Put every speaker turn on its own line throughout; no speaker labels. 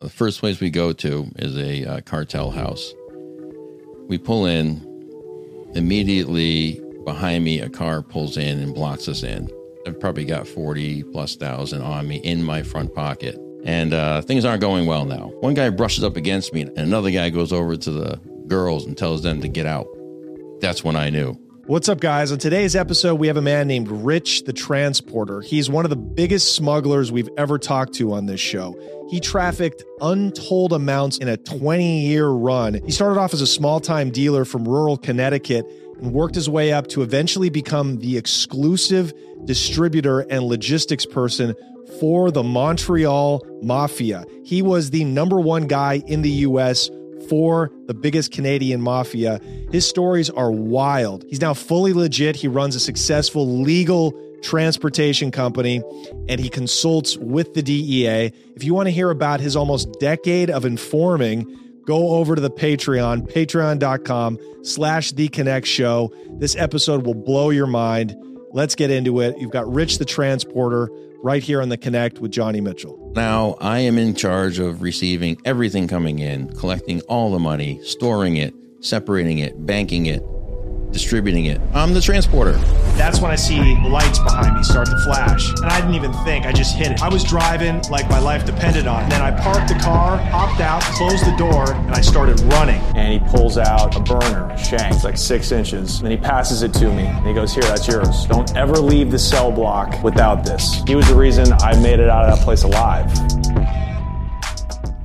the first place we go to is a uh, cartel house. We pull in. Immediately behind me, a car pulls in and blocks us in. I've probably got 40 plus thousand on me in my front pocket. And uh, things aren't going well now. One guy brushes up against me, and another guy goes over to the girls and tells them to get out. That's when I knew.
What's up, guys? On today's episode, we have a man named Rich the Transporter. He's one of the biggest smugglers we've ever talked to on this show. He trafficked untold amounts in a 20 year run. He started off as a small time dealer from rural Connecticut and worked his way up to eventually become the exclusive distributor and logistics person for the Montreal Mafia. He was the number one guy in the U.S for the biggest Canadian mafia. His stories are wild. He's now fully legit. He runs a successful legal transportation company and he consults with the DEA. If you want to hear about his almost decade of informing, go over to the Patreon, patreon.com slash the connect show. This episode will blow your mind. Let's get into it. You've got Rich the Transporter right here on the Connect with Johnny Mitchell.
Now I am in charge of receiving everything coming in, collecting all the money, storing it, separating it, banking it, distributing it. I'm the transporter.
That's when I see lights behind me start to flash. And I didn't even think, I just hit it. I was driving like my life depended on it. And then I parked the car, hopped out, closed the door, and I started running.
and he pulls out a burner, a shank, it's like six inches. Then he passes it to me and he goes, Here, that's yours. Don't ever leave the cell block without this. He was the reason I made it out of that place alive.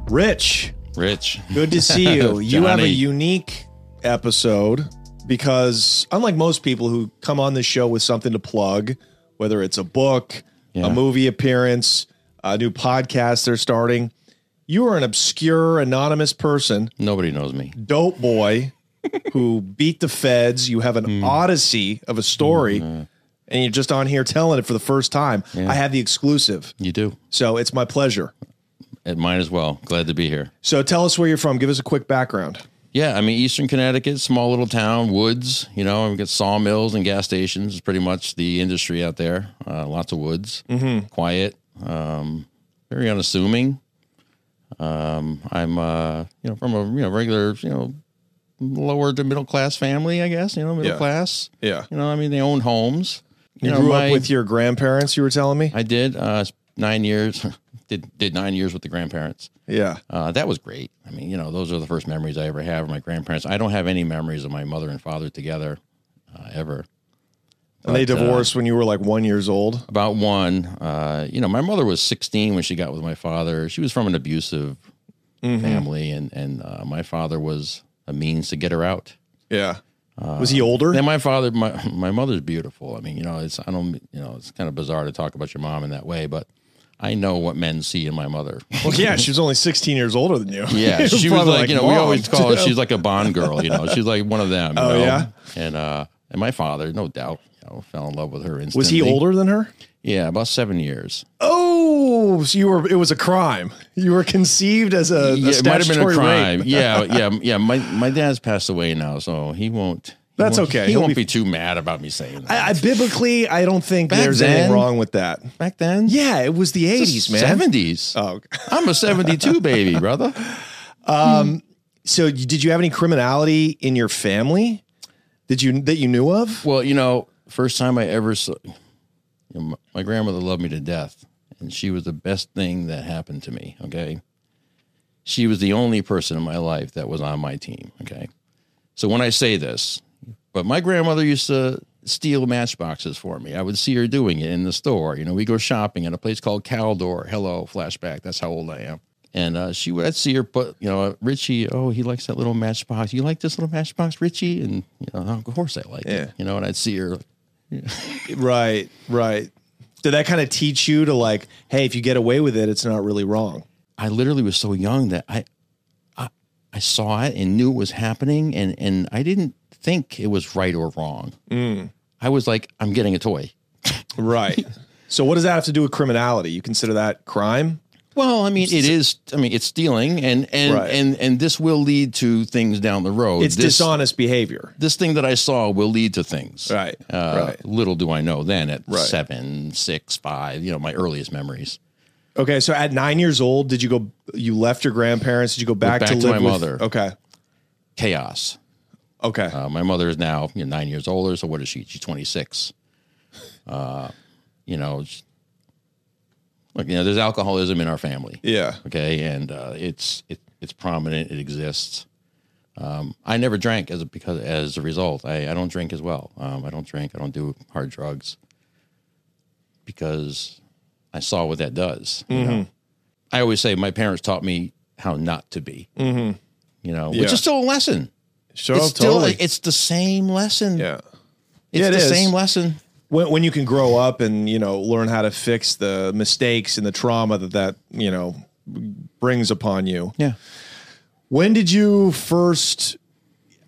Rich,
Rich.
good to see you. you have a
Johnny.
unique episode because, unlike most people who come on this show with something to plug, whether it's a book,
Yeah.
a movie appearance, a new podcast they're starting, you are an obscure, anonymous person
Nobody knows me.
dope boy who beat the feds. You have an
Hmm.
odyssey of a story, and you're just on here telling it for the first time. I have the exclusive,
You do.
so it's my pleasure.
And mine as well. Glad to be here.
So tell us where you're from. Give us a quick background.
Yeah, I mean Eastern Connecticut, small little town, woods. You know, we got sawmills and gas stations. Is pretty much the industry out there. Uh, lots of woods,
Mm-hmm.
quiet, um, very unassuming. Um, I'm, uh, you know, from a you know regular, you know, lower to middle class family. I guess you know middle
Yeah.
class.
Yeah,
You know, I mean they own homes.
you,
know,
grew
my-
up with your grandparents. You were telling me.
I did uh, nine years. did did nine years with the grandparents.
yeah,
Uh, that was great. I mean, you know, those are the first memories I ever have of my grandparents. I don't have any memories of my mother and father together uh, ever.
and they
But, uh,
divorced when you were like one years old.
About one, uh, you know, my mother was 16 when she got with my father. She was from an abusive family, and and uh, my father was a means to get her out.
Yeah, Uh, was he older?
Then my father, my my mother's beautiful. I mean, you know, it's I don't, you know, it's kind of bizarre to talk about your mom in that way, but I know what men see in my mother.
Well, yeah, she was only 16 years older than you.
Yeah,
You're
she was
probably
like, you know, we
"Mom."
always call her. She's like a Bond girl, you know. She's like one of them. you
Oh,
know?
yeah?
and uh, and my father, no doubt, you know, fell in love with her instantly.
was he older than her?
Yeah, about seven years.
Oh, so you were. It was a crime. You were conceived as a, a
yeah, it might have been a
statutory rape.
crime. yeah, yeah, yeah. My my dad's passed away now, so he won't. he
That's
won't-
okay.
He
He'll
won't
be-
be, too mad about me saying that.
I, I biblically, I don't think
Back
there's
then-
anything wrong with that.
Back then,
Yeah, it was the eighties, man.
seventies.
Oh, okay.
I'm a seventy-two baby, brother.
so you- did you have any criminality in your family? Did you that you knew of?
Well, you know, first time I ever saw you know, my, my grandmother loved me to death, and she was the best thing that happened to me. Okay, she was the only person in my life that was on my team. Okay, so when I say this, but my grandmother used to steal matchboxes for me. I would see her doing it in the store. You know, we go shopping at a place called Caldor. Hello, flashback. That's how old I am. And uh, she would, I'd see her put, you know, Richie, oh, he likes that little matchbox. You like this little matchbox, Richie? And, you know, of course I like
Yeah.
it. You know, and I'd see her,
Right, right. Did that kind of teach you to like, hey, if you get away with it, it's not really wrong?
I literally was so young that I, I, I saw it and knew it was happening, and and I didn't think it was right or wrong. I was like, I'm getting a toy.
Right. so what does that have to do with criminality? You consider that crime?
Well, I mean, it is. I mean, it's stealing, and and
Right.
and and this will lead to things down the road.
It's
this,
dishonest behavior.
This thing that I saw will lead to things.
Right,
Uh,
right.
Little do I know then at
Right.
seven, six, five. You know, my earliest memories.
Okay, so at nine years old, did you go? You left your grandparents? Did you go back,
back
to
to
live
my
with-
mother.
Okay,
Chaos.
okay.
Uh, my mother is now you know, nine years older. So what is she? She's 26. Uh, you know, sh- look, you know, there's alcoholism in our family.
yeah,
Okay. And uh, it's, it, it's prominent. It exists. Um, I never drank as a, because as a result, I, I don't drink as well. Um, I don't drink. I don't do hard drugs because I saw what that does. you know?
Mm-hmm.
I always say my parents taught me how not to be, you know, which
Mm-hmm. Yeah.
is still a lesson
sure,
it's still
totally.
it's the same lesson.
yeah.
It's
Yeah, it
the
is.
same lesson.
When, when you can grow up and you know learn how to fix the mistakes and the trauma that that you know brings upon you.
Yeah.
When did you first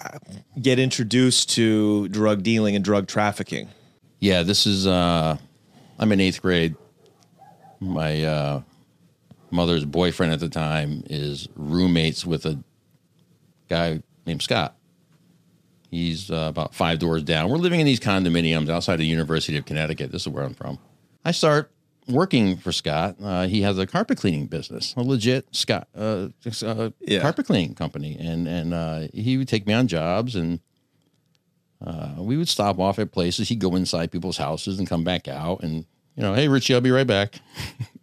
uh, get introduced to drug dealing and drug trafficking?
Yeah, this is uh I'm in 8th grade. My uh mother's boyfriend at the time is roommates with a guy named Scott. He's uh, about 5 doors down. We're living in these condominiums outside the University of Connecticut. This is where I'm from. I start working for Scott. Uh, he has a carpet cleaning business, a legit Scott uh, uh,
Yeah.
carpet cleaning company, and and uh, he would take me on jobs, and uh, we would stop off at places. He'd go inside people's houses and come back out, and you know, hey Richie, I'll be right back.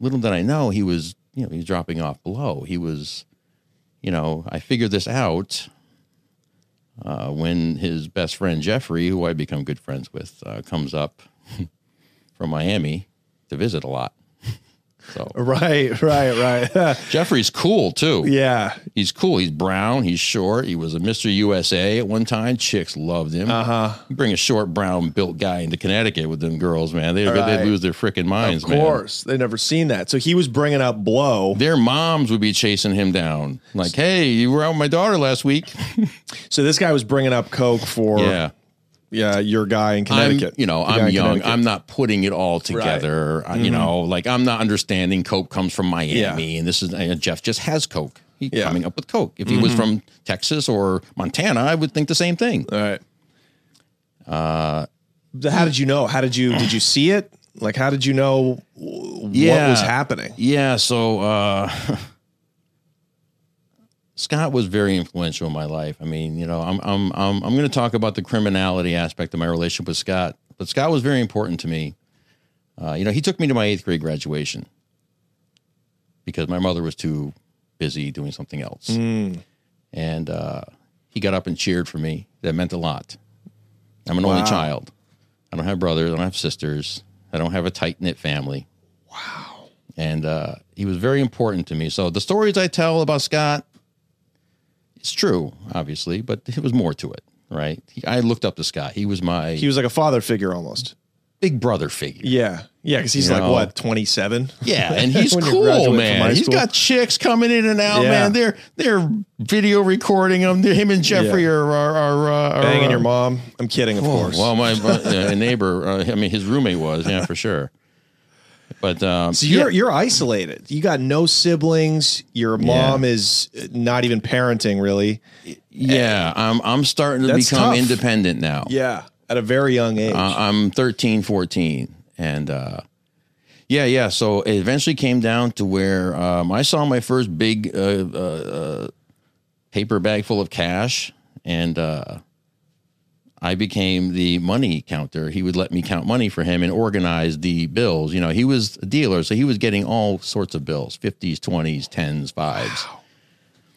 Little did I know he was, you know, he was dropping off below. He was, you know, I figured this out uh, when his best friend Jeffrey, who I become good friends with, uh, comes up from Miami to visit a lot. So
Right, right, right.
Jeffrey's cool too.
yeah,
He's cool. He's brown. He's short. He was a Mr. USA at one time. Chicks loved him. Uh
Uh-huh.
huh. Bring a short, brown, built guy into Connecticut with them girls, man. They
Right.
they lose their freaking minds,
of
man.
course. They've never seen that. So he was bringing up blow.
Their moms would be chasing him down, like, "Hey, you were out with my daughter last week."
So this guy was bringing up coke for
yeah,
yeah, your guy in
I'm,
Connecticut.
you know,
The guy
I'm
in
young.
Connecticut. Mm-hmm.
I'm not putting it all together. I- You know, like I'm not understanding. Coke comes from Miami,
Yeah.
and this is and Jeff just has Coke. He's
Yeah. Mm-hmm.
coming up with Coke. If he was from Texas or Montana, I would think the same thing.
All right. Uh, how did you know? How did you did you see it? Like, how did you know w- what
Yeah.
was happening?
Yeah. So uh, Scott was very influential in my life. I mean, you know, I'm I'm I'm I'm going to talk about the criminality aspect of my relationship with Scott, but Scott was very important to me. Uh, you know, he took me to my eighth grade graduation because my mother was too busy doing something else, and uh, he got up and cheered for me. That meant a lot. I'm an
Wow.
only child. I don't have brothers. I don't have sisters. I don't have a tight knit family and uh, he was very important to me. So the stories I tell about Scott, it's true, obviously, but it was more to it, right? He, I looked up to Scott. He was my
He was like a father figure almost.
big brother figure.
Yeah, yeah, because he's
You
like
know.
what twenty seven.
Yeah, and he's
When you graduate
cool,
from high
man. He's
school.
got chicks coming in and out,
Yeah.
man. They're they're video recording him. They're- Him and Jeffrey
Yeah.
are are, are, uh, are
Banging
uh,
your mom. I'm kidding, of course.
Well, my, my uh, neighbor, uh, I mean, his roommate was, yeah, for sure. But um,
so you're
yeah.
you're isolated. You got no siblings. Your mom is not even parenting, really.
yeah, I'm I'm starting to
That's
become
tough.
independent now.
Yeah, at a very young age.
Uh, I'm 13, 14. And uh, yeah, yeah. So it eventually came down to where um, I saw my first big uh, uh, uh, paper bag full of cash. And uh, I became the money counter. He would let me count money for him and organize the bills. You know, he was a dealer. So he was getting all sorts of bills 50s, 20s, 10s, 5s.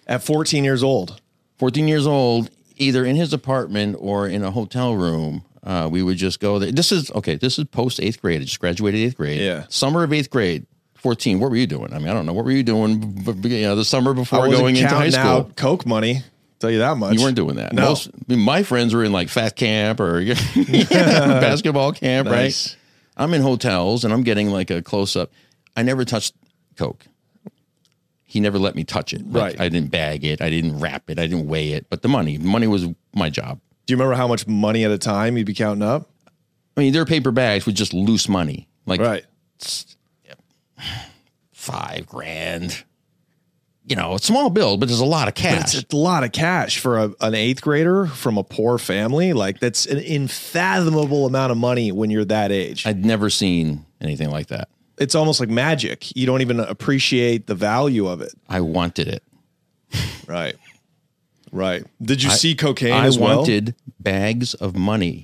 at fourteen years old.
14 years old, either in his apartment or in a hotel room. Uh, we would just go there. This is okay. This is post eighth grade. I just graduated eighth grade.
Yeah.
Summer of eighth grade, 14. What were you doing? I mean, I don't know. What were you doing b- b- you know, the summer before
wasn't
going into high
counting
school?
out Coke money. Tell you that much.
You weren't doing that.
No.
Most, I mean, my friends were in like fat camp or basketball camp,
Nice.
right? I'm in hotels and I'm getting like a close up. I never touched Coke. He never let me touch it. Like,
Right.
I didn't bag it. I didn't wrap it. I didn't weigh it. But the money, money was my job.
Do you remember how much money at a time you'd be counting up?
I mean, their paper bags with just loose money, like five grand. You know, it's small bill, but there's a lot of cash.
That's a lot of cash for a, an eighth grader from a poor family. Like that's an unfathomable amount of money when you're that age.
I'd never seen anything like that.
it's almost like magic. You don't even appreciate the value of it.
I wanted it.
Right. Right. Did you see cocaine
I
as well?
wanted bags of money.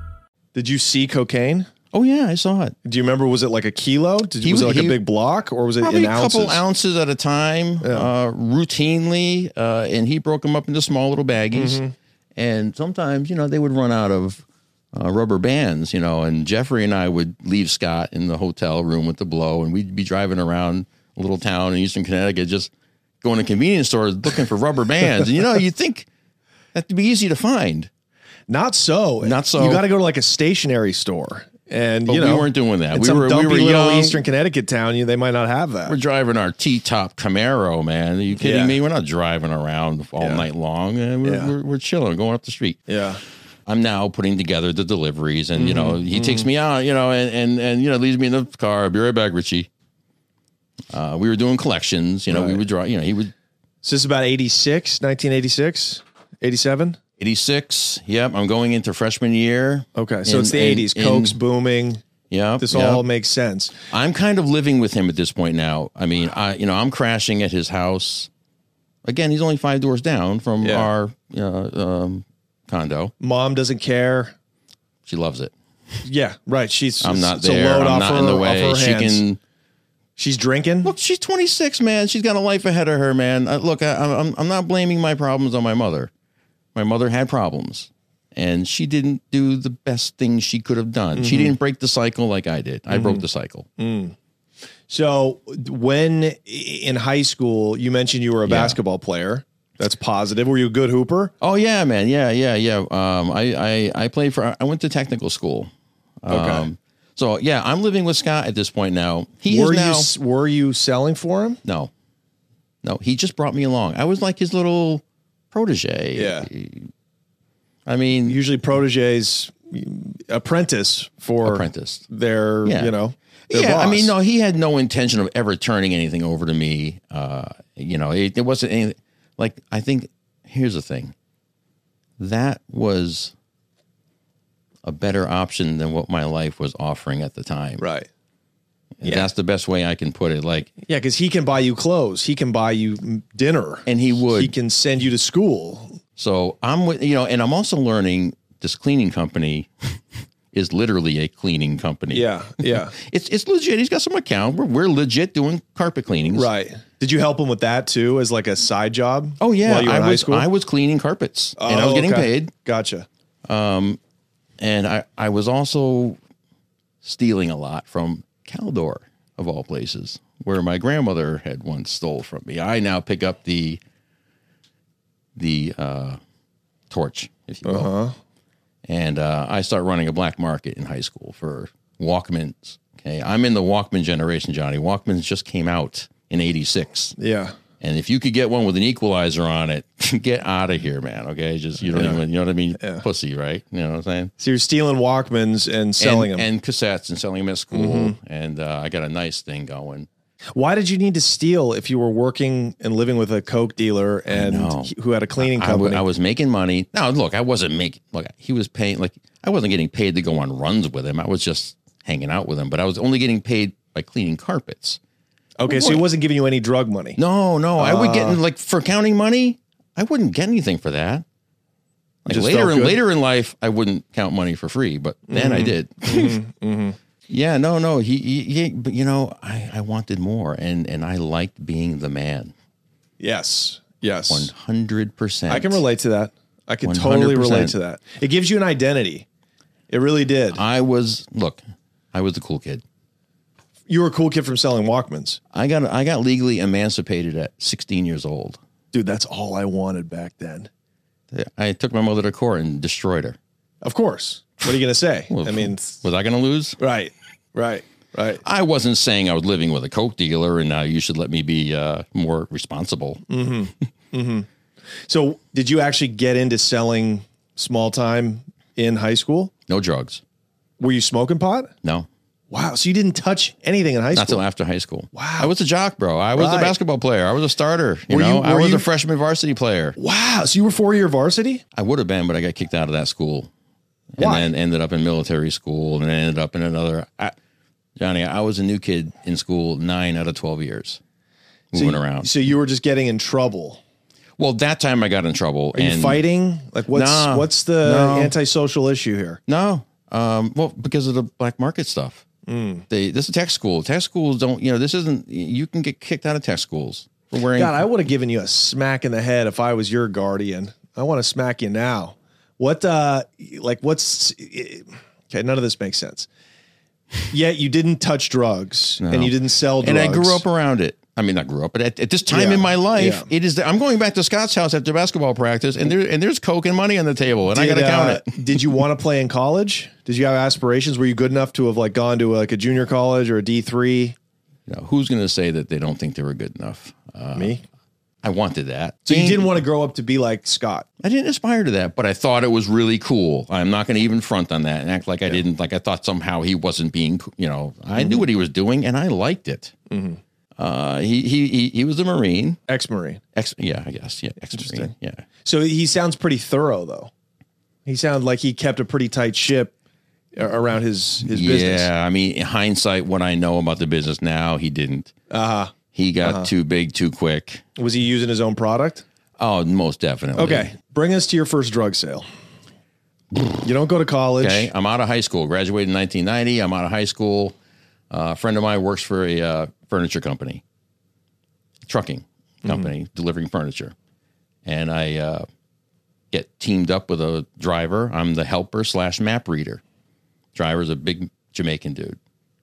Did you see cocaine?
Oh yeah, I saw it.
Do you remember? Was it like a kilo? Did,
He
was it
was-
like a
he-
big block or was it
Probably
in
a couple
ounces?
ounces at a time, uh, routinely, uh, and he broke them up into small little baggies. And sometimes, you know, they would run out of uh, rubber bands, you know. And Jeffrey and I would leave Scott in the hotel room with the blow, and we'd be driving around a little town in Eastern Connecticut, just going to convenience stores looking for rubber bands. And you know, you think that'd be easy to find.
Not so.
Not so.
You got to go to like a stationery store, and
But
you
we
know
weren't doing that.
in
We
some
were- we
dumpy
were
little
young.
Eastern Connecticut town. You, they might not have that.
We're driving our T-top Camaro, man. Are you kidding
Yeah.
me? We're not driving around all
Yeah.
night long. Uh, We're,
Yeah.
we're, we're chilling, going up the street.
yeah.
I'm now putting together the deliveries, and you
Mm-hmm.
know, he takes me out, you know, and and and you know, leaves me in the car. I'll be right back, Richie. Uh, we were doing collections, you know. We
Right.
would draw, you know, he would
So this is about 86, 1986, 87.
86. Yep, I'm going into freshman year.
Okay, so
And-
it's the
and-
80s.
and-
Coke's booming.
Yep,
This
yep.
all makes sense.
I'm kind of living with him at this point now. I mean, I you know I'm crashing at his house. Again, he's only five doors down from
Yeah.
our uh, um, condo.
Mom doesn't care.
She loves it.
Yeah, right. She's
I'm not
it's a
there.
load
I'm
off
not
her-
in the
off
way.
her
She
hands.
can
She's drinking.
look. She's 26, man. She's got a life ahead of her, man. Uh, look, I, I'm- I'm I'm not blaming my problems on my mother. My mother had problems, and she didn't do the best thing she could have done. She
Mm-hmm.
didn't break the cycle like I did. I broke the cycle.
So when i- in high school, you mentioned you were a
Yeah.
basketball player. That's positive. Were you a good hooper?
Oh yeah, man. Yeah, yeah, yeah. Um, I, I, I played for, I went to technical school. Um,
Okay.
so yeah, I'm living with Scott at this point now. He
were
is now,
you s- were you selling for him?
no, no, he just brought me along. I was like his little protege. I mean,
Usually proteges apprentice for
apprentice.
their
Yeah.
you know their
Yeah. I
boss.
mean, no, he had no intention of ever turning anything over to me. Uh, you know, it, it wasn't anything like, I think here's the thing that was a better option than what my life was offering at the time.
right.
And That's the best way I can put it. Like,
Yeah, because he can buy you clothes, he can buy you mm, dinner,
and he would.
he can send you to school.
so I'm with, you know, and I'm also learning this cleaning company is literally a cleaning company.
Yeah, yeah,
It's, it's legit. He's got some account. We're, we're legit doing carpet cleanings.
right. Did you help him with that too, as like a side job?
Oh yeah.
while you were
I
in
was,
high school,
I was cleaning carpets and I was
Oh,
getting
okay.
paid.
Gotcha.
And I, I was also stealing a lot from Caldor of all places where my grandmother had once stole from me. I now pick up the, the, uh, torch, if you will. and uh, I start running a black market in high school for Walkmans. Okay, I'm in the Walkman generation, Johnny. Walkmans just came out in '86,
Yeah,
and if you could get one with an equalizer on it, get out of here, man. Okay, just you don't even, you know what I mean, pussy, right? You know what I'm saying?
so you're stealing Walkmans and selling
and,
them. Mm-hmm.
and cassettes and selling them at school, and uh, I got a nice thing going.
Why did you need to steal if you were working and living with a coke dealer and
know.
he- who had a cleaning
I wa-
company?
I was making money. Now, look, I wasn't making. Look, he was paying. Like I wasn't getting paid to go on runs with him. I was just hanging out with him, but I was only getting paid by cleaning carpets.
okay, so he wasn't giving you any drug money.
No, no, I would get
Uh.
like for counting money. I wouldn't get anything for that. Like
Just
later
felt
and
good? Mm-hmm.
later in life, I wouldn't count money for free, but then I did. Yeah, no, no, he, he, he, but you know, I, I wanted more, and and I liked being the man,
Yes, yes,
one hundred percent.
I can relate to that. I can totally
100%.
relate to that. It gives you an identity. It really did.
I was look, I was the cool kid.
You were a cool kid from selling Walkmans.
I got I got legally emancipated at sixteen years old.
Dude, that's all I wanted back then.
I took my mother to court and destroyed her.
Of course. What are you going to say? I mean, it's-
was I going to lose?
right, right. Right.
I wasn't saying I was living with a coke dealer, and now you should let me be uh, more responsible.
Mm. So, did you actually get into selling small time in high school?
No drugs.
Were you smoking pot?
No,
Wow. So you didn't touch anything in high
not
school?
till after high school.
Wow.
I was a jock, bro. I was a
Right.
basketball player. I was a starter. You
Were you-
know, I
were
was
you-
a freshman varsity player.
wow. So you were four year varsity?
I would have been, but I got kicked out of that school, and
Why?
then ended up in military school, and then ended up in another. I, Johnny, I was a new kid in school nine out of twelve years, moving around.
So you were just getting in trouble.
well, that time I got in trouble.
Are you
and
fighting? Like, what's
Nah.
what's the
No.
antisocial issue here?
No, um, well, because of the black market stuff.
Mm.
They this is tech school. Tech schools don't. You know, this isn't. You can get kicked out of tech schools for wearing.
God, I would have given you a smack in the head if I was your guardian. I want to smack you now. What, uh, like, what's okay? None of this makes sense. Yet you didn't touch drugs and you didn't sell drugs.
and I grew up around it. I mean, I grew up, but at, at this time
Yeah,
in my life,
yeah.
it is. The, I'm going back to Scott's house after basketball practice, and there and there's coke and money on the table, and I got to
uh,
count it.
did you want to play in college? Did you have aspirations? Were you good enough to have like gone to like a junior college or a D three?
You know, who's going to say that they don't think they were good enough? Uh,
Me.
I wanted that.
So you didn't want to grow up to be like Scott.
I didn't aspire to that, but I thought it was really cool. I'm not going to even front on that and act like I didn't. Like I thought somehow he wasn't being, co- you know, I
Mm-hmm.
knew what he was doing and I liked it. Uh, he, he he he was a marine.
Ex Marine.
Ex, yeah, I guess. Yeah, ex marine. Yeah,
So he sounds pretty thorough though. He sounded like he kept a pretty tight ship a- around his his
yeah.
business.
I mean, in hindsight, what I know about the business now, he didn't. Uh
Uh-huh.
huh. He got too big too quick.
Was he using his own product?
Oh, most definitely.
Okay. Bring us to your first drug sale. You don't go to college.
Okay. I'm out of high school. Graduated in 1990. I'm out of high school. Uh, a friend of mine works for a uh, furniture company, trucking company, delivering furniture. And I uh, get teamed up with a driver. I'm the helper slash map reader. Driver's a big Jamaican dude,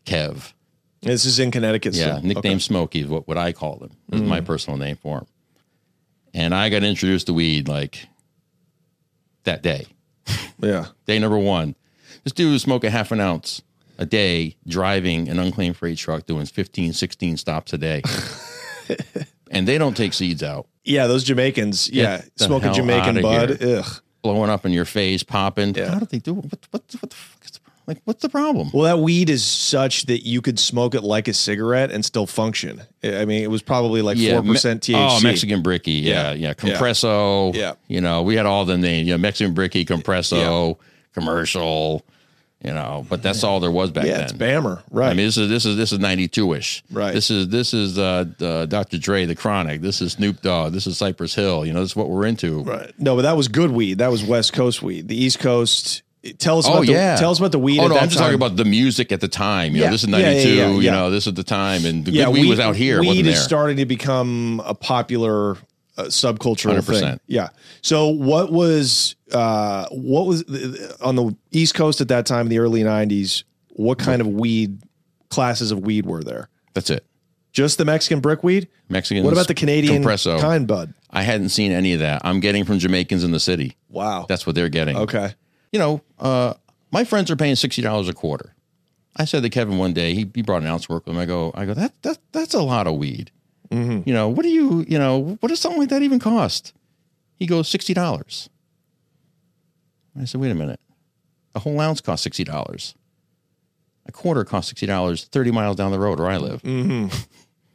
Kev.
This is in Connecticut.
Yeah,
still.
nickname Smokey is what, what I call him. Is my personal name for him. And I got introduced to weed like that day
Okay. Yeah.
day number one. This dude was smoking half an ounce a day, driving an unclaimed freight truck, doing 15, 16 stops a day. and they don't take seeds out,
Yeah, those Jamaicans. Yeah.
Get the
Smoking
hell
Jamaican
outta
bud.
here.
Ugh.
blowing up in your face, popping.
Yeah.
How do they do it? What, what, what the fuck is the, like, what's the problem?
Well, that weed is such that you could smoke it like a cigarette and still function. I I mean, it was probably like four
me-
percent THC.
Oh, Mexican Bricky. Yeah,
Yeah.
yeah. Compresso.
Yeah.
You know, we had all the names. Yeah, Mexican Bricky, Compresso, commercial, you know, but that's all there was back
yeah,
then.
it's Bammer, right?
I mean, this is this is this is ninety two ish.
Right.
This is this is uh, uh, Dr. Dre, the Chronic. This is Snoop Dogg. This is Cypress Hill. You know, this is what we're into.
right. No, but that was good weed. That was West Coast weed. The East Coast. Tell us.
Oh
about
yeah.
The, tell us about the weed.
Oh
at
no,
that
I'm just
time.
talking about the music at the time. You
Yeah.
know, this is
Yeah, yeah,
ninety two.
yeah, yeah.
You know, this is the time, and the
yeah,
good weed, was out here. It
Weed
wasn't there.
is starting to become a popular uh, subcultural thing.
100%.
Yeah. So what was uh, what was th- th- on the East Coast at that time in the early '90s? What kind of weed classes of weed were there?
That's it.
Just the Mexican brickweed.
Mexicans.
What about the Canadian
compresso?
kind bud?
I hadn't seen any of that. I'm getting from Jamaicans in the city.
Wow.
That's what they're getting.
okay.
you know, uh, my friends are paying sixty dollars a quarter. I said to Kevin one day, he, he brought an ounce of work with him. I go, I go, that that that's a lot of weed.
Mm-hmm.
You know, what do you, you know, what does something like that even cost? He goes sixty dollars. I said, wait a minute, a whole ounce costs sixty dollars. A quarter costs sixty dollars. Thirty miles down the road where I live.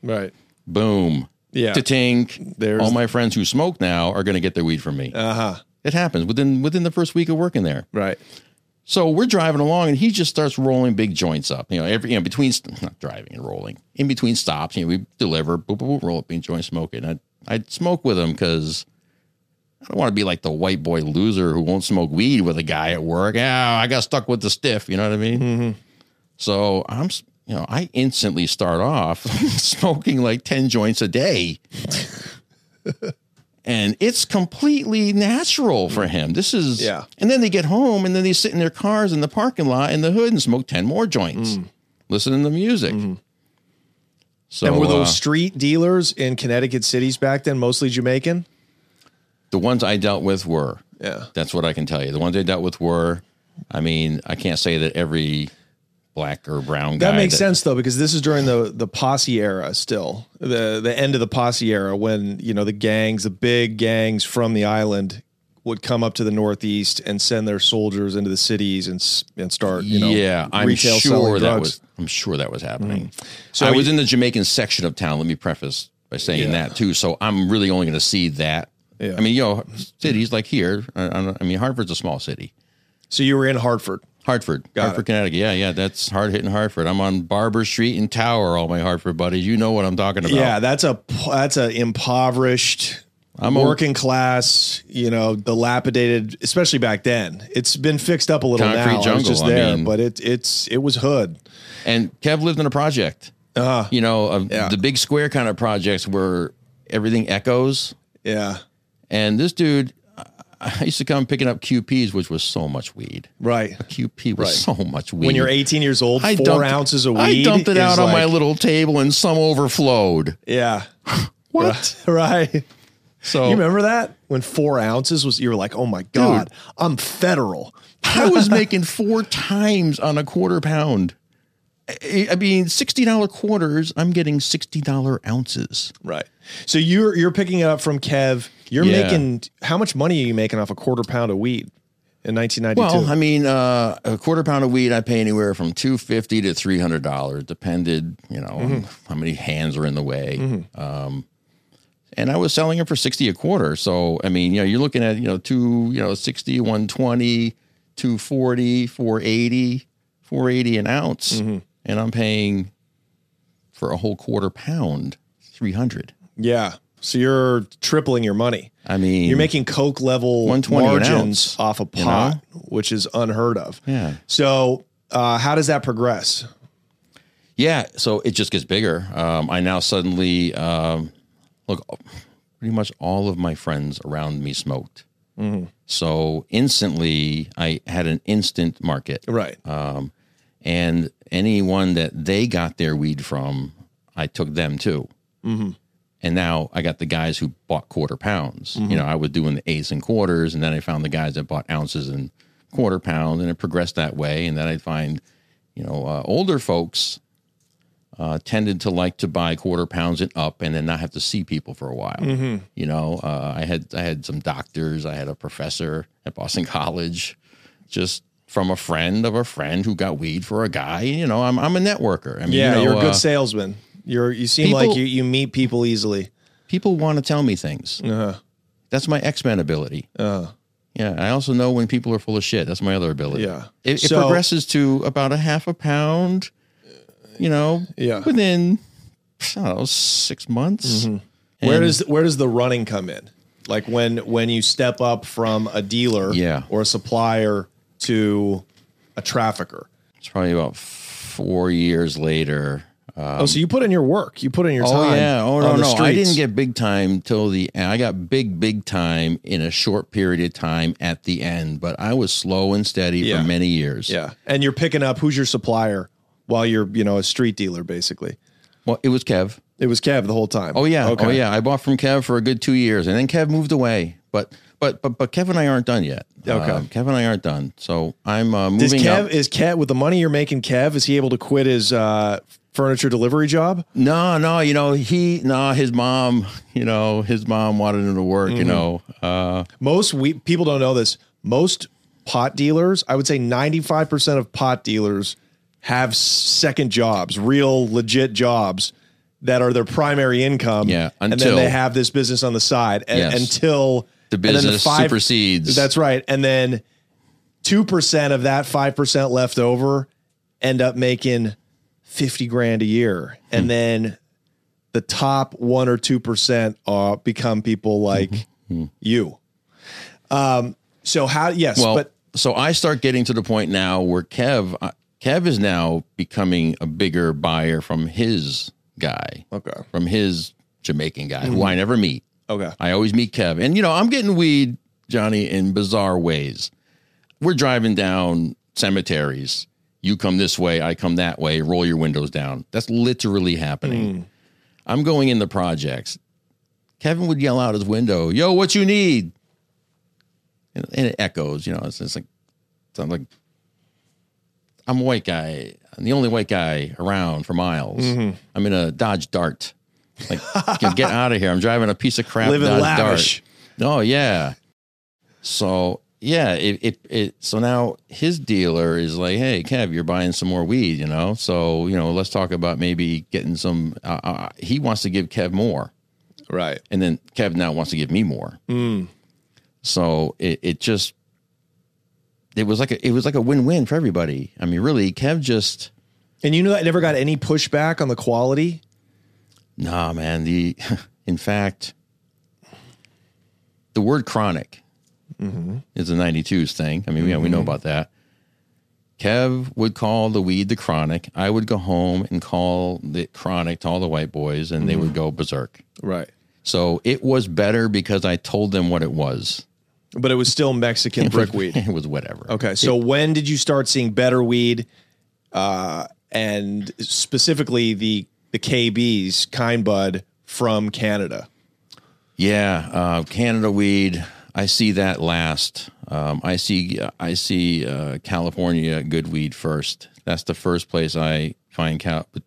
Right.
Boom.
Mm. Yeah.
Tink.
There's-
all my friends who smoke now are going to get their weed from me.
Uh huh.
it happens within within the first week of working there.
Right.
So we're driving along, and he just starts rolling big joints up. You know, every you know between st- not driving and rolling in between stops. You know, we deliver, boop, boop, boop, roll up big joint, smoke it. And I I'd smoke with him because I don't want to be like the white boy loser who won't smoke weed with a guy at work. Ah, I got stuck with the stiff. You know what I mean?
Mm-hmm.
So I'm s- you know I instantly start off smoking like ten joints a day. And it's completely natural for him. This is,
Yeah.
And then they get home and then they sit in their cars in the parking lot in the hood and smoke 10 more joints,
Mm.
listening to music. So,
Mm-hmm. and were
uh,
those street dealers in Connecticut cities back then mostly Jamaican?
the ones I dealt with were.
Yeah.
That's what I can tell you. The ones I dealt with were, I mean, I can't say that every black or brown guy.
That makes sense though, because this is during the the posse era still. The the end of the posse era when, you know, the gangs, the big gangs from the island would come up to the northeast and send their soldiers into the cities and s- and start, you know,
yeah, I'm
retail
sure
selling
that
drugs. Mm-hmm.
was. I'm sure that was happening.
So
So I was
you-
in the Jamaican section of town. Let me preface by saying that too. So I'm really only going to see that.
Yeah.
I mean, you know, cities like here. I, I don't- I mean, Hartford's a small city.
so you were in Hartford.
Hartford,
Got
Hartford, Connecticut. Yeah, yeah, that's hard hitting Hartford. I'm on Barber Street and Tower. All my Hartford buddies, you know what I'm talking about.
Yeah, that's a p- that's a impoverished,
I'm a-
working class, you know, dilapidated, especially back then. It's been fixed up a little
Concrete
now. It's
jungle,
just
I
there,
mean.
but it it's it was hood.
And Kev lived in a project. Uh, you know, of
Uh-huh. yeah.
the big square kind of projects where everything echoes.
Yeah,
And this dude, I- I used to come picking up QPs, which was so much weed.
right.
QP was so much weed.
When you're 18 years old,
I
four
dumped-
ounces of
I
weed.
dumped it
is
out on my
like-
little table, and some overflowed.
Yeah,
What? Oh.
right.
So
You remember that when four ounces was? You were like, oh my god, I'm federal.
I was making four times on a quarter pound. I I mean, sixty dollar quarters. I'm getting sixty dollar ounces.
Right. So you're you're picking it up from Kev. You're
Yeah.
making how much money are you making off a quarter pound of weed in 1992?
Well, I mean, uh, a quarter pound of weed, I pay anywhere from two fifty to three hundred dollars, depended, you know, on how many hands are in the way. Um, and I was selling it for sixty a quarter. So I mean, you know, you're looking at you know two, you know, 60, 120, 240, 480, 480 an ounce, and I'm paying for a whole quarter pound three hundred.
yeah. So you're tripling your money.
I mean,
You're making Coke level
120 an
margins
ounce,
off a
you
pot, which is unheard of.
Yeah.
So uh, how does that progress?
Yeah, so it just gets bigger. Um, I now suddenly um, look. Pretty much all of my friends around me smoked, so instantly I had an instant market,
Right.
and anyone that they got their weed from, I took them too. And now I got the guys who bought quarter pounds.
Mm-hmm.
You know, I was doing the eighths and quarters, and then I found the guys that bought ounces and quarter pounds, and it progressed that way. And then I'd find, you know, uh, older folks uh, tended to like to buy quarter pounds and up, and then not have to see people for a while.
Mm-hmm.
You know, uh, I had I had some doctors, I had a professor at Boston College, just from a friend of a friend who got weed for a guy. You know, I'm I'm a networker. I mean,
yeah,
you
you
know,
are a good
uh,
salesman. You're you seem
people-
like you you meet people easily.
people want to tell me things.
Uh-huh.
That's my X Men ability. yeah, I also know when people are full of shit. That's my other ability.
Yeah.
it, it
So-
progresses to about a half a pound. You know,
Yeah. Mm-hmm.
within I don't know six months.
Where
And-
does where does the running come in? Like when when you step up from a dealer
Yeah.
or a supplier to a trafficker.
It's probably about four years later.
oh, so you put in your work, you put in your time.
Oh yeah. Oh
on
no
the
no. I
streets.
didn't get big time till the. I got big big time in a short period of time at the end, but I was slow and steady
Yeah.
for many years.
yeah. And you're picking up who's your supplier while you're you know a street dealer basically.
Well, it was Kev.
It was Kev the whole time.
Oh yeah. Oh yeah. I bought from Kev for a good two years, and then Kev moved away. But but but but Kev and I aren't done yet.
Okay.
Um, Kev and I aren't done. So I'm uh,
Does
moving
Kev
up.
is Kev with the money you're making? Kev is he able to quit his uh, furniture delivery job?
No, no, you know, he, no, his mom, you know, his mom wanted him to work,
Mm-hmm.
you know. Uh,
Most we people don't know this. Most pot dealers, I would say 95% of pot dealers have second jobs, real legit jobs that are their primary income.
Yeah,
and then
until-
they have this business on the side and,
Yes.
until
The
and then
business supersedes.
That's right. And then 2% of that 5% left over end up making 50 grand a year. And then the top one or 2% are become people like you. Um, so how, yes,
well,
but
so I start getting to the point now where Kev, uh, Kev is now becoming a bigger buyer from his guy,
okay. Mm-hmm.
from his Jamaican guy, who I never meet.
Okay.
I always meet Kev. And, you know, I'm getting weed, Johnny, in bizarre ways. We're driving down cemeteries. You come this way, I come that way, roll your windows down. That's literally happening. I'm going in the projects. Kevin would yell out his window, Yo, what you need? And, and it echoes, you know, it's, it's like, sounds like, I'm a white guy. I'm the only white guy around for miles.
Mm-hmm.
I'm in a Dodge Dart. Like, get- get out of here. I'm driving a piece of crap
Living
Dodge
lavish.
Dart. Oh, yeah. So, yeah, it, it, it, so now his dealer is like, hey, Kev, you're buying some more weed, you know? So, you know, let's talk about maybe getting some, uh, uh, he wants to give Kev more
Right.
and then Kev now wants to give me more. So it, it just it was like a it was like a win win for everybody. I mean, really, Kev just
And you know, I never got any pushback on the quality.
nah, man. The in fact, the word chronic is the '92s thing. I mean, yeah, we know about that. Kev would call the weed the chronic. I would go home and call the chronic to all the white boys, and they would go berserk.
Right.
So it was better because I told them what it was.
But it was still Mexican brick weed.
It was whatever.
Okay. So when did you start seeing better weed, uh, and specifically the the KBs Kind Bud from Canada?
Yeah, uh, Canada weed. I see that last. Um, I see. I see uh, California good weed first. That's the first place I find cal. But,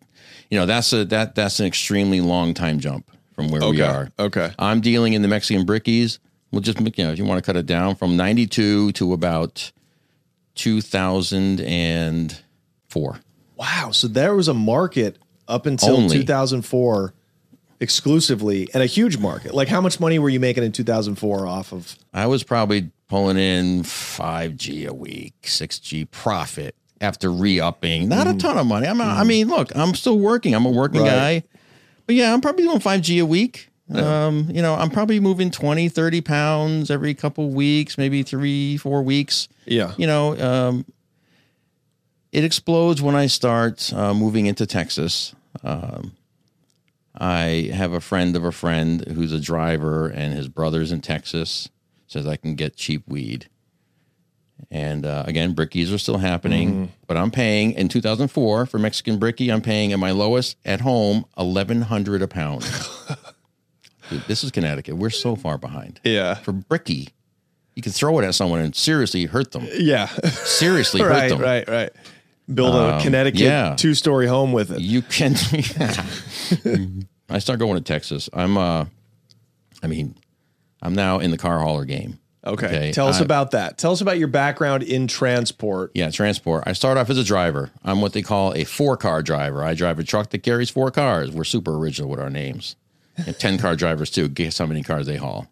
you know, that's a that that's an extremely long time jump from where we
Okay,
are.
okay.
I'm dealing in the Mexican brickies. We'll just you know if you want to cut it down from '92 to about 2004.
Wow. So there was a market up until
Only.
2004 exclusively and a huge market. Like how much money were you making in 2004 off of?
I was probably pulling in five G a week, six G profit after re-upping. Not a ton of money. I'm. Not, I mean, look, I'm still working. I'm a working guy,
Right.
but yeah, I'm probably doing five G a week. Um, you know, I'm probably moving 20, 30 pounds every couple weeks, maybe three, four weeks.
Yeah.
You know, um, it explodes when I start uh, moving into Texas. Um, I have a friend of a friend who's a driver, and his brother's in Texas. Says I can get cheap weed. And uh, again, brickies are still happening, but I'm paying in 2004 for Mexican bricky. I'm paying at my lowest at home 1,100 a pound. Dude, this is Connecticut. We're so far behind.
Yeah.
For bricky, you can throw it at someone and seriously hurt them.
Yeah.
Seriously hurt
right.
them.
Right. Right.
Build a Connecticut
Um, yeah.
two story home with it.
You can. I start going to Texas. I'm. uh I mean, I'm now in the car hauler game.
Okay. Tell us
I-
about that. Tell us about your background in transport.
Yeah, transport. I start off as a driver. I'm what they call a four car driver. I drive a truck that carries four cars. We're super original with our names. And ten car drivers too. Guess how many cars they haul?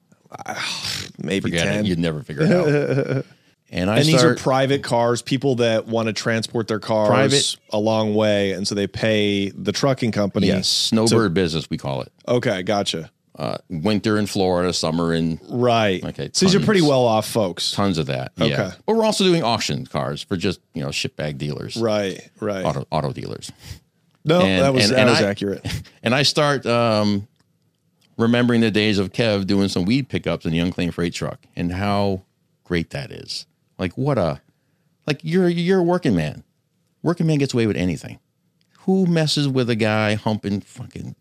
Maybe
Forget
10.
it. You'd never figure it out. And I
and these
start.
are private cars, people that want to transport their cars
Private-
a long way. And so they pay the trucking company.
yes, snowbird business we call it.
Okay. Gotcha.
Uh, winter in Florida, summer in
Right.
Okay,
So these are
tons.
pretty well off folks.
tons of that.
Okay.
Yeah. But we're also doing auction cars for just you know shitbag dealers,
Right. Right.
auto auto dealers.
No,
And-
that was,
and-
that
and
was
I-
accurate.
And I start um, remembering the days of Kev doing some weed pickups in the unclaimed freight truck and how great that is. Like what a like you're you're a working man. Working man gets away with anything. Who messes with a guy humping fucking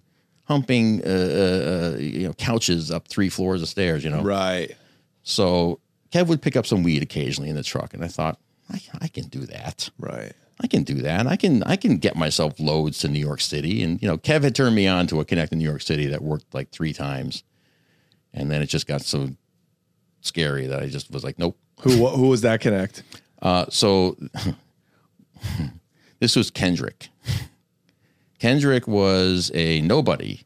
humping uh, uh, uh, you know couches up three floors of stairs? You know.
Right.
So Kev would pick up some weed occasionally in the truck, and I thought I, I can do that.
Right.
I can do that. I can I can get myself loads to New York City. And you know, Kev had turned me on to a connect in New York City that worked like three times, and then it just got so scary that I just was like, nope.
Who who was that connect?
Uh, so this was Kendrick. Kendrick was a nobody,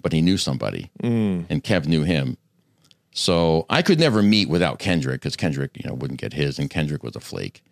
but he knew somebody, and Kev knew him. So I could never meet without Kendrick because Kendrick, you know, wouldn't get his, and Kendrick was a flake.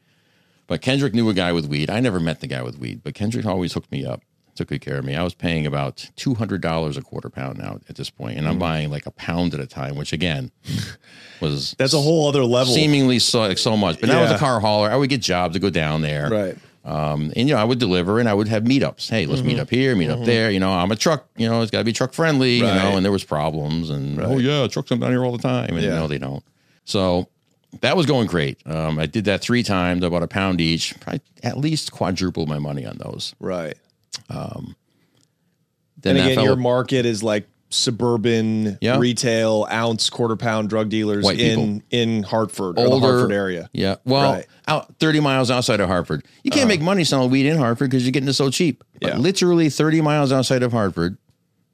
But Kendrick knew a guy with weed. I never met the guy with weed, but Kendrick always hooked me up, took good care of me. I was paying about two hundred dollars a quarter pound now at this point, and I'm buying like a pound at a time, which again was
That's a whole other level.
seemingly so, like, so much. But now as
Yeah.
a car hauler, I would get jobs to go down there.
right.
Um, and you know, I would deliver and I would have meetups. Hey, let's
Mm-hmm.
meet up here, meet up there. You know, I'm a truck, you know, it's gotta be truck friendly, you
Right.
know, and there was problems and oh yeah, trucks come down here all the time. And
Yeah.
no, they don't. So that was going great. Um, I did that three times, about a pound each. Probably at least quadrupled my money on those.
Right.
Then
and
that
again,
fellow-
your market is like suburban
Yeah.
retail ounce quarter pound drug dealers
White
in in Hartford or the Hartford area.
Yeah. Well,
Right. Uh-huh.
out 30 miles outside of Hartford. You can't make money selling weed in Hartford because you're getting it so cheap. But
Yeah.
literally 30 miles outside of Hartford,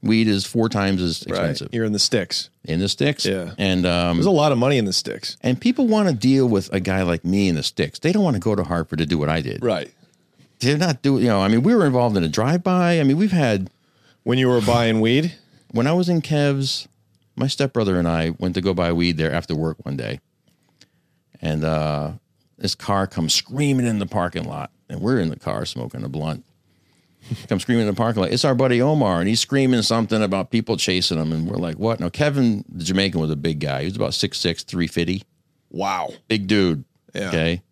weed is four times as expensive
Right. You're in the sticks.
in the sticks.
Yeah.
And um
There's a lot of money in the sticks.
and people want to deal with a guy like me in the sticks. They don't want to go to Hartford to do what I did.
Right.
They're not doing, you know, I mean, we were involved in a drive by. I mean, we've had
When you were buying weed,
when I was in Kev's, my stepbrother and I went to go buy weed there after work one day. And uh, this car comes screaming in the parking lot. And we're in the car smoking a blunt. comes screaming in the parking lot. It's our buddy Omar. And he's screaming something about people chasing him. And we're like, what? Now, Kevin, the Jamaican, was a big guy. He was about 6'6, 350.
wow.
Big dude.
Yeah.
Okay.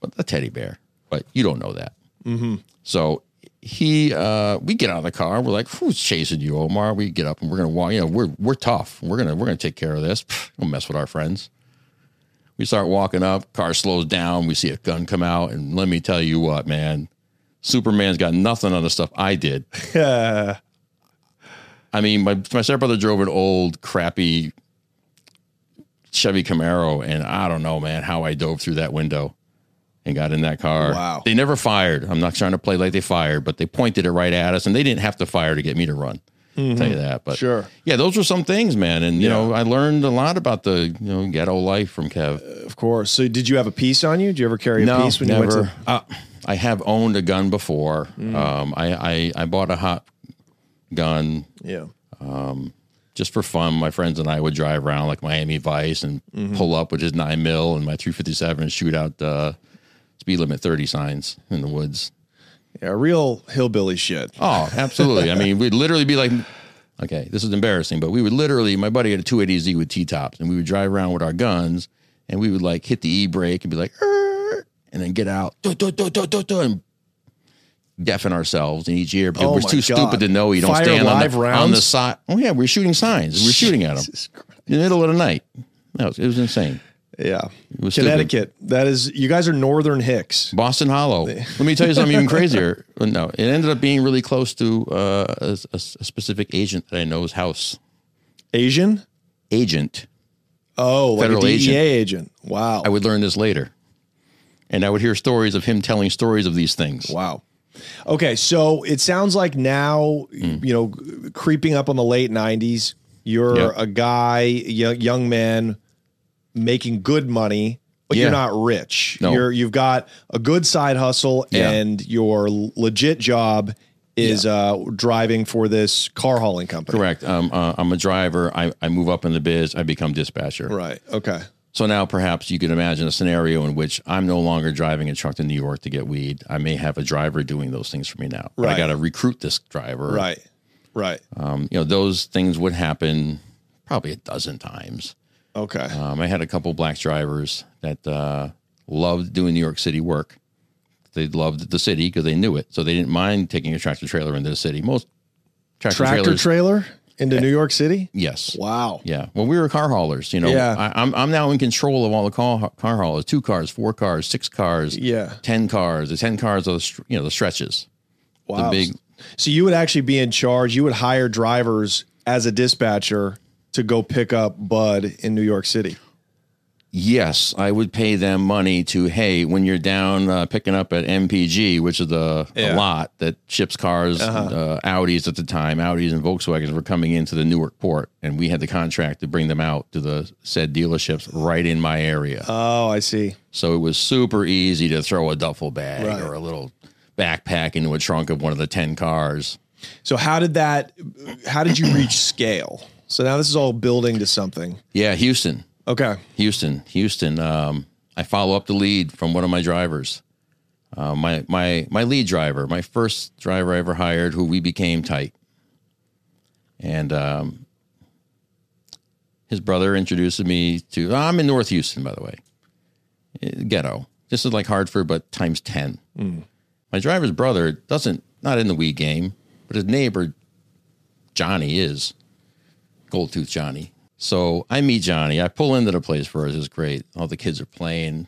But a teddy bear. But you don't know that. Mm-hmm. So he, uh, we get out of the car. We're like, who's chasing you, Omar? We get up and we're going to walk. You know, we're, we're tough. We're going to, we're going to take care of this. Pfft, Don't mess with our friends. We start walking up. Car slows down. We see a gun come out. And let me tell you what, man, Superman's got nothing on the stuff I did. I mean, my, my stepbrother drove an old crappy Chevy Camaro, and I don't know, man, how I dove through that window and got in that car.
Wow.
They never fired. I'm not trying to play like they fired, but they pointed it right at us, and they didn't have to fire to get me to run. I'll tell you that. But
Mm-hmm. Sure.
Yeah, those were some things, man. And, you know, I learned a lot about the, you know, ghetto life from Kev.
Of course. So did you have a piece on you? Did you ever carry a piece Uh, when you went to Mm.
uh, I have owned a gun before. Um, I, I, I bought a hot gun
Yeah.
just for fun, my friends and I would drive around like Miami Vice and pull up with his nine mil and my 357 and shoot out uh, speed limit 30 signs in the woods.
Yeah, real hillbilly shit.
Oh, absolutely. I mean, we'd literally be like, okay, this is embarrassing, but we would literally, my buddy had a 280Z with T tops and we would drive around with our guns and we would like hit the E brake and be like, "Er," and then get out do, do, do, do, do, do, and deafen ourselves in each ear because
Oh
we're
my
too
God.
stupid to know you don't
Fire
stand on
live
the, on the
rounds?
side. Oh, yeah, we're shooting signs. We're shooting at them
Jesus Christ.
in the middle of the night. That was, it was insane.
Yeah.
was
Connecticut. That is you guys are northern Hicks.
Boston Hollow. Let me tell you something even crazier. No, it ended up being really close to uh, a, a- a specific agent that I know's house.
Asian?
Agent.
Oh, like
Federal
a
agent.
DEA agent. Wow.
I would learn this later. And I would hear stories of him telling stories of these things.
Wow. Okay, so it sounds like now,
Hmm.
you know, creeping up on the late 90s, you're
Yep.
a guy, young, young man making good money, but
Yeah.
you're not rich.
No.
You're you've got a good side hustle
Yeah.
and your legit job is uh driving for this car hauling company.
Correct. Um, uh, I'm a driver. I, I move up in the biz. I become dispatcher.
Right. Okay.
So now perhaps you can imagine a scenario in which I'm no longer driving a truck to New York to get weed. I may have a driver doing those things for me now. But I
Right.
got to recruit this driver.
Right. Right.
Um, you know, those things would happen probably a dozen times.
Okay.
Um, I had a couple black drivers that uh, loved doing New York City work. They loved the city because they knew it, so they didn't mind taking a tractor trailer into the city. Most tractor,
Tractor
trailers,
trailer into New York City?
yes,
Wow.
yeah. Well, we were car haulers, you know.
Yeah.
I, I'm I'm now in control of all the car, car haulers: two cars, four cars, six cars,
Yeah.
ten cars. The ten cars are the str- you know the stretches, the
Wow.
big
So you would actually be in charge. You would hire drivers as a dispatcher to go pick up Bud in New York City.
Yes, I would pay them money to hey, when you're down uh, picking up at MPG, which is the a
Yeah. Uh-huh.
lot that ships cars, uh Audis at the time, Audis and Volkswagens were coming into the Newark port, and we had the contract to bring them out to the said dealerships right in my area.
Oh, I see.
so it was super easy to throw a duffel bag
Right.
or a little backpack into a trunk of one of the ten cars.
So how did that? How did you reach scale? So now this is all building to something.
Yeah, Houston.
Okay.
Houston, Houston. Um, I follow up the lead from one of my drivers. Uh, my my my lead driver, my first driver I ever hired, who we became tight. And um, his brother introduced me to. uh, I'm in North Houston, by the way, Eh, ghetto. This is like Hartford, but times ten. My driver's brother doesn't not in the weed game, but his neighbor Johnny is. Gold Tooth Johnny. So I meet Johnny. I pull into the place for us. It's great. All the kids are playing,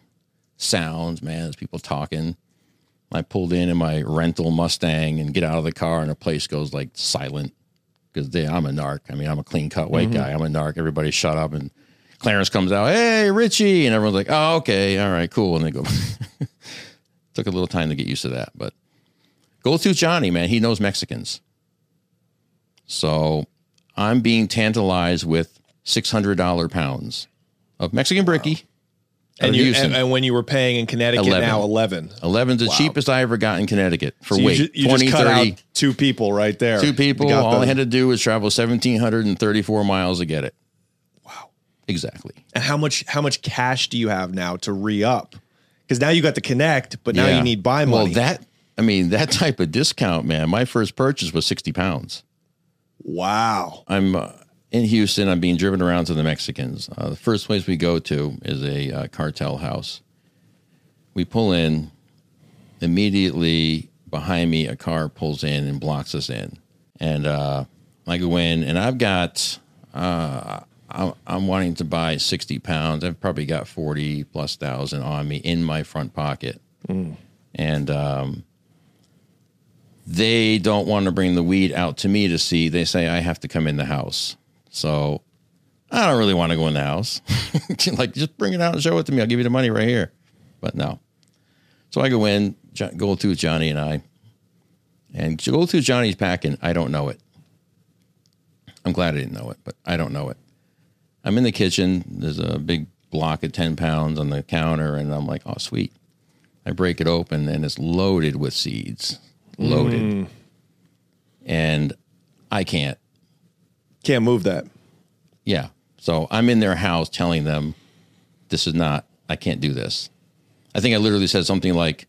sounds, man. There's people talking. I pulled in in my rental Mustang and get out of the car, and the place goes like silent. because I'm a narc. I mean, I'm a clean cut
Mm-hmm.
white guy. I'm a narc. Everybody shut up and Clarence comes out, hey, Richie. And everyone's like, oh, okay, all right, cool. And they go, took a little time to get used to that. But go to Johnny, man. He knows Mexicans. So I'm being tantalized with $600 pounds of Mexican bricky. out
And
of
you
Houston.
and, and when you were paying in Connecticut
11.
now eleven.
11's the cheapest I ever got in Connecticut for
So you
weight.
ju- you
20,
just cut
30,
out two people right there.
two people.
You got
All
the-
I had to do was travel 1,734 miles to get it. Wow. Exactly.
and how much how much cash do you have now to re up? Because now you got the connect, but now
Yeah.
you need buy money.
Well, that, I mean, that type of discount, man, my first purchase was 60 pounds.
wow.
I'm uh, in Houston. I'm being driven around to the Mexicans. Uh, the first place we go to is a uh, cartel house. We pull in. Immediately behind me, a car pulls in and blocks us in. And uh, I go in, and I've got. Uh, I'm, I'm wanting to buy 60 pounds. I've probably got 40 plus thousand on me in my front pocket. And um, they don't want to bring the weed out to me to see. They say I have to come in the house. So I don't really want to go in the house. like, just bring it out and show it to me. I'll give you the money right here. But no. So I go in, Jo- go through Johnny and I, and go through Johnny's packing. I don't know it. I'm glad I didn't know it, but I don't know it. I'm in the kitchen. There's a big block of 10 pounds on the counter, and I'm like, oh, sweet. I break it open, and it's loaded with seeds. Loaded. And I can't.
Can't move that.
Yeah. So I'm in their house telling them, this is not, I can't do this. I think I literally said something like,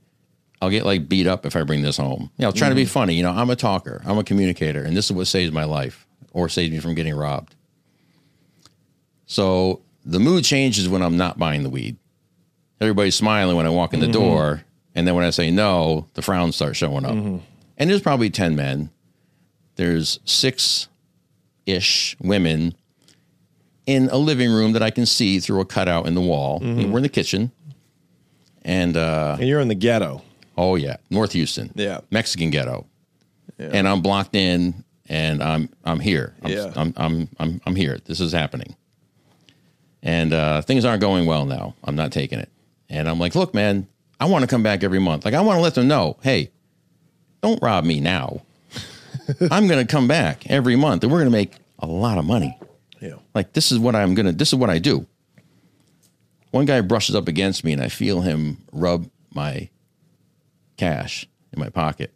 I'll get like beat up if I bring this home. You know, trying to be funny. You know, I'm a talker, I'm a communicator, and this is what saves my life or saves me from getting robbed. So the mood changes when I'm not buying the weed. Everybody's smiling when I walk in the door. And then when I say no, the frowns start showing up. And there's probably 10 men, there's six ish women in a living room that I can see through a cutout in the wall.
Mm-hmm.
We're in the kitchen. And uh,
And you're in the ghetto.
oh, yeah, North Houston.
Yeah.
Mexican ghetto. And I'm blocked in and I'm I'm here. I'm,
Yeah.
I'm, I'm, I'm, I'm here. This is happening. And uh, things aren't going well now. I'm not taking it. And I'm like, look, man, I want to come back every month. Like, I want to let them know, hey, don't rob me now. I'm going to come back every month and we're going to make a lot of money.
Yeah.
Like this is what I'm gonna. This is what I do. One guy brushes up against me, and I feel him rub my cash in my pocket.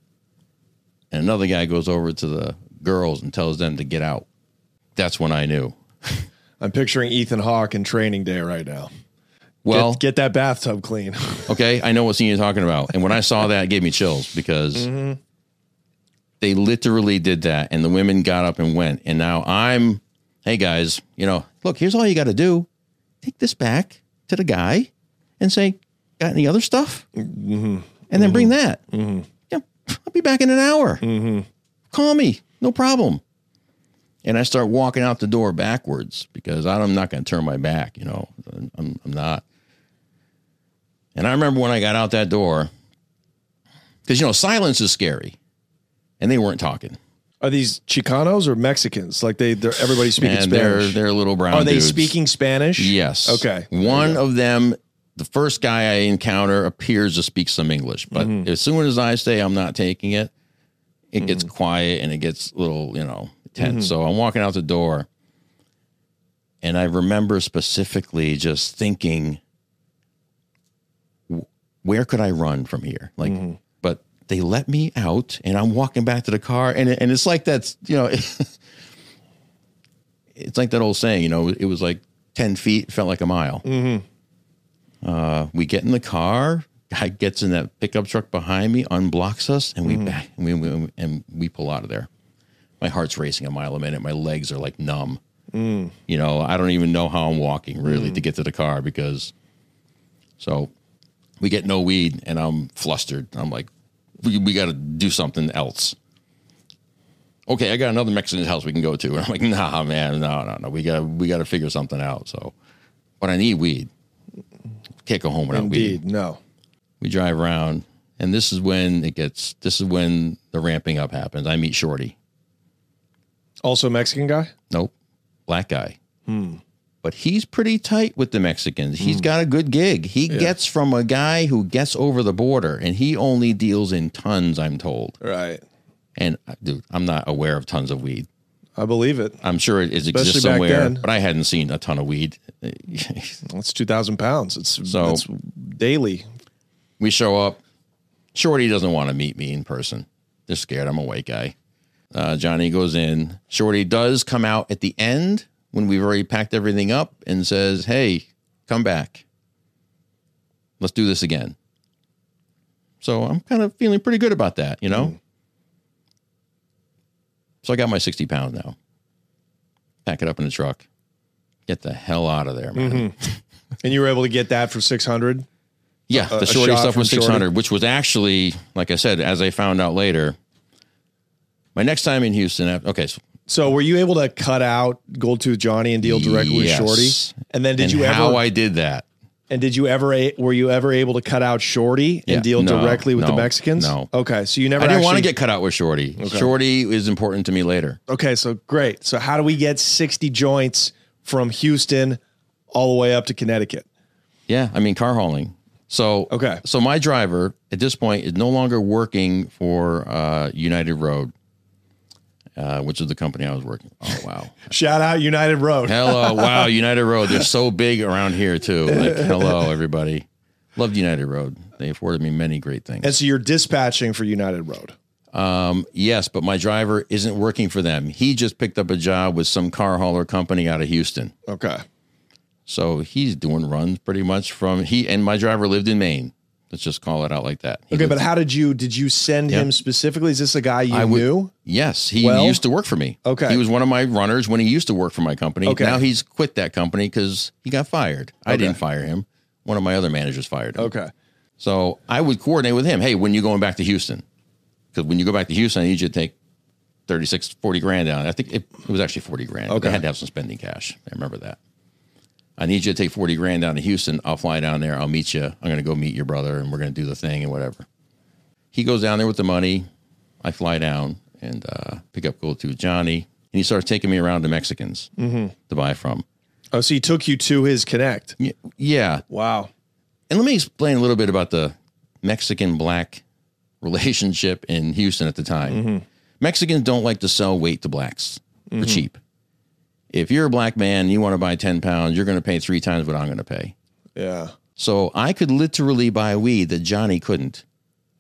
And another guy goes over to the girls and tells them to get out. That's when I knew.
I'm picturing Ethan Hawke in training day right now.
Well,
get, get that bathtub clean.
okay, I know what scene you're talking about. And when I saw that, it gave me chills because they literally did that, and the women got up and went. And now I'm, hey guys, you know, look, here's all you got to do: take this back to the guy and say, "Got any other stuff?" And then bring that. Yeah, I'll be back in an hour. Call me, no problem. And I start walking out the door backwards because I'm not going to turn my back. You know, I'm, I'm not. And I remember when I got out that door, because you know silence is scary, and they weren't talking.
Are these Chicanos or Mexicans? Like they, they're everybody speaking
and they're
Spanish.
they're little brown.
Are they
dudes.
speaking Spanish?
Yes.
Okay.
One of them, the first guy I encounter, appears to speak some English, but as soon as I say I'm not taking it, it gets quiet and it gets a little, you know, tense. So I'm walking out the door, and I remember specifically just thinking, "Wh- where could I run from here? Like, but they let me out, and I'm walking back to the car, and and it's like that's you know. it's like that old saying, you know, it was like 10 feet, felt like a mile. Uh, we get in the car, guy gets in that pickup truck behind me, unblocks us, and we back and we, we and we pull out of there. My heart's racing a mile a minute. My legs are like numb. You know, I don't even know how I'm walking really to get to the car because so we get no weed and I'm flustered. I'm like, we, we got to do something else okay, I got another Mexican house we can go to. And I'm like, nah, man, no, no, no. We got to we got to figure something out. So, but I need weed. Can't go home without
Indeed.
weed.
No.
We drive around, and this is when it gets. This is when the ramping up happens. I meet Shorty.
Also a Mexican guy?
Nope. Black guy.
Hmm.
But he's pretty tight with the Mexicans. He's got a good gig. He gets from a guy who gets over the border and he only deals in tons, I'm told.
Right.
And uh, dude, I'm not aware of tons of weed.
I believe it.
I'm sure it, it
Especially
exists
back
somewhere,
then.
but I hadn't seen a ton of weed.
That's 2,000 pounds. It's,
So-
it's daily.
we show up. Shorty doesn't want to meet me in person. They're scared. I'm a white guy. Uh, Johnny goes in. Shorty does come out at the end when we've already packed everything up and says, Hey, come back. Let's do this again. So I'm kind of feeling pretty good about that, you know? So I got my 60 pounds now. Pack it up in the truck. Get the hell out of there, man.
And you were able to get that for 600?
Yeah,
a
the shorty
shot
stuff
from
was
Shorty?
600, which was actually, like I said, as I found out later, my next time in Houston. af- Okay, so
So were you able to cut out Gold Tooth Johnny and deal directly
Yes.
with Shorty? And then did
and
you ever?
how I did that?
and did you ever? a- Were you ever able to cut out Shorty and
Yeah,
deal
no,
directly with the
no,
Mexicans?
no.
Okay, so you never.
I didn't want to
actually-
get cut out with Shorty. Shorty is important to me later.
Okay, so great. So how do we get sixty joints from Houston all the way up to Connecticut?
Yeah, I mean car hauling. So
Okay.
so my driver at this point is no longer working for uh, United Road, uh, which is the company I was working. Oh wow,
Shout out United Road.
Hello. Wow. United Road. They're so big around here, too. Like, hello, everybody. Loved United Road. They afforded me many great things.
And so you're dispatching for United Road.
Yes, but my driver isn't working for them. He just picked up a job with some car hauler company out of Houston.
Okay.
So he's doing runs pretty much from he and my driver lived in Maine. Let's just call it out like that. He
Okay,
lived-
but how did you did you send
Yeah.
him specifically? Is this a guy you
would-
knew?
Yes, he
Well-
used to work for me.
Okay.
He was one of my runners when he used to work for my company.
Okay.
Now he's quit that company because he got fired. I didn't fire him. One of my other managers fired him.
Okay.
So I would coordinate with him. Hey, when you going back to Houston? Because when you go back to Houston, I need you to take 36, 40 grand down. I think it, it was actually 40 grand. Okay.
Okay.
I had to have some spending cash. I remember that. I need you to take 40 grand down to Houston. I'll fly down there. I'll meet you. I'm going to go meet your brother and we're going to do the thing and whatever. He goes down there with the money. I fly down and uh, pick up Gold Tooth Johnny. And he starts taking me around to Mexicans to buy from.
Oh, so he took you to his connect.
Y- Yeah.
Wow.
And let me explain a little bit about the Mexican black relationship in Houston at the time.
Mm-hmm.
Mexicans don't like to sell weight to blacks for cheap. If you're a black man and you want to buy 10 pounds, you're going to pay three times what I'm going to pay.
Yeah.
So I could literally buy weed that Johnny couldn't.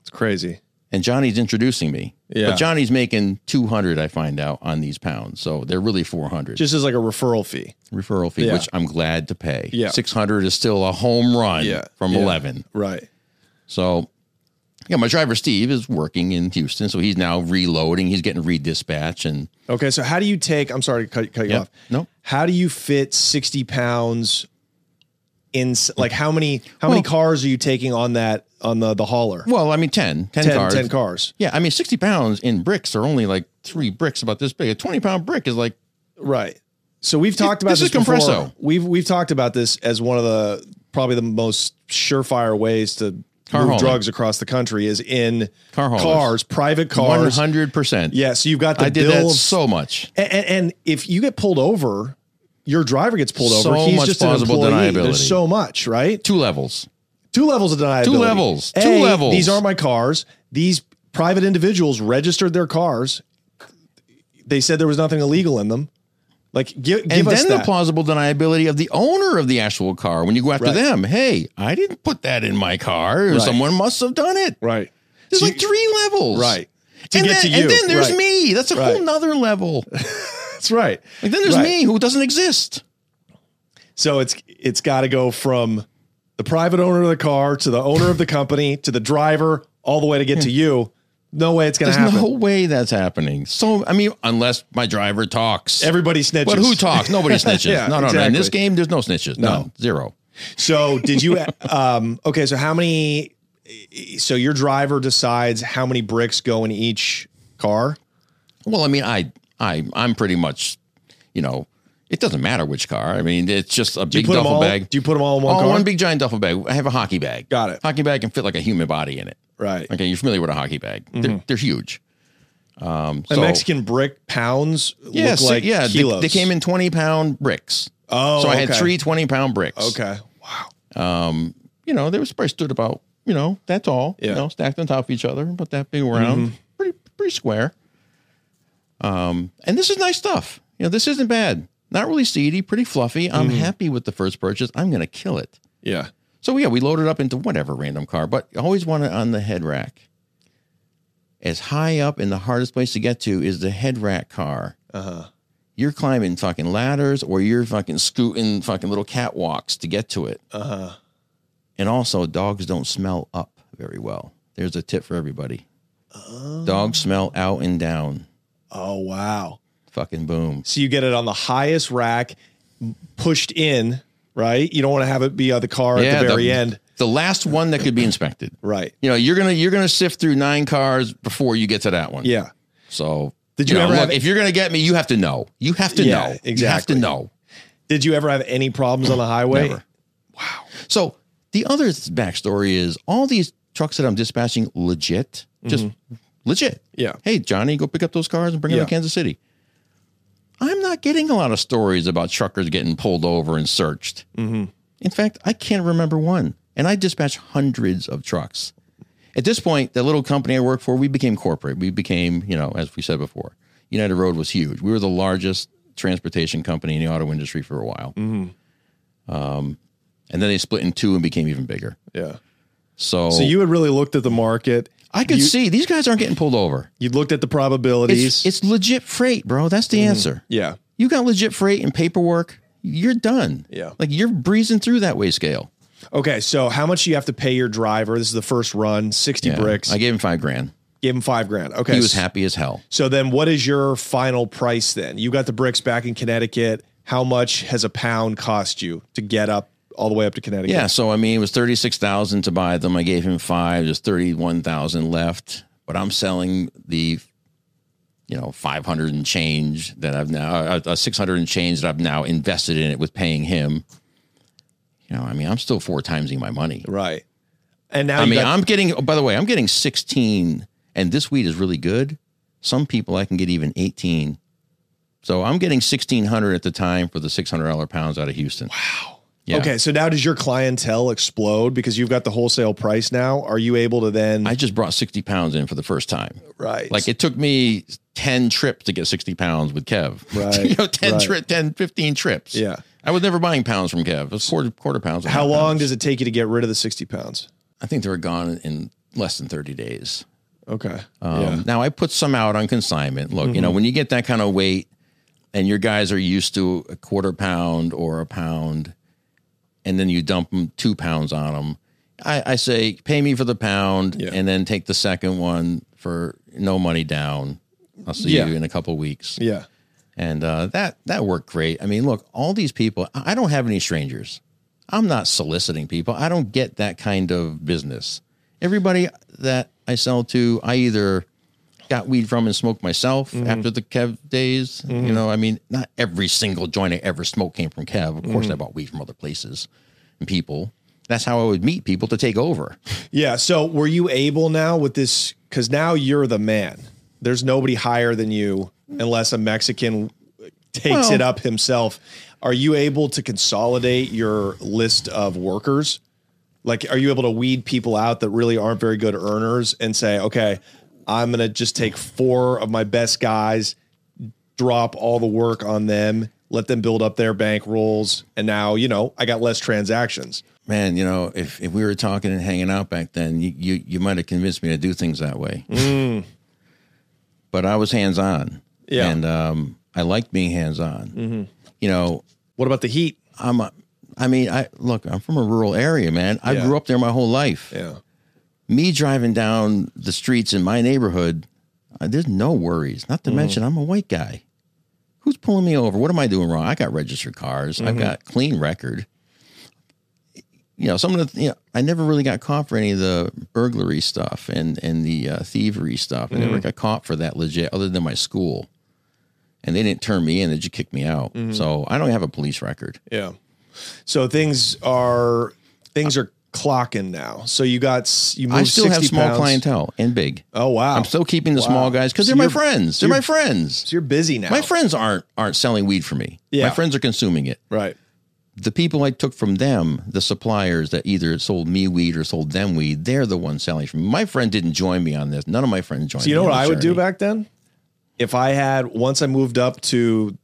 It's crazy.
And Johnny's introducing me.
Yeah.
But Johnny's making 200, I find out, on these pounds. So they're really 400
Just as like a referral fee.
referral fee,
Yeah.
which I'm glad to pay.
Yeah.
600 is still a home run
Yeah.
from
Yeah.
11.
Right.
So, yeah, my driver Steve is working in Houston, so he's now reloading. He's getting redispatch, and
Okay, so how do you take? I'm sorry to cut, cut you
Yeah,
off.
no.
How do you fit 60 pounds in? s- Like how many how many
Well-
cars are you taking on that on the the hauler?
well, I mean, 10, 10,
10,
cars.
10 cars.
Yeah, I mean, sixty pounds in bricks are only like three bricks about this big. A twenty pound brick is like
Right. So we've talked about
this
this,
is compresso.
before. We've we've talked about this as one of the probably the most surefire ways to
Car
move
hauling.
drugs across the country is in
Car haulers.
cars, private
one
cars.
hundred percent.
Yeah, so you've got the
I did
bill
that
of
so much.
And, and, and if you get pulled over, your driver gets pulled
So
over. He's
much
just an
plausible
employee.
deniability.
There's so much, right?
Two levels.
Two levels of deniability.
Two levels. Two
A,
levels.
These aren't my cars. These private individuals registered their cars. They said there was nothing illegal in them. Like, give, give
And
us
then
that.
the plausible deniability of the owner of the actual car when you go after
Right.
them. Hey, I didn't put that in my car. Someone must have done it.
right.
There's
So
like
you-
three levels.
Right. To
and,
get
then,
to you.
and then there's
Right.
me. That's a
Right.
whole nother level.
That's right.
Like then there's
Right.
me who doesn't exist.
So it's it's got to go from the private owner of the car to the owner of the company to the driver all the way to get to you. No way it's going
Hmm. There's
to happen.
no way that's happening. So I mean, unless my driver talks.
Everybody snitches.
but who talks? Nobody snitches.
Yeah,
no, no, no. In this
exactly.
game, there's no snitches. No,
No.
zero.
So did you? um, okay, so how many? So your driver decides how many bricks go in each car.
Well, I mean, I, I, I'm pretty much, you know, it doesn't matter which car. I mean, it's just a
Do you
big
put them
duffel
all?
bag.
Do you put them all in one
Oh,
car?
one big giant duffel bag. I have a hockey bag.
Got it.
Hockey bag can fit like a human body in it.
right. Mm-hmm.
Okay, you're familiar with a hockey bag. They're, they're huge. Um,
The
so-
Mexican brick pounds
Yes,
look like
yeah, they-
kilos.
They, came in twenty pound bricks.
Oh,
so I had
okay.
three 20 pound bricks.
Okay. Wow.
Um, you know, they was probably stood about you know that's all.
Yeah. Mm-hmm.
You know, stacked on top of each other, but that big round, pretty pretty square. Um, and this is nice stuff. You know, this isn't bad. Not really seedy, pretty fluffy.
Mm.
I'm happy with the first purchase. I'm gonna kill it.
Yeah.
So yeah, we loaded up into whatever random car, but you always want it on the head rack. As high up and the hardest place to get to is the head rack car. Uh-huh. You're climbing fucking ladders or you're fucking scooting fucking little catwalks to get to it. Uh-huh. And also dogs don't smell up very well. There's a tip for everybody. Dogs smell out and down.
Oh wow.
Fucking boom.
So you get it on the highest rack, m- pushed in, right? You don't want to have it be on the car at the very end,
The last one that could be inspected.
right?
You know, you're gonna you're gonna sift through nine cars before you get to that one.
Yeah.
So
Did you
know,
ever
look,
have-
if you're gonna get me, you have to know. You have to
Yeah,
know. You have
exactly.
to know.
Did you ever have any problems on the highway?
Never. So the other th- backstory is all these trucks that I'm dispatching legit, just legit.
Mm-hmm. Yeah.
Hey Johnny, go pick up those cars and bring
Yeah.
them to Kansas City. I'm not getting a lot of stories about truckers getting pulled over and searched.
Mm-hmm.
In fact, I can't remember one. And I dispatch hundreds of trucks. At this point, the little company I worked for, we became corporate. We became, you know, as we said before, United Road was huge. We were the largest transportation company in the auto industry for a while. Um,
Mm-hmm.
and then they split in two and became even bigger.
Yeah.
So,
So you had really looked at the market.
I could
you-
see these guys aren't getting pulled over.
You looked at the
It's,
probabilities.
it's legit freight, bro. That's the answer.
yeah.
You got legit freight and paperwork. You're done.
Yeah.
Like you're breezing through that way scale.
Okay. So how much do you have to pay your driver? This is the first run, sixty
Yeah.
bricks.
I gave him five grand.
gave him five grand. Okay.
He was
so-
happy as hell.
So then what is your final price then? You got the bricks back in Connecticut. How much has a pound cost you to get up all the way up to Connecticut?
Yeah. So I mean, it was thirty six thousand to buy them. I gave him five. There's thirty one thousand left, but I'm selling the, you know, five hundred and change that I've now uh, uh, six hundred and change that I've now invested in it with paying him. You know, I mean, I'm still four timesing my money.
Right. And now
I
you
mean,
got-
I'm getting. oh, by the way, I'm getting sixteen, and this wheat is really good. Some people I can get even eighteen. So I'm getting sixteen hundred at the time for the six hundred dollar pounds out of Houston. Wow. Yeah.
Okay, so now does your clientele explode because you've got the wholesale price now? Are you able to then
I just brought 60 pounds in for the first time.
right.
Like it took me 10 trips to get 60 pounds with Kev.
Right,
you know, 10,
right.
tri- 10, 15 trips.
Yeah.
I was never buying pounds from Kev. It was quarter, quarter pounds. or
how
half
long
pounds.
does it take you to get rid of the 60 pounds?
I think they were gone in less than 30 days.
Okay.
Um,
yeah. Mm-hmm.
Now I put some out on consignment. Look, you know, when you get that kind of weight and your guys are used to a quarter pound or a pound, and then you dump them two pounds on them, I, I say pay me for the pound
Yeah.
and then take the second one for no money down. I'll see
Yeah.
you in a couple weeks.
Yeah.
And uh, that that worked great. I mean, look, all these people. I I don't have any strangers. I'm not soliciting people. I don't get that kind of business. Everybody that I sell to, I either got weed from and smoked myself after the Kev days. You know, I mean, not every single joint I ever smoked came from Kev. Of course, I bought weed from other places and people. That's how I would meet people to take over.
Yeah. So were you able now with this? Because now you're the man. There's nobody higher than you unless a Mexican takes
Well-
it up himself. Are you able to consolidate your list of workers? Like, are you able to weed people out that really aren't very good earners and say, okay, I'm going to just take four of my best guys, drop all the work on them, let them build up their bank rolls. And now, you know, I got less transactions.
Man, you know, if, if we were talking and hanging out back then, you, you, you might have convinced me to do things that way. But I was hands on.
Mm. Yeah. Mm-hmm.
And um, I liked being hands on. You know,
What about the heat?
I'm, a, I mean, I look, I'm from a rural area, man. I
Yeah.
grew up there my whole life.
Yeah.
Me driving down the streets in my neighborhood, uh, there's no worries. Not
Mm.
to mention, I'm a white guy. Who's pulling me over? What am I doing wrong? I got registered cars. I've
Mm-hmm.
got clean record. You know, some of the, you know, I never really got caught for any of the burglary stuff and and the uh, thievery stuff. I
Mm.
never got caught for that legit, other than my school. And they didn't turn me in; they just kicked me out.
Mm-hmm.
So I don't have a police record.
Yeah. So things are things are clocking now. So you got s- you moved
I still have
60
small
Oh, pounds.
clientele and big.
Oh wow!
I'm still keeping the
Wow.
small guys because
So
they're my
you're-
friends. They're
you're-
my friends.
So you're busy now.
My friends aren't aren't selling weed for me. My
Yeah.
friends are consuming it.
Right.
The people I took from them, the suppliers that either sold me weed or sold them weed, they're the ones selling for me. My friend didn't join me on this. None of my friends joined.
So you know
me
what
on the
I would do
journey.
back then? If I had once I moved up to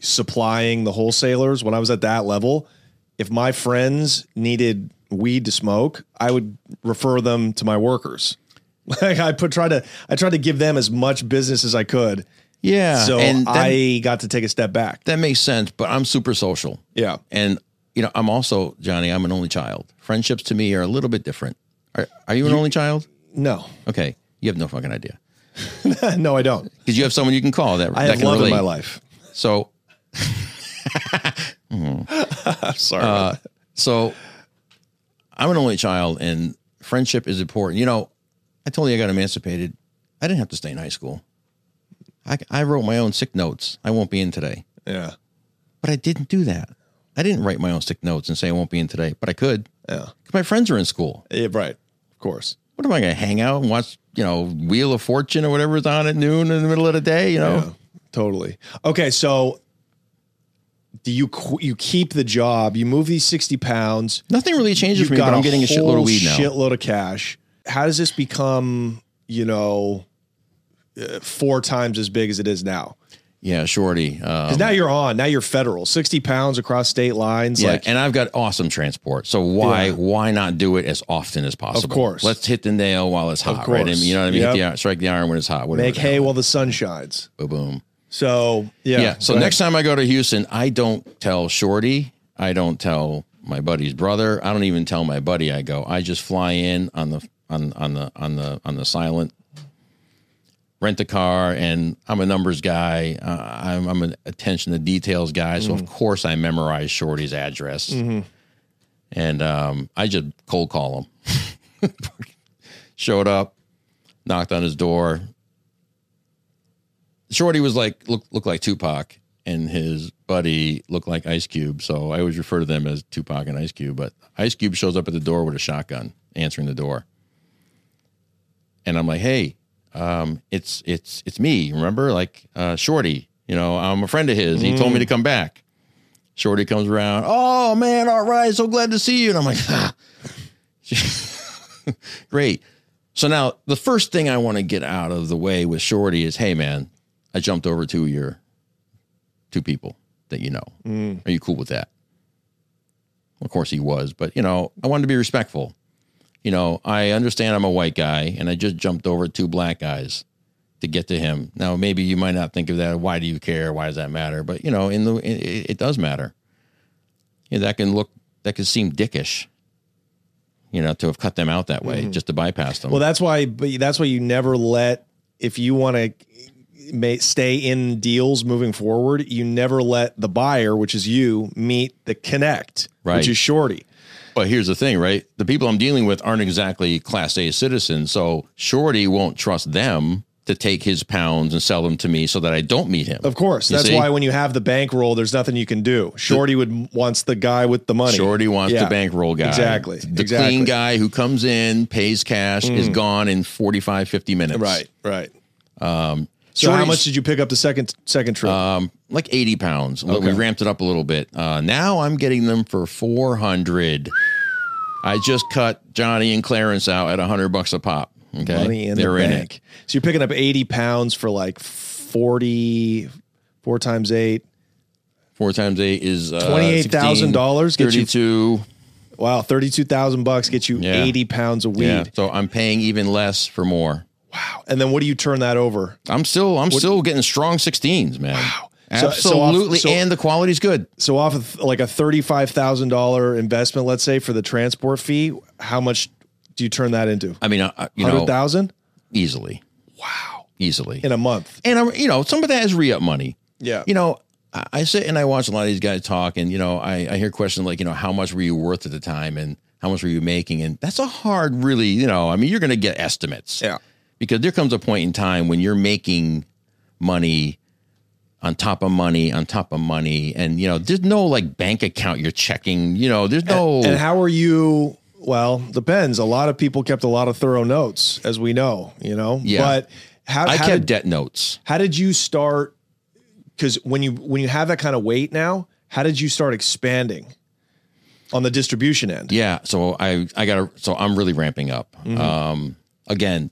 supplying the wholesalers when I was at that level, if my friends needed weed to smoke, I would refer them to my workers. Like I put try to I tried to give them as much business as I could.
Yeah.
So
Uh, and that,
I got to take a step back.
that makes sense. But I'm super social.
Yeah.
And you know, I'm also Johnny. I'm an only child. Friendships to me are a little bit different. Are, are you an only child?
No.
Okay, you have no fucking idea
no, I don't.
because you have someone you can call that
I
that
have
can
love
relate.
in my life.
So
Sorry.
So I'm an only child and friendship is important. You know, I told you I got emancipated. I didn't have to stay in high school. I, I wrote my own sick notes. I won't be in today.
yeah.
But I didn't do that. I didn't write my own sick notes and say I won't be in today, but I could.
Yeah.
'Cause My friends are in school.
Yeah, right. Of course.
What am I going to hang out and watch, you know, Wheel of Fortune or whatever's on at noon in the middle of the day, you know?
Yeah, totally. Okay, so do you qu- you keep the job? You move these sixty pounds.
Nothing really changes
You've
for me, but I'm getting a
whole
shitload of weed now.
Shitload of cash. How does this become? You know, uh, four times as big as it is now.
Yeah, shorty. Um,
'Cause now you're on. Now you're federal. Sixty pounds across state lines.
yeah,
like
and I've got awesome transport. So why
Yeah.
why not do it as often as possible?
course.
let's hit the nail while it's hot, right? I
course.
mean, you know what I mean. Hit
Yep.
the iron- strike the iron when it's hot. Whatever.
make
the
hay
hell.
while the sun shines.
Boom, boom.
So yeah.
Yeah. So
go ahead.
next time I go to Houston, I don't tell Shorty. I don't tell my buddy's brother. I don't even tell my buddy. I go. I just fly in on the on on the on the on the silent. Rent a car, and I'm a numbers guy. Uh, I'm, I'm an attention to details guy. So
Mm.
of course I memorize Shorty's address,
Mm-hmm.
and um, I just cold call him. Showed up, knocked on his door, Shorty was like look looked like Tupac, and his buddy looked like Ice Cube. So I always refer to them as Tupac and Ice Cube. But Ice Cube shows up at the door with a shotgun, answering the door, and I'm like, "Hey, um, it's it's it's me. Remember, like uh, Shorty. You know, I'm a friend of his. He told me to come back." Shorty comes around. Oh man, all right, so glad to see you. And I'm like, ah. great. So now the first thing I want to get out of the way with Shorty is, hey man, I jumped over two of your two people that you know. Are you cool with that? Of course he was, but you know, I wanted to be respectful. You know, I understand I'm a white guy and I just jumped over two black guys to get to him. Now maybe you might not think of that. Why do you care? Why does that matter? But you know, in the it, it does matter. You know, that can look that can seem dickish. You know, to have cut them out that way just to bypass them.
Well, that's why. But that's why you never let if you want to may, stay in deals moving forward. You never let the buyer, which is you, meet the connect,
Right.
which is shorty.
But here's the thing, right? The people I'm dealing with aren't exactly class A citizens, so Shorty won't trust them to take his pounds and sell them to me so that I don't meet him.
Of course,
You
that's
see?
why when you have the bankroll, there's nothing you can do. Shorty would wants the guy with the money.
Shorty wants
Yeah.
the bankroll guy.
Exactly,
The
exactly. Mm.
clean guy who comes in, pays cash, is gone in 45, 50 minutes.
Right, right. Um, so how
Shorty's- Um,
much did you pick up the second second trip?
Like 80 pounds. Look, We ramped it up a little bit. Uh, now I'm getting them for 400. I just cut Johnny and Clarence out at 100 bucks a pop. Okay.
money in
They're
the
in
bank.
it.
So you're picking up 80 pounds for like 40, four times eight.
Four times eight is uh,
$28,000 gets you-
Thirty-two.
Wow, thirty-two thousand bucks gets you
Yeah.
eighty pounds of weed.
Yeah. So I'm paying even less for more.
Wow. And then what do you turn that over?
I'm still I'm still getting strong 16s, man. Wow.
So- so off-
Absolutely.
so-
and the quality's good.
So off of like a thirty-five thousand dollar investment, let's say for the transport fee, how much do you turn that into?
I mean, I, I- you
Hundred
know,
thousand
easily. Wow. Easily.
in a month.
and I'm, you know, some of that is re-up money.
Yeah.
You know, I, I sit and I watch a lot of these guys talk, and you know, I, I hear questions like, you know, how much were you worth at the time, and how much were you making, and that's a hard, really, you know, I mean, you're going to get estimates,
Yeah.
because there comes a point in time when you're making money on top of money on top of money, and you know, there's no like bank account you're checking, you know, there's no
And how are you Well, depends. A lot of people kept a lot of thorough notes, as we know, you know?
Yeah.
But how,
I
how
kept
did,
debt notes.
how did you start? Because when you when you have that kind of weight now, how did you start expanding on the distribution end?
Yeah. So I I got to so I'm really ramping up. Um again,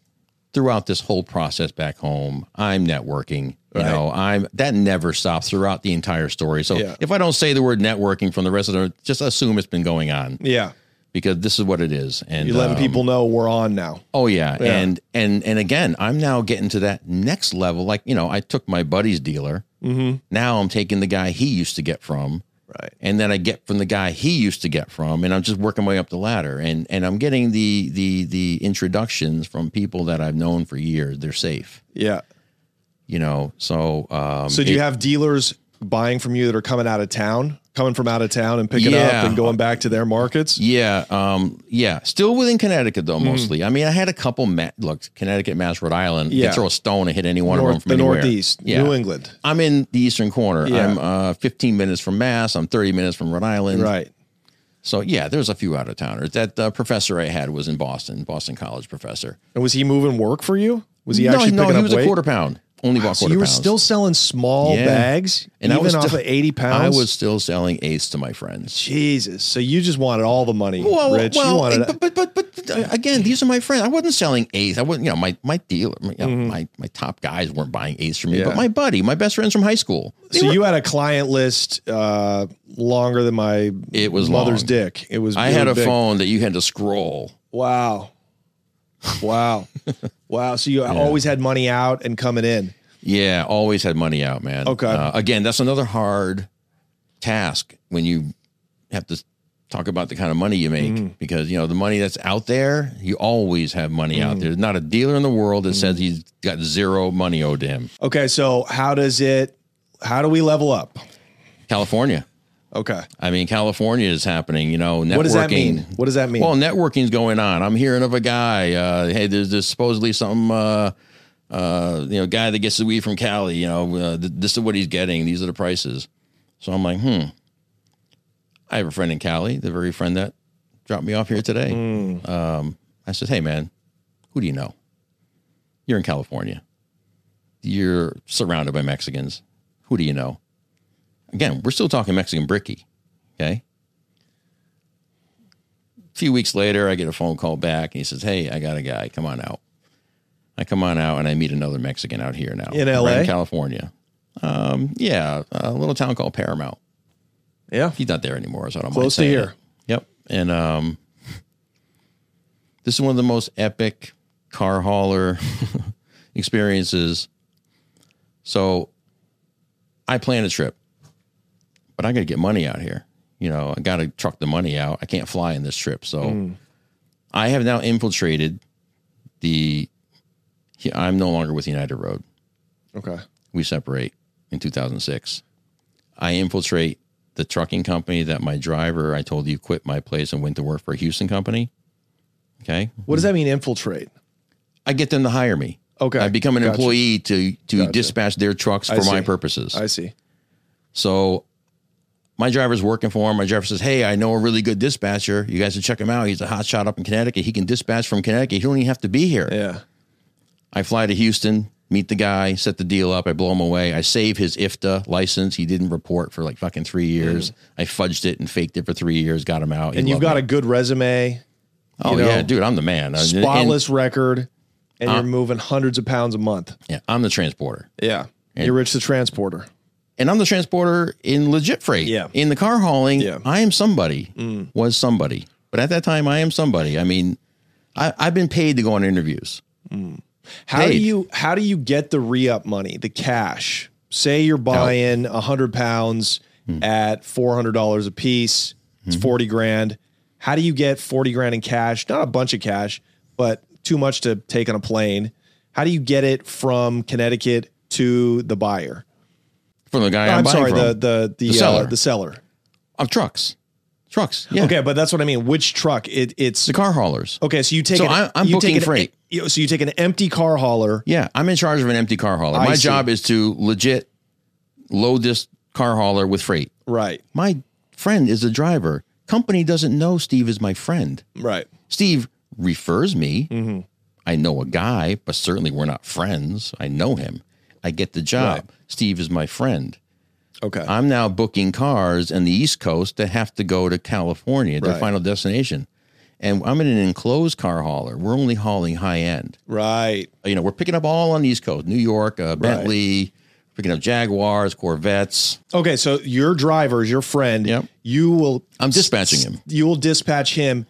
throughout this whole process back home, I'm networking. You know, I'm that never stops throughout the entire story. So
Yeah.
if I don't say the word networking from the rest of the just assume it's been going on
Yeah,
because this is what it is. And
you're letting
um,
people know we're on now.
Oh yeah.
Yeah.
And and and again, I'm now getting to that next level. Like, you know, I took my buddy's dealer. Now I'm taking the guy he used to get from.
Mm-hmm. Right.
And then I get from the guy he used to get from, and I'm just working my way up the ladder. And and I'm getting the the the introductions from people that I've known for years. They're safe.
Yeah.
You know, so um
So do you
it-
have dealers buying from you that are coming out of town, coming from out of town and picking
Yeah.
up and going back to their markets?
Yeah, um, yeah. Still within Connecticut
Mm-hmm.
though, mostly. I mean, I had a couple. Ma- look, Connecticut, Mass, Rhode Island. You
Yeah.
can throw a stone and hit any one of them
North,
from
the
anywhere.
Northeast,
Yeah.
New England.
I'm in the eastern corner.
Yeah.
I'm uh, 15 minutes from Mass. I'm 30 minutes from Rhode Island.
Right.
So yeah, there's a few out of towners. That uh, professor I had was in Boston, Boston College professor.
And was he moving work for you? Was he actually
no,
picking
he
up
was
weight?
a quarter pound. Only bought
so
quarter
you were
pounds.
still selling small
Yeah.
bags,
And I
even
was
off
still-
of eighty pounds.
I was still selling eights to my friends.
Jesus. So you just wanted all the money, Rich. you wanted
but, but but but uh, again, these are my friends. I wasn't selling eights. I wasn't, you know, my my dealer, my, you know, my my top guys weren't buying eights from me.
Mm-hmm. Yeah.
But my buddy, my best friends from high school, they
so
were-
you had a client list uh, longer than my
It was
mother's
long.
dick. It was.
I
really
had a
big.
phone that you had to scroll.
Wow, wow, wow. So you always had money out and coming in.
Yeah, always had money out, man.
Okay.
Uh, again, that's another hard task when you have to talk about the kind of money you make
Mm-hmm.
because you know the money that's out there, you always have money
Mm.
out there. There's not a dealer in the world that says he's got zero money owed to him.
Okay, so how does it? How do we level up?
California.
Okay,
I mean, California is happening. You know, networking.
what does that mean? What does that mean?
Well, networking's going on. I'm hearing of a guy. Uh, hey, there's, there's supposedly some uh, uh, you know guy that gets the weed from Cali. You know, uh, th- this is what he's getting. These are the prices. So I'm like, hmm. I have a friend in Cali, the very friend that dropped me off here today. Um,
Hmm.
I said, hey man, who do you know? You're in California. You're surrounded by Mexicans. Who do you know? Again, we're still talking Mexican bricky. Okay few weeks later, I get a phone call back and he says, Hey, I got a guy. Come on out. I come on out and I meet another Mexican out here now
In
right
LA?
in California. Um, yeah, a little town called Paramount.
yeah.
He's not there anymore, so I don't mind
Close to
saying
here.
it. Yep. And um, this is one of the most epic car hauler experiences. So I plan a trip, but I got to get money out here. You know, I got to truck the money out. I can't fly in this trip. So
Hmm.
I have now infiltrated the. I'm no longer with United Road
Okay.
we separate in 2006. I infiltrate the trucking company that my driver, I told you, quit my place and went to work for a Houston company. Okay.
What does that mean? Infiltrate.
I get them to hire me.
Okay.
I become an
Gotcha.
employee to, to dispatch their trucks for
I
my
see.
purposes.
I see.
So my driver's working for him. My driver says, Hey, I know a really good dispatcher. You guys should check him out. He's a hot shot up in Connecticut. He can dispatch from Connecticut. He don't even have to be here.
Yeah.
I fly to Houston, meet the guy, set the deal up. I blow him away. I save his IFTA license. He didn't report for like fucking three years. I fudged it and faked it for three years. Got him out. He
And you've
loved
got
me.
a good resume,
oh
you know,
yeah, dude, I'm the man. I- and- Uh.
spotless record, and you're moving hundreds of pounds a month.
yeah, I'm the transporter,
Yeah. You're Rich the Transporter.
and I'm the transporter in legit freight.
Yeah.
in the car hauling,
Yeah. Mm.
I am somebody. Was somebody, but at that time, I am somebody. I mean, I, I've been paid to go on interviews.
How do
Paid.
you how do you get the re-up money, the cash? Say you're buying a hundred pounds
Hmm.
at four hundred dollars a piece, it's forty grand. How do you get forty grand in cash? Not a bunch of cash, but too much to take on a plane. How do you get it from Connecticut to the buyer?
From the guy I'm,
I'm
buying
sorry,
from,
the the the,
The
seller.
seller.
the seller.
of trucks, trucks. Yeah,
Okay, but that's what I mean. Which truck? It it's
the car haulers.
okay. So you take
So
an-
I- I'm
you
booking
take an- e,
freight.
you- so you take an empty car hauler.
Yeah, I'm in charge of an empty car hauler.
I
My
see.
job is to legit load this car hauler with freight.
Right.
My friend is a driver. company doesn't know Steve is my friend.
Right.
Steve refers me.
Mm-hmm.
I know a guy, but certainly we're not friends. I know him. I get the job. Steve is my friend.
Okay.
I'm now booking cars in the East Coast that have to go to California, their
Right.
final destination. And I'm in an enclosed car hauler. We're only hauling high end.
right.
You know, we're picking up all on the East Coast, New York, uh, Bentley, picking up Jaguars, Corvettes.
Okay, so your driver is your friend.
Yep.
You will.
I'm dispatching
s-
him. Mm-hmm.
You will dispatch him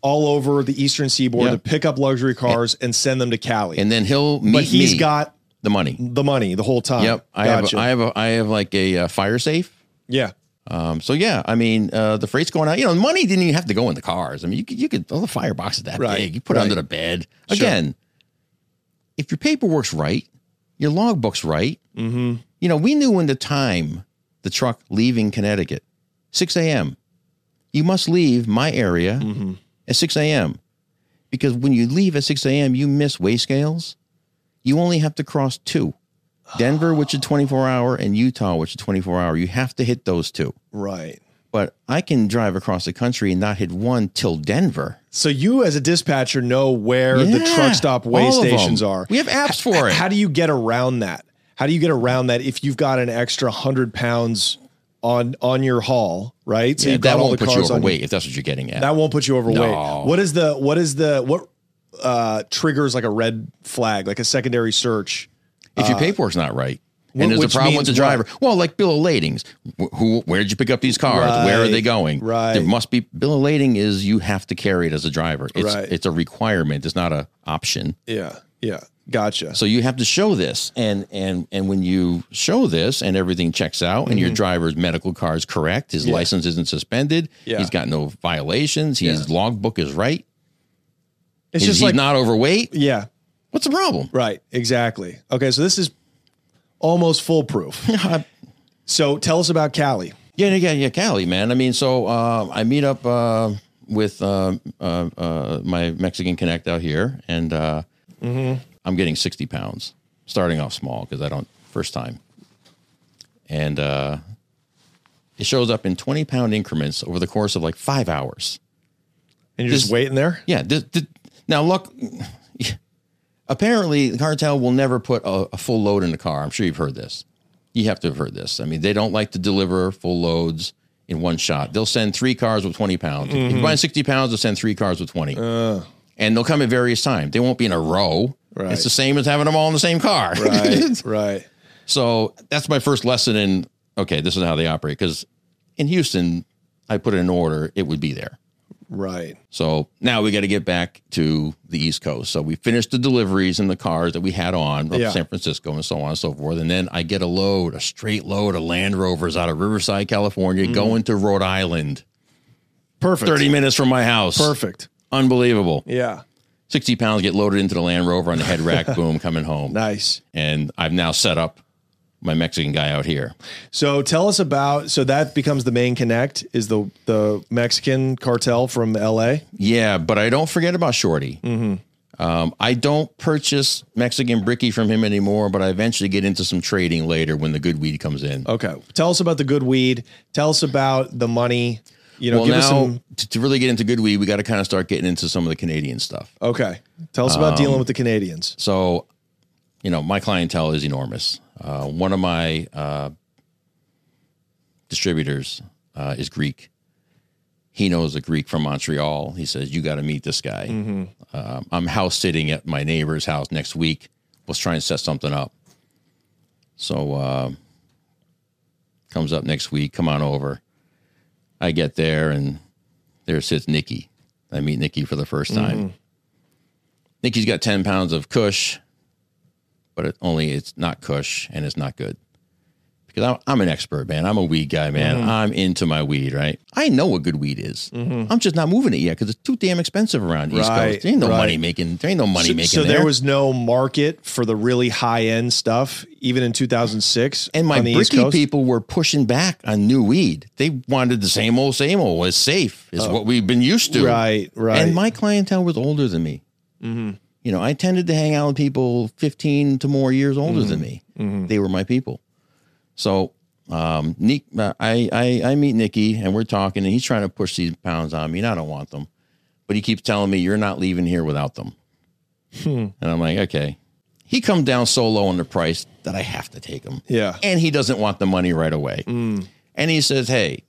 all over the Eastern Seaboard
Yeah.
to pick up luxury cars and, send them to Cali.
And then he'll meet
but he's
me,
got
the money.
the money the whole time.
Yep. I have,
gotcha.
a, I have, a, I have like a uh, fire safe.
yeah.
Um, so yeah, I mean, uh, the freight's going out. You know, the money didn't even have to go in the cars. I mean, you could, you could all the firebox is that
Right,
big. You put
right.
it under the bed. Again, if your paperwork's right, your logbook's right. Mm-hmm. You know, we knew when the time the truck leaving Connecticut, six a.m. You must leave my area
Mm-hmm.
at six a.m. because when you leave at six a.m., you miss weigh scales. You only have to cross two. Denver, which is 24 hour, and Utah, which is 24 hour. You have to hit those two
Right.
but I can drive across the country and not hit one till Denver.
So you, as a dispatcher, know where the
Yeah,
truck stop weigh
all of them.
stations are.
We have apps for it.
How do you get around that? How do you get around that if you've got an extra hundred pounds on on your haul? Right. So
Yeah,
you've got
that
all
won't
the
put you
cars on-
overweight if that's what you're getting at.
That won't put you overweight.
No.
What is the what is the what uh triggers like a red flag, like a secondary search?
if your paperwork's not right. And there's a
Uh, which
problem with
means
the driver. Well, like bill of ladings. Wh- Who? Where did you pick up these cars? where are
Right,
they going?
right.
There must be bill of lading. Is you have to carry it as a driver. It's
Right.
it's a requirement. It's not a option.
Yeah. Yeah. Gotcha.
So you have to show this, and and and when you show this, and everything checks out, and
Mm-hmm.
your driver's medical card is correct, his license isn't suspended,
Yeah.
he's got no violations, his logbook is right,
it's
he's,
just
he's
like
not overweight.
Yeah.
What's the problem?
Right. Exactly. Okay. So this is almost foolproof. so tell us about Cali.
Yeah, yeah, yeah, Cali, man. I mean, so uh, I meet up uh, with uh, uh, uh, my Mexican connect out here, and uh, I'm getting 60 pounds, starting off small because I don't first time, and uh, it shows up in 20 pound increments over the course of like five hours.
And you're just
This-
waiting there?
Yeah. Th- th- now, look, apparently the cartel will never put a, a full load in a car. I'm sure you've heard this. You have to have heard this. I mean, they don't like to deliver full loads in one shot. They'll send three cars with 20 pounds. If
Mm-hmm.
you're buying 60 pounds, they'll send three cars with 20. and they'll come at various times. They won't be in a row.
Uh. Right.
It's the same as having them all in the same car.
Right. right.
So that's my first lesson in okay, this is how they operate. Because in Houston, I put in an order, it would be there.
Right.
So now we got to get back to the East Coast. So we finished the deliveries and the cars that we had on from
Yeah.
San Francisco and so on and so forth. And then I get a load, a straight load of Land Rovers out of Riverside, California, going to Rhode Island,
Mm-hmm. Perfect.
30 minutes from my house.
Perfect.
Unbelievable.
Yeah.
60 pounds get loaded into the Land Rover on the head rack, boom, coming home.
Nice.
And I've now set up my Mexican guy out here.
So tell us about so that becomes the main connect is the the Mexican cartel from LA.
Yeah, but I don't forget about Shorty.
Mm-hmm.
Um, I don't purchase Mexican bricky from him anymore, but I eventually get into some trading later when the good weed comes in.
Okay. Tell us about the good weed. Tell us about the money. You know,
well,
give
now
us some
to, to really get into good weed, we got to kind of start getting into some of the Canadian stuff.
Okay. Tell us about
Um,
dealing with the Canadians.
So, you know, my clientele is enormous. Uh, one of my uh, distributors uh, is Greek. He knows a Greek from Montreal. He says, You got to meet this
Mm.
guy. Um, I'm house sitting at my neighbor's house next week. Let's try and set something up. So, uh, comes up next week. Come on over. I get there, and there sits Nikki. I meet Nikki for the first time.
Mm-hmm.
Nikki's got 10 pounds of Kush, but it only it's not Kush and it's not good. Because I'm, I'm an expert, man. I'm a weed guy, man.
Mm-hmm.
I'm into my weed, right? I know what good weed is. I'm just not moving it yet because it's too damn expensive around East
Mm-hmm. Right,
Coast. There ain't no
right.
money making. There ain't no money
So,
making.
so there.
there
was no market for the really high end stuff, even in 2006.
and my
on the East
bricky
Coast.
people were pushing back on new weed. They wanted the same old, same old. It's safe, is what we've been used to.
Oh. Right, right. Mm-hmm.
And my clientele was older than me. You know, I tended to hang out
Mm-hmm.
with people 15 to more years older than me. They were my people. So Um, Nick, I, I, I meet Nikki and we're talking and he's trying to push these pounds on me and I don't want them, but he keeps telling me you're not leaving here without them. And I'm like, okay, he come down so low on the price that I have to take him.
Yeah.
And he doesn't want the money right away. And he says, hey,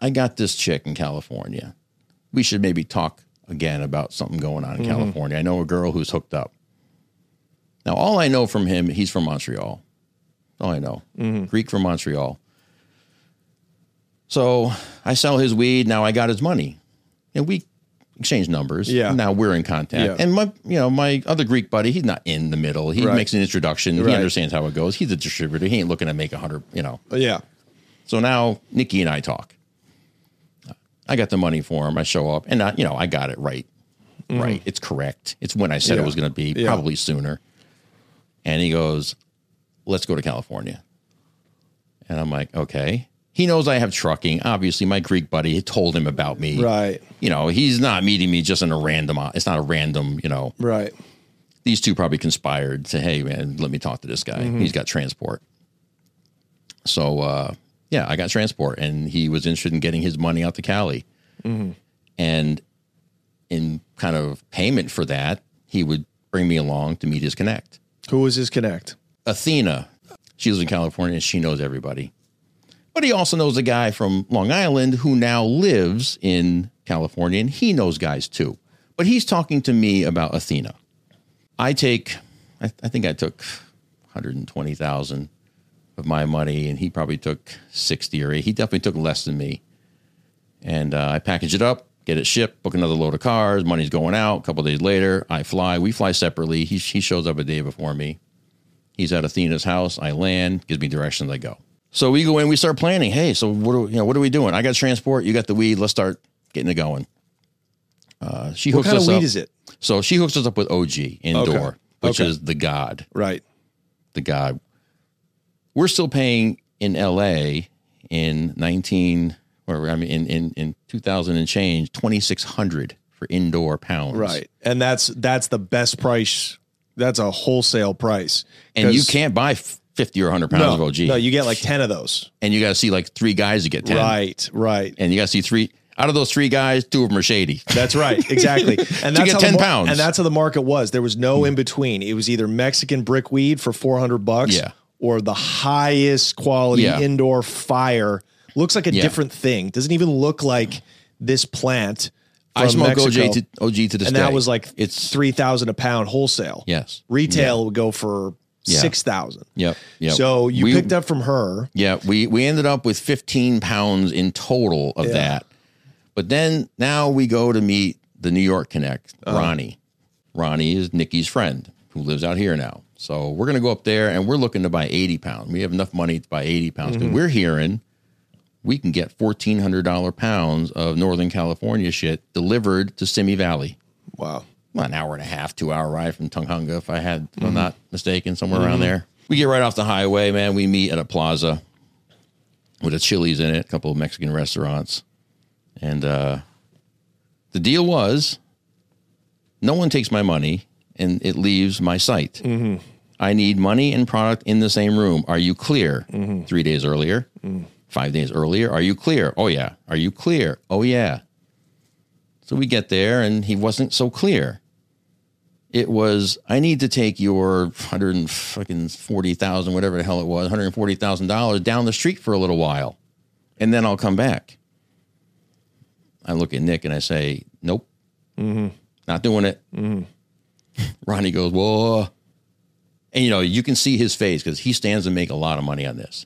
I got this chick in California. We should maybe talk again about something going on in California. I know a girl who's hooked up. Now, all I know from him, he's from Montreal. All I know,
Mm-hmm.
Greek from Montreal. So I sell his weed. Now I got his money, and we exchange numbers.
Yeah.
Now we're in contact.
Yeah.
And my, you know, my other Greek buddy, he's not in the middle. He
Right.
makes an introduction.
Right.
He understands how it goes. He's a distributor. He ain't looking to make a hundred. You know.
Uh, Yeah.
So now Nikki and I talk. I got the money for him. I show up, and I, you know, I got it right. Right. It's correct. It's when I said
Mm. Yeah.
it was going to be,
Yeah.
probably sooner. And he goes, "Let's go to California." And I'm like, "Okay." He knows I have trucking. Obviously, my Greek buddy had told him about me.
Right.
You know, he's not meeting me just in a random. It's not a random. You know,
Right.
these two probably conspired to, hey man, let me talk to this guy. He's got transport. So uh, yeah, I got transport, and he was interested in getting his money out to Cali, and in kind of payment for that, he would bring me along to meet his connect.
Who was his connect?
Athena, she lives in California, and she knows everybody. But he also knows a guy from Long Island who now lives in California, and he knows guys too. But he's talking to me about Athena. I take, I, I think I took 120,000 of my money, and he probably took 60 or 80. He definitely took less than me. And uh, I package it up, get it shipped, book another load of cars. Money's going out. A couple days later, I fly. We fly separately. He, he shows up a day before me. He's at Athena's house. I land, gives me directions. I go. So we go in, we start planning. Hey, so what are, you know, what are we doing? I got transport. You got the weed. Let's start getting it going. Uh, she
What
hooks
kind
us
of weed
up.
is it?
So she hooks us up with OG indoor,
Okay.
which
Okay.
is the god,
Right.
the god. We're still paying in LA in 19 or I mean in in, in 2000 and change 2600 for indoor pounds.
Right. And that's that's the best price. That's a wholesale price.
And you
'Cause-
can't buy f- 50 or 100 pounds
no,
of OG.
No, you get like 10 of those.
and you got to see like three guys to get 10.
Right, right.
And you got to see three out of those three guys, two of them are shady.
That's right, exactly. And
To
that's
get
how
10
the mar-
pounds. Hmm.
And that's how the market was. There was no in between. It was either Mexican brick weed for four hundred bucks,
Yeah.
or the highest quality
Yeah.
indoor fire. Looks like a
Yeah.
different thing. Doesn't even look like this plant.
I
from
smoke
Mexico.
OG to OG to this
and
day.
that was like it's
it's
three thousand a pound wholesale.
Yes.
retail would go for
Yeah.
six thousand.
Yep. Yep.
So you
We-
picked up from her.
Yeah, we we ended up with 15 pounds in total of that. But then now we go to meet the New York Connect, Ronnie. Ronnie is Nikki's friend who lives out here now. So we're going to go up there and we're looking to buy 80 pounds. We have enough money to buy 80 pounds. 'cause We're hearing we can get $1,400 pounds of Northern California shit delivered to Simi Valley.
Wow.
Well, an hour and a half, two hour ride from Tunghunga, if I had, if I'm not mistaken, somewhere around there. We get right off the highway, man. We meet at a plaza with a Chili's in it, a couple of Mexican restaurants, and uh, the deal was, no one takes my money and it leaves my site. I need money and product in the same room. Are you clear? Three days earlier, five days earlier. Are you clear? Oh yeah. Are you clear? Oh yeah. So we get there and he wasn't so clear. It was, I need to take your 140,000, whatever the hell it was, $140,000 down the street for a little while, and then I'll come back. I look at Nick and I say, nope, not doing it. Ronnie goes, whoa. And you know, you can see his face because he stands to make a lot of money on this.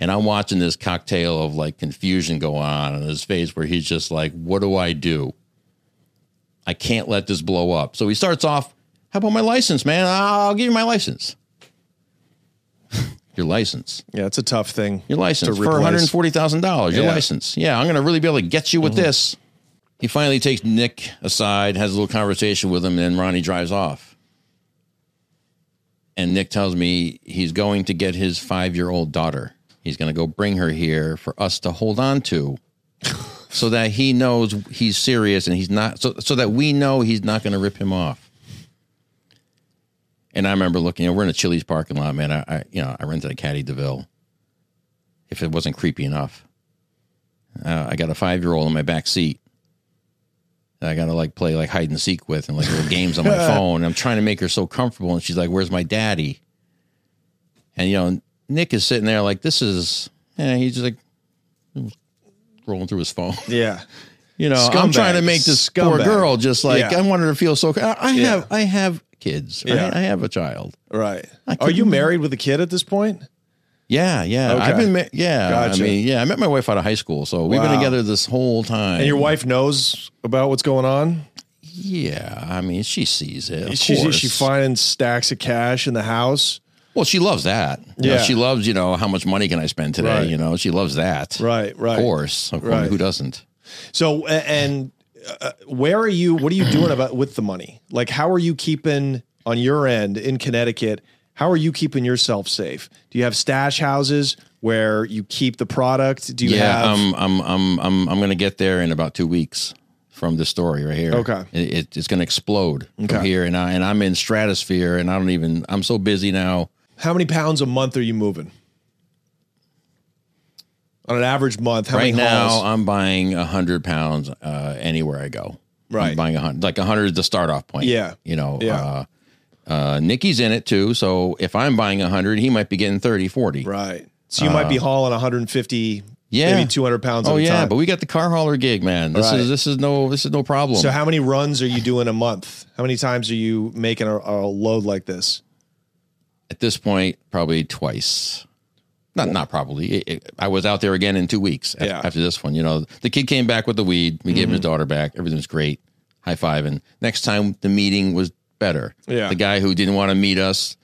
And I'm watching this cocktail of like confusion go on in his face where he's just like, what do I do? I can't let this blow up. So he starts off, how about my license, man? I'll give you my license. Your license.
Yeah, it's a tough thing.
Your license
to
for one hundred
replace.
forty thousand dollars. Your
Yeah. Mm-hmm.
license. Yeah, I'm gonna really be able to get you with this. He finally takes Nick aside, has a little conversation with him, and then Ronnie drives off. And Nick tells me he's going to get his five year old daughter. He's gonna go bring her here for us to hold on to. So that he knows he's serious and he's not so so that we know he's not gonna rip him off. And I remember looking, you know, we're in a Chili's parking lot, man. I, I you know, I rented a Caddy DeVille if it wasn't creepy enough. Uh, I got a five year old in my back seat. that I gotta like play like hide and seek with and like little games on my phone. And I'm trying to make her so comfortable, and she's like, "Where's my daddy?" And you know, Nick is sitting there like, "This is," and he's just like rolling through his phone.
Yeah.
You know, I'm trying to
Scumbag.
make this poor
Scumbag.
girl just like
Yeah.
I want her to feel so. I, I
Yeah.
have I have kids. Right?
Yeah.
I have a child.
Right.
I
Are you
couldn't-
married with a kid at this point?
Yeah, yeah.
Okay.
I've been ma- yeah.
Gotcha.
I mean, yeah. I met my wife out of high school, so we've
Wow.
been together this whole time.
And your wife knows about what's going on?
Yeah, I mean, she sees it. Of
She,
course.
she finds stacks of cash in the house.
well, she loves that. You know,
Yeah.
she loves you know how much money can I spend today.
Right.
You know, she loves that.
Right, right.
Of course, of course.
Right.
Who doesn't?
So, a- and uh, where are you? What are you doing about with the money? Like, how are you keeping on your end in Connecticut? How are you keeping yourself safe? Do you have stash houses where you keep the product? Do you
yeah,
have?
um, I'm, I'm, I'm, I'm going to get there in about two weeks from this story right here.
Okay.
It, it, it's going to explode from
Okay.
here. And I, and I'm in stratosphere and I don't even, I'm so busy now.
how many pounds a month are you moving? On an average month, how
right
many
now
hauls?
I'm buying a hundred pounds, uh, anywhere I go.
Right.
I'm buying a hundred, like a hundred is the start off point.
Yeah.
You know,
Yeah.
uh, uh, Nikki's in it too. So if I'm buying a hundred, he might be getting 30, 40.
right. So you might be hauling 150,
Uh, Yeah.
maybe 200 pounds.
Oh
at a
yeah.
time.
But we got the car hauler gig, man. This
Right.
is, this is no, this is no problem.
So how many runs are you doing a month? How many times are you making a, a load like this?
at this point probably twice not not probably It- it- i was out there again in two weeks af-
Yeah. Mm-hmm.
after this one you know the kid came back with the weed we gave him his daughter back everything's great high five and next time the meeting was better
Yeah. Mm-hmm.
the guy who didn't want to meet us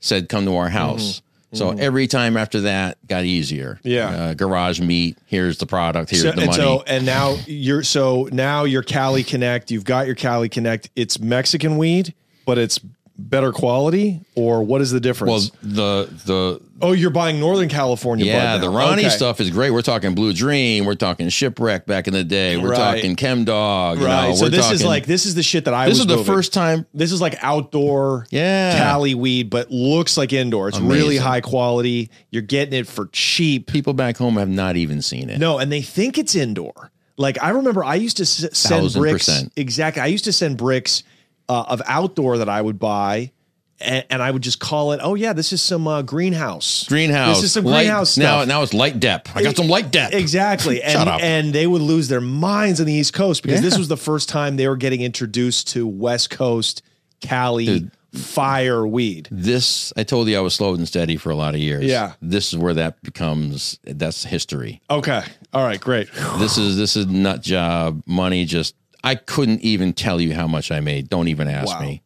said come to our house so every time after that got easier
Yeah.
uh, garage meet here's the product here's
So,
the
and
money
so and now you're so now you're Cali Connect. You've got your Cali Connect. It's Mexican weed, but it's better quality. Or what is the
well
difference?
the the
oh, you're buying Northern California.
Yeah,
bud
the
now.
Ronnie
Okay.
stuff is great. We're talking Blue Dream. We're talking Shipwreck back in the day. We're
Right.
talking Chem Dog. you
Right.
know,
so
we're
this is
talking-
like this is the shit that I.
this
was
is the
moving.
first time.
This is like outdoor
Yeah.
Cali weed, but looks like indoor. It's really
Amazing.
high quality. You're getting it for cheap.
People back home have not even seen it.
No, and they think it's indoor. Like I remember, I used to s- send
Thousand
bricks.
percent.
Exactly, I used to send bricks uh, of outdoor that I would buy, and, and I would just call it. Oh yeah, this is some uh, greenhouse.
greenhouse.
This is some
light-
greenhouse
Now,
stuff.
now it's light dep. I got some light dep.
Exactly, and
Shut up.
and they would lose their minds on the East Coast because this was the first time they were getting introduced to West Coast Cali fire weed.
This I told you I was slow and steady for a lot of years.
Yeah.
this is where that becomes. That's history.
Okay, all right, great.
This is this is nut job money. Just I couldn't even tell you how much I made. Don't even ask
Wow. Uh,
me.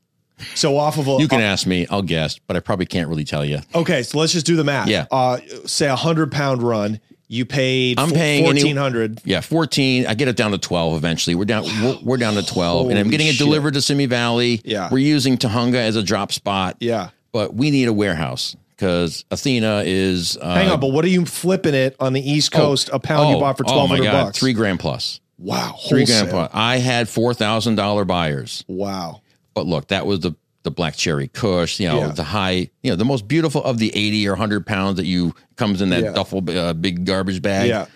So off of a
You can ask me. I'll guess, but I probably can't really tell you.
Okay, so let's just do the math.
Yeah.
Uh, say a hundred pound run. You paid.
I'm
fo-
paying any-
fourteen hundred.
Yeah, 14. I get it down to 12 eventually. We're down we're, we're down to 12 and I'm
Holy
getting it
shit.
delivered to Simi Valley.
Yeah.
We're using Tahunga as a drop spot.
Yeah.
But we need a warehouse cuz Athena is uh,
Hang on, but what are you flipping it on the East Coast? a pound you
oh,
bought for
oh my
twelve hundred
God,
bucks.
3 grand plus.
wow,
3 grand
wholesale.
plus. I had $4,000 buyers.
Wow.
But look, that was the the black cherry kush, you know,
Yeah.
the high, you know, the most beautiful of the 80 or 100 pounds that you comes in that
Yeah.
duffel uh, big garbage bag.
Yeah.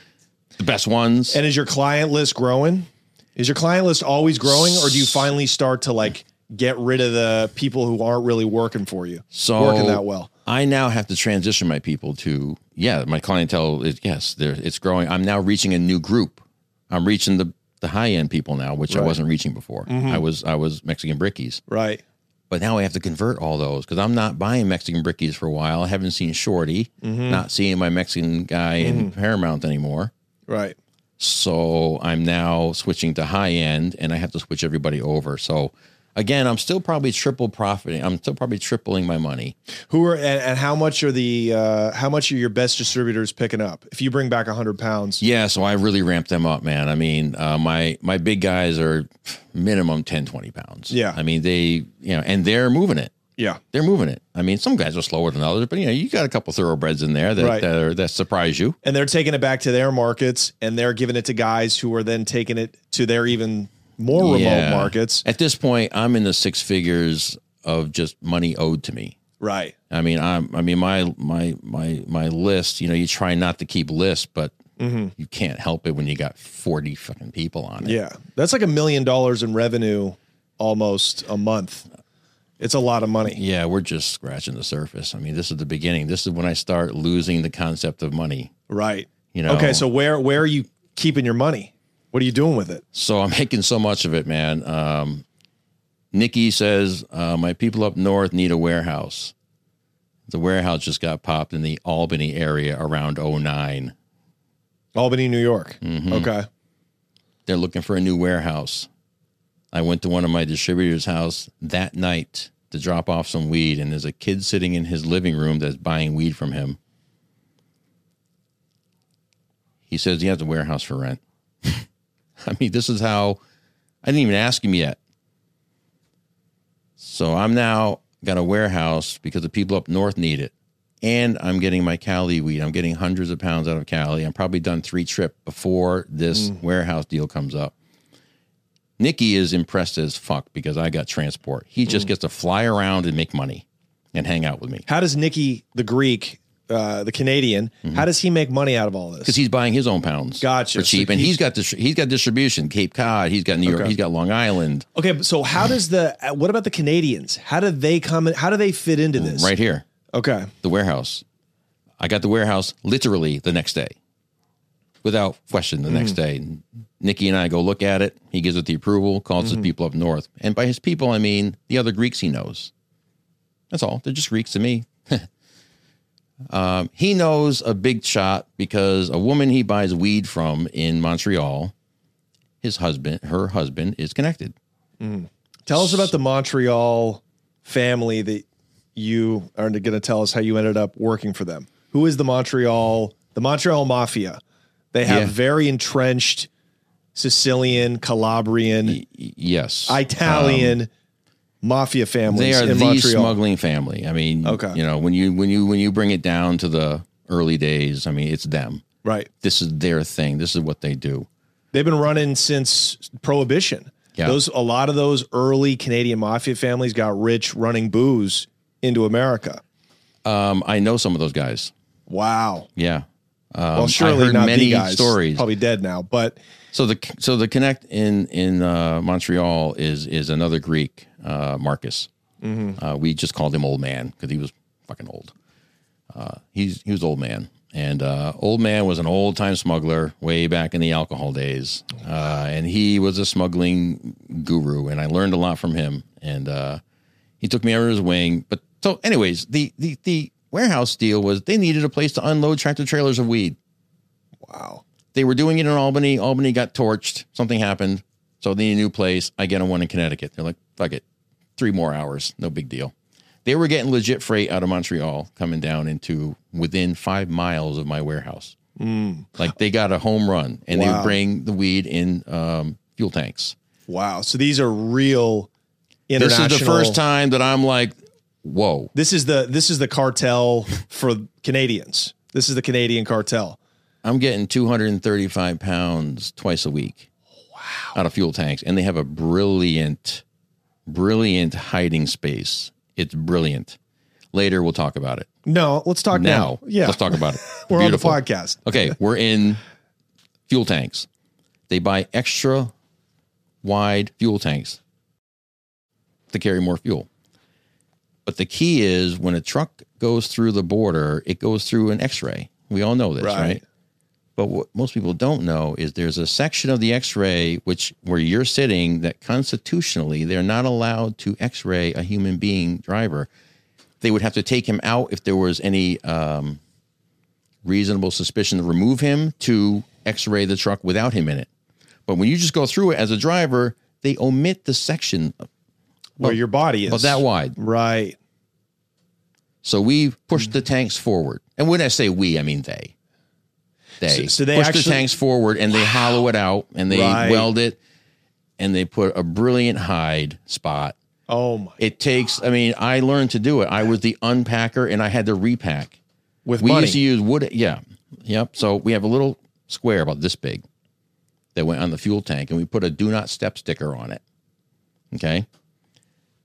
The best ones.
And is your client list growing? Is your client list always growing, or do you finally start to like get rid of the people who aren't really working for you?
so
working that well.
I now have to transition my people to yeah, my clientele is yes, there it's growing. I'm now reaching a new group. I'm reaching the the high end people now, which I wasn't reaching before.
Mm-hmm.
I was I was Mexican brickies,
Right.
but now I have to convert all those because I'm not buying Mexican brickies for a while. I haven't seen Shorty,
Mm-hmm.
not seeing my Mexican guy in Paramount anymore.
Right.
So I'm now switching to high end and I have to switch everybody over. So again, I'm still probably triple profiting. I'm still probably tripling my money.
Who are and, and how much are the uh how much are your best distributors picking up? If you bring back hundred pounds,
Yeah, so I really ramped them up, man. I mean, uh, my my big guys are minimum 10, 20 pounds.
Yeah.
I mean, they, you know, and they're moving it.
yeah,
They're moving it. I mean, some guys are slower than others, but you know, you got a couple thoroughbreds in there that
Right.
that, are, that surprise you.
and they're taking it back to their markets and they're giving it to guys who are then taking it to their even more remote
Yeah.
markets.
At this point, I'm in the six figures of just money owed to me.
Right.
I mean, I'm, I mean, my, my, my, my list, you know, you try not to keep lists, but
Mm-hmm.
you can't help it when you got 40 fucking people on it.
Yeah. That's like a million dollars in revenue almost a month. It's a lot of money.
Yeah. We're just scratching the surface. I mean, this is the beginning. This is when I start losing the concept of money,
Right.
you know?
Okay, so where where are you keeping your money? What are you doing with it?
so I'm making so much of it, man. Um, Nikki says, uh, my people up north need a warehouse. The warehouse just got popped in the Albany area around 09.
Albany, New York.
Mm-hmm.
Okay.
They're looking for a new warehouse. I went to one of my distributors' house that night to drop off some weed, and there's a kid sitting in his living room that's buying weed from him. He says he has a warehouse for rent. I mean, this is how I didn't even ask him yet. So I'm now got a warehouse because the people up north need it. And I'm getting my Cali weed. I'm getting hundreds of pounds out of Cali. I'm probably done three trip before this
Mm.
warehouse deal comes up. Nikki is impressed as fuck because I got transport. He
Mm.
just gets to fly around and make money and hang out with me
How does Nikki the Greek, uh, the Canadian,
Mm-hmm.
how does he make money out of all
because
this?
he's buying his own pounds
Gotcha.
for cheap.
So
and
he's-
he's got dis- he's got distribution Cape Cod. He's got New York.
Okay.
He's got Long Island
Okay, but so how does the uh, what about the Canadians? How do they come in, how do they fit into this?
right here.
Okay.
the warehouse. I got the warehouse literally the next day, without question. The next day, Nikki and I go look at it. He gives it the approval, calls his people up north, and by his people I mean the other Greeks he knows. That's all. They're just Greeks to me. um, he knows a big shot because a woman he buys weed from in Montreal, his husband, her husband is connected.
Tell us about the Montreal family that you are going to tell us how you ended up working for them. Who is the Montreal, the Montreal Mafia? They have
Yeah.
very entrenched Sicilian, Calabrian,
Y- Yes,
Italian mafia
they
families
are
in
the
Montreal.
smuggling family. I mean,
Okay.
you know, when you when you when you bring it down to the early days, I mean, it's them.
right.
This is their thing. This is what they do.
They've been running since Prohibition.
Yeah.
Those a lot of those early Canadian mafia families got rich running booze into America.
Um, I know some of those guys.
Wow.
Yeah.
well, surely
Um, heard
not
many
the guys.
stories.
Probably dead now, but
So the so the connect in in uh, Montreal is is another Greek, uh, Marcus. Uh, we just called him old man because he was fucking old. Uh, he's he was old man, and uh, old man was an old time smuggler way back in the alcohol days, uh, and he was a smuggling guru, and I learned a lot from him, and uh, he took me under his wing. But so, anyways, the the the warehouse deal was they needed a place to unload tractor trailers of weed
wow.
they were doing it in Albany. Albany got torched. Something happened. So they need a new place. I get on one in Connecticut. They're like, fuck it. Three more hours. No big deal. They were getting legit freight out of Montreal coming down into within five miles of my warehouse. Like they got a home run and they
Mm. Wow.
would bring the weed in um, fuel tanks.
Wow. So these are real
This
international.
is the first time that I'm like, whoa.
This is the this is the cartel for Canadians. This is the Canadian cartel.
I'm getting 235 pounds twice a week out of fuel tanks. And they have a brilliant, brilliant hiding space. It's brilliant. Later, we'll talk about it.
No, let's talk now.
Now,
Yeah,
let's talk about it.
We're
Beautiful.
on the podcast.
Okay, we're in fuel tanks. They buy extra wide fuel tanks to carry more fuel. But the key is when a truck goes through the border, it goes through an x ray. We all know this,
Right.
right? But what most people don't know is there's a section of the x ray which where you're sitting that constitutionally they're not allowed to x ray a human being driver. They would have to take him out if there was any um, reasonable suspicion to remove him to x-ray the truck without him in it but when you just go through it as a driver they omit the section of
Where your body is
about Oh, that wide
Right.
so we push the tanks forward and when i say we i mean they they,
So- so they
push the
actually-
tanks forward and they hollow it out and they
Right.
weld it and they put a brilliant hide spot
Oh my.
it takes i mean i learned to do it i was the unpacker and i had to repack
With
We
money.
used to use wood. Yeah. Yep. So we have a little square about this big that went on the fuel tank, and we put a do not step sticker on it. Okay.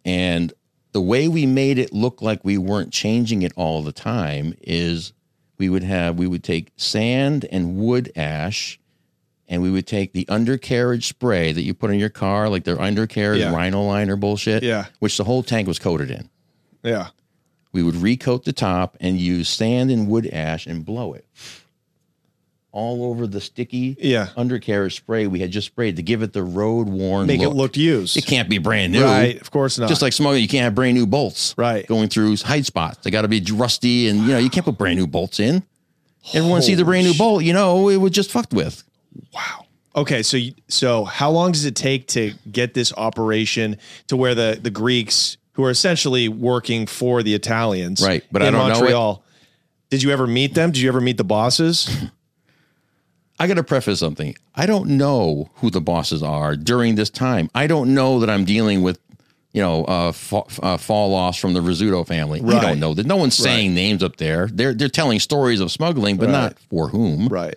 And the way we made it look like we weren't changing it all the time is we would have we would take sand and wood ash and we would take the undercarriage spray that you put in your car like their undercarriage
Yeah.
rhino liner bullshit
Yeah.
which the whole tank was coated in
Yeah.
we would recoat the top and use sand and wood ash and blow it all over the sticky
Yeah.
undercarriage spray we had just sprayed to give it the road worn
Make
look.
it look used.
it can't be brand new
Right. Of course not.
just like smuggling, you can't have brand new bolts.
Right.
Going through hide spots. They got to be rusty and, you know, you can't put brand new bolts in. Everyone sees a brand new bolt, you know, it was just fucked with.
Okay, so you- so how long does it take to get this operation to where the the Greeks, who are essentially working for the Italians,
Right, but I
in
don't know it.
Montreal, did you ever meet them? Did you ever meet the bosses?
I got to preface something. I don't know who the bosses are during this time. I don't know that I'm dealing with, you know, uh, fa- uh, fall loss from the Rizzuto family. I
Right.
don't know that. No one's saying names up there. They're they're telling stories of smuggling, but not for whom.
right.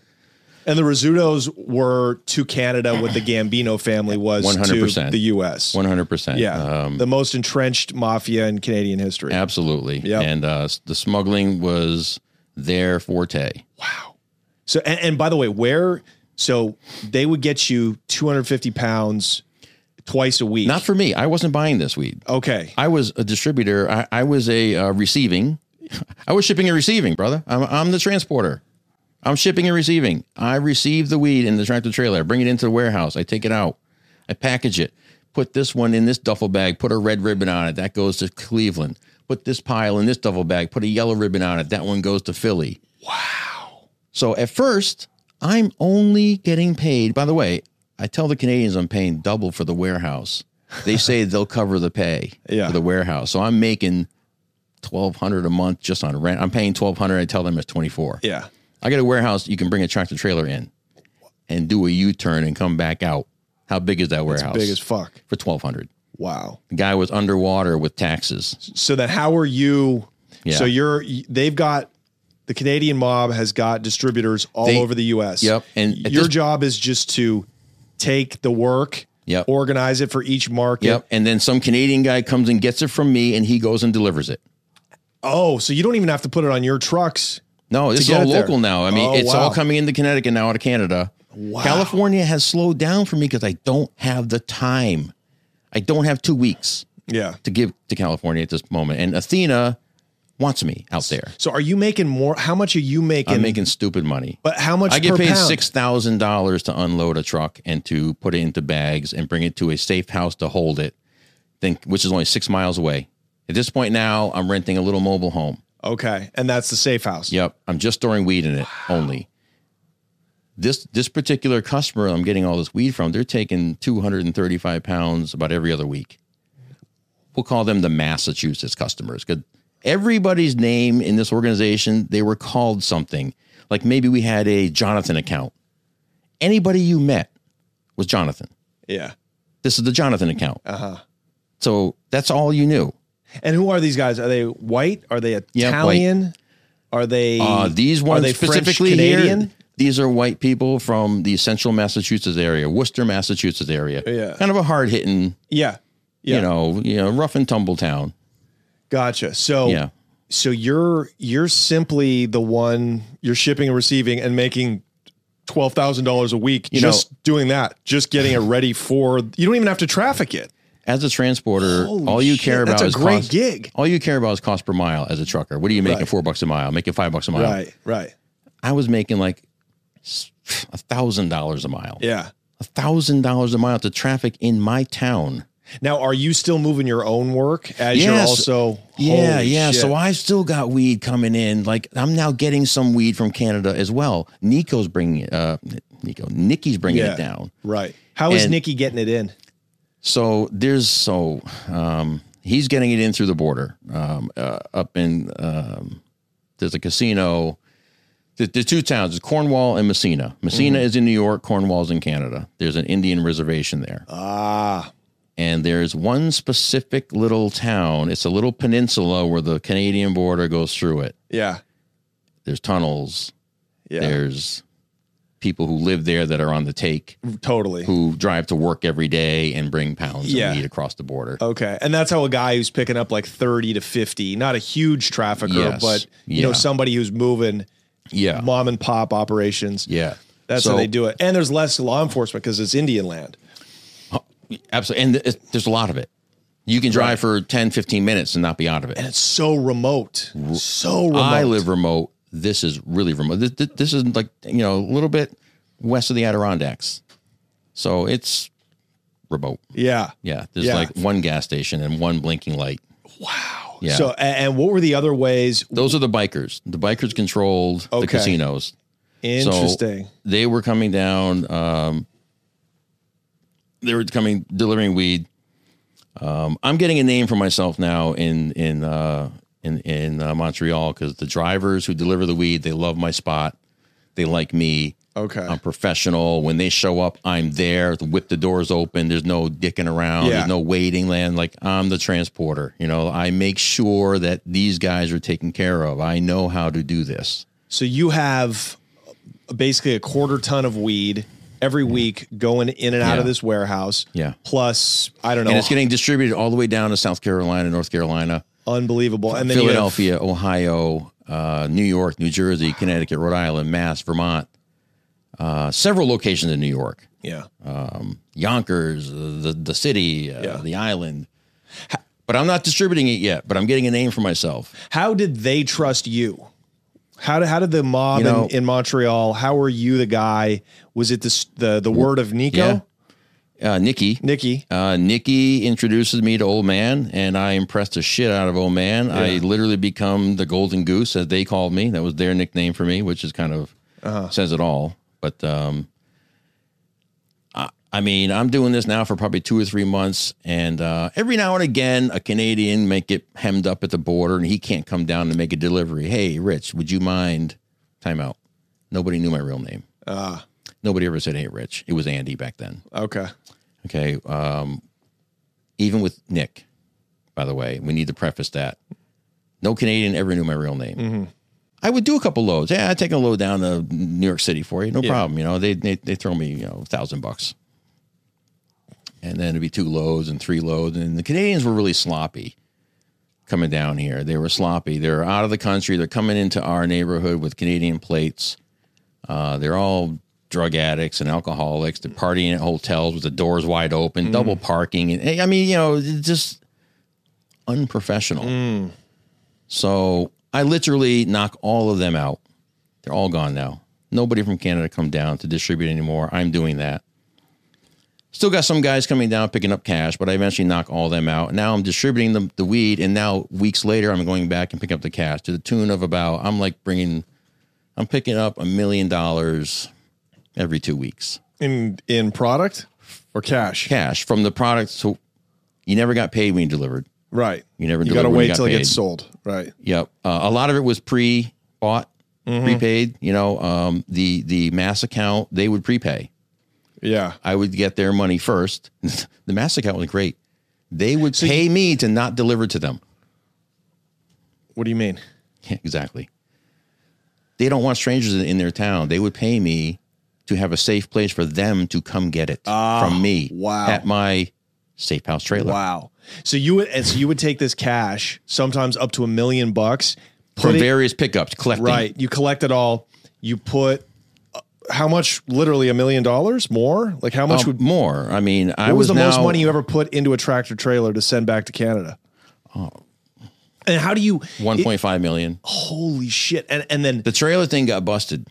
And the Rizzutos were to Canada what the Gambino family was to
100%.
the U.S.
One hundred percent.
yeah,
Um,
the most entrenched mafia in Canadian history.
absolutely.
Yep.
And uh, s- the smuggling was their forte.
So, and, and by the way, where so they would get you 250 pounds twice a week.
Not for me. I wasn't buying this weed.
okay.
I was a distributor. I, I was a uh, receiving. I was shipping and receiving, brother. I'm, I'm the transporter. I'm shipping and receiving. I receive the weed in the tractor trailer. I bring it into the warehouse. I take it out. I package it. Put this one in this duffel bag. Put a red ribbon on it. That goes to Cleveland. Put this pile in this duffel bag. Put a yellow ribbon on it. That one goes to Philly. Wow. So at first, I'm only getting paid. By the way, I tell the Canadians I'm paying double for the warehouse. They say they'll cover the pay
Yeah.
for the warehouse. So I'm making twelve hundred a month just on rent. I'm paying twelve hundred. I tell them it's twenty four.
Yeah.
I got a warehouse. You can bring a tractor trailer in and do a U turn and come back out. How big is that warehouse?
Big as fuck.
for twelve hundred.
Wow.
The guy was underwater with taxes.
So then how are you?
Yeah.
So you're they've got the Canadian mob has got distributors all
They-
over the US.
Yep, and at
your
this-
job is just to take the work,
Yep.
organize it for each market.
Yep. And then some Canadian guy comes and gets it from me, and he goes and delivers it.
Oh, so you don't even have to put it on your trucks.
No, this
To
is
get
all
it there.
local now. I mean,
Oh,
it's
wow.
all coming into Connecticut now out of Canada. California has slowed down for me because I don't have the time. I don't have two weeks
Yeah.
to give to California at this moment. And Athena wants me out there.
So are you making more how much are you making?
I'm making stupid money.
but how much
I get
per
paid
pound?
six thousand dollars to unload a truck and to put it into bags and bring it to a safe house to hold it. Think which is only six miles away. At this point now, I'm renting a little mobile home.
Okay. And that's the safe house.
Yep, I'm just storing weed in it only. This this particular customer I'm getting all this weed from, they're taking 235 pounds about every other week. We'll call them the Massachusetts customers because everybody's name in this organization they were called something. Like maybe we had a Jonathan account. Anybody you met was Jonathan.
Yeah.
This is the Jonathan account. Uh-huh. So that's all you knew.
And who are these guys? Are they white? Are they
Yeah, white.
Italian? Are they
Uh, these
are
ones
they French
specifically
Canadian?
here. These are white people from the central Massachusetts area, Worcester, Massachusetts area.
Yeah.
Kind of a hard hitting,
Yeah. Yeah.
you know, you know, rough and tumble town.
Gotcha. So
Yeah.
so you're you're simply the one you're shipping and receiving and making twelve thousand dollars a week
You
just doing that, just getting it ready for you don't even have to traffic it.
As a transporter,
Holy
all you
shit,
care about
that's a
is
great
cost,
gig.
All you care about is cost per mile as a trucker. What are you making?
Right.
Four bucks a mile, making five bucks a mile.
right.
I was making like s- a thousand dollars a mile.
Yeah.
A thousand dollars a mile to traffic in my town.
Now are you still moving your own work as you're
Yes.
also
Yeah,
Holy
yeah.
shit.
So I still got weed coming in. Like I'm now getting some weed from Canada as well. Nico's bringing it. Uh, Nico, Nikki's bringing
Yeah.
it down.
Right. How is
And-
Nikki getting it in?
So there's so um, he's getting it in through the border um, uh, up in um, there's a casino. The, the two towns is Cornwall and Messina. Messina
Mm-hmm.
is in New York. Cornwall's in Canada. There's an Indian reservation there.
Ah.
and there's one specific little town. It's a little peninsula where the Canadian border goes through it.
Yeah.
There's tunnels.
Yeah.
There's people who live there that are on the take
Totally.
who drive to work every day and bring pounds
Yeah. Uh,
of meat across the border.
Okay. And that's how a guy who's picking up like 30 to 50, not a huge trafficker,
Yes.
but you know,
Yeah.
somebody who's moving
yeah.
mom and pop operations.
yeah.
That's how they do it. And there's less law enforcement because it's Indian land.
Absolutely. And th- there's a lot of it. You can drive for 10, 15 minutes and not be out of it.
And it's so remote. So remote.
I live remote. This is really remote. This, this, this is like, you know, a little bit west of the Adirondacks. So it's remote.
Yeah.
Yeah. There's
Yeah.
like one gas station and one blinking light. Wow. Yeah.
So, a- and what were the other ways?
Those are the bikers. The bikers controlled
Okay.
the casinos. So
Interesting.
they were coming down. Um, they were coming delivering weed. Um, I'm getting a name for myself now in in uh, in in uh, Montreal because the drivers who deliver the weed they love my spot. They like me.
okay.
I'm professional. When they show up, I'm there. Whip the doors open. There's no dicking around.
Yeah.
There's no waiting. Land like I'm the transporter. You know, I make sure that these guys are taken care of. I know how to do this.
So you have basically a quarter ton of weed every week going in and out of
Yeah.
this warehouse.
Yeah.
Plus, I don't know,
and it's getting distributed all the way down to South Carolina, North Carolina,
unbelievable. And then you have-
Philadelphia, Ohio, uh, New York, New Jersey, Connecticut, Rhode Island, Mass, Vermont, uh, several locations in New York,
yeah.
Yonkers, uh, the the city, uh,
Yeah.
the island. But I'm not distributing it yet. But I'm getting a name for myself.
How did they trust you? How did, how did the mob
You know-
in, in Montreal? How were you the guy? Was it this, the the word of Nico,
Yeah. Uh, Nikki.
Nikki?
Uh, Nikki introduces me to Old Man, and I impressed the shit out of Old Man. I literally become the Golden Goose, as they called me. That was their nickname for me, which is kind of says it all. But um, I, I mean, I'm doing this now for probably two or three months, and uh, every now and again, a Canadian may get hemmed up at the border, and he can't come down to make a delivery. Hey, Rich, would you mind? Time out. Nobody knew my real name. Uh, Nobody ever said, "Hey, Rich." It was Andy back then
Okay,
okay um even with nick by the way we need to preface that no canadian ever knew my real name i would do a couple loads yeah i'd take a load down to new york city for you no problem you know they, they they throw me you know a thousand bucks and then it'd be two loads and three loads and the canadians were really sloppy coming down here they were sloppy they're out of the country they're coming into our neighborhood with canadian plates uh, they're all drug addicts and alcoholics. They're partying at hotels with the doors wide open, double parking, and eh, I mean, you know, it's just unprofessional. So I literally knock all of them out. They're all gone now. Nobody from Canada come down to distribute anymore. I'm doing that. Still got some guys coming down picking up cash, but I eventually knock all them out. Now I'm distributing the, the weed, and now weeks later I'm going back and picking up the cash to the tune of about I'm like bringing I'm picking up a million dollars every two weeks
in in product or cash?
cash from the product. So you never got paid when you delivered.
Right.
You never
You
deliver
gotta
when
wait
got
till it
paid.
gets sold. Right.
Yep. Uh, a lot of it was pre bought, prepaid. You know, um, the the mass account they would prepay.
Yeah.
I would get their money first. the mass account was great. They would pay me to not deliver to them.
What do you mean?
Yeah, exactly. They don't want strangers in, in their town. They would pay me to have a safe place for them to come get it from me.
wow.
At my safe house trailer.
Wow. So you would and so you would take this cash, sometimes up to a million bucks,
From
put it-
various pickups, collecting.
Right. You collect it all. You put uh, how much? Literally a million dollars more? Like how much
Um,
would?
more. I mean, I
What was,
was,
the most
now-
money you ever put into a tractor trailer to send back to Canada? Oh. And how do you?
1.5 million.
Holy shit! And and then
The trailer thing got busted.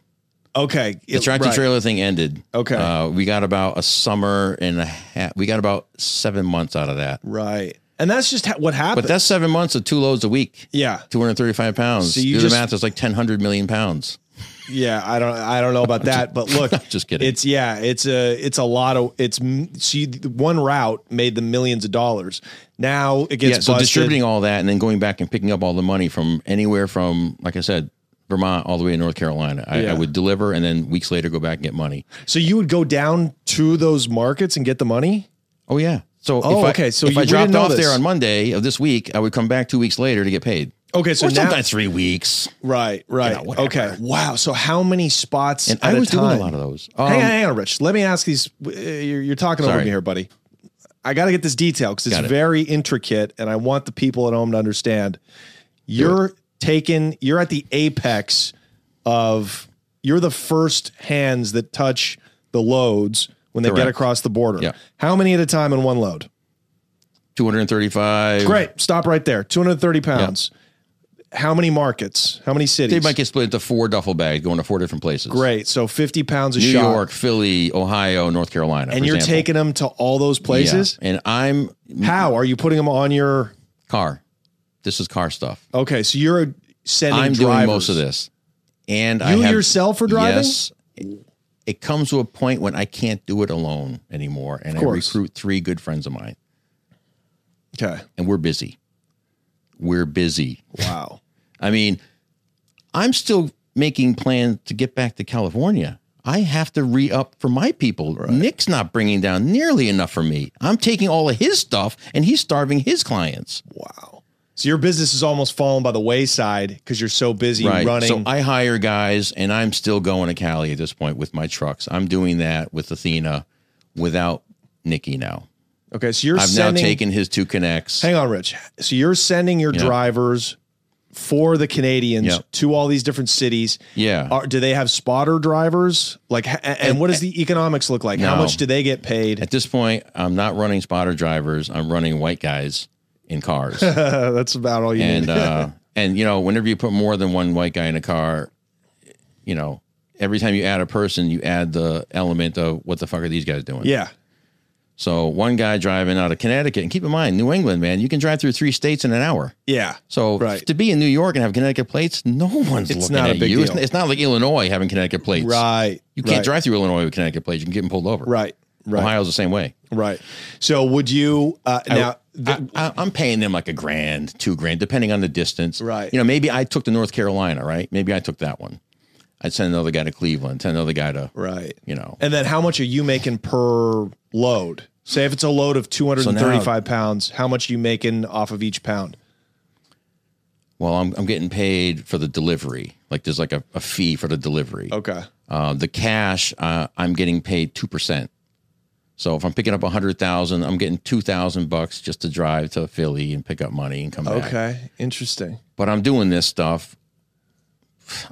okay,
The tractor
right.
trailer thing ended.
Okay.
Uh, we got about a summer and a half. We got about seven months out of that.
Right. And that's just ha- what happened.
But that's seven months of two loads a week.
yeah,
235 pounds.
So you
Do
just-
the math, it's like 1,000 million pounds.
yeah. I don't. I don't know about that. But look,
Just kidding.
It's yeah. It's a. It's a lot of. It's m- so you, the one route made them millions of dollars. Now it gets
yeah, so
busted.
distributing all that and then going back and picking up all the money from anywhere from, like I said, Vermont all the way to North Carolina. I,
Yeah.
I would deliver and then weeks later go back and get money.
So you would go down to those markets and get the money.
Oh yeah. So
Oh,
if I,
okay, so
if
you-
I
we
dropped
didn't know
off
this.
there on Monday of this week, I would come back two weeks later to get paid.
Okay, so
or
now,
sometimes three weeks.
right, right,
know, whatever.
okay, wow. So how many spots?
And
at
I was
a
doing
time?
a lot of those. Um,
hang on, hang on, Rich. Let me ask these. uh, You're, you're talking over
Sorry.
me here, buddy. I got to get this detail because it's
Got it.
very intricate, and I want the people at home to understand. You're taking. You're at the apex of. You're the first hands that touch the loads when they get
Correct.
across the border.
Yeah.
How many at a time in one load?
235.
Great. Stop right there. 230 pounds. How many markets? How many
They
cities?
might get split into four duffel bags going to four different places.
Great. So 50 pounds a
New
shot.
York, Philly, Ohio, North Carolina.
and
for
you're
example.
taking them to all those
Yeah.
places?
And I'm
How are you putting them on your
car. This is car stuff.
Okay, so you're sending
I'm
drivers.
doing most of this. And I
You
have,
yourself are driving?
Yes. It comes to a point when I can't do it alone anymore. And I
course.
recruit three good friends of mine.
Okay.
And we're busy. We're busy.
Wow.
I mean, I'm still making plans to get back to California. I have to re up for my people. Nick's not bringing down nearly enough for me. I'm taking all of his stuff and he's starving his clients.
Wow. So your business is almost falling by the wayside because you're so busy running.
So I hire guys and I'm still going to Cali at this point with my trucks. I'm doing that with Athena without Nikki now.
okay, so you're
I've
sending.
now taken his two connects.
hang on, Rich. So you're sending your drivers for the Canadians
Yep.
to all these different cities.
Yeah.
Are, do they have spotter drivers? Like, h- and, and what does the economics look like? How
No.
much do they get paid?
At this point, I'm not running spotter drivers. I'm running white guys in cars.
That's about all you
and
need.
uh, and you know whenever you put more than one white guy in a car you know every time you add a person you add the element of what the fuck are these guys doing
Yeah.
so one guy driving out of connecticut and keep in mind new england man you can drive through three states in an hour
Yeah.
so
Right.
to be in new york and have connecticut plates no one's
It's
looking
not a
at
big
you It's-
deal.
It's, not like illinois having connecticut plates
Right.
you can't
right,
drive through illinois with connecticut plates you can get them pulled over
Right. Right.
ohio's the same way
Right. So would you uh, now? the-
I, I, am paying them like a grand, two grand, depending on the distance.
Right.
You know, maybe I took to North Carolina, right? Maybe I took that one. I'd send another guy to Cleveland, send another guy to,
right.
you know.
And then how much are you making per load? Say if it's a load of 235 pounds, how much are you making off of each pound?
Well, I'm, I'm getting paid for the delivery. Like there's like a, a fee for the delivery.
Okay.
Uh, the cash, uh, I'm getting paid 2%. So if I'm picking up a hundred thousand, I'm getting two thousand bucks just to drive to Philly and pick up money and come back.
Okay. Interesting.
but I'm doing this stuff.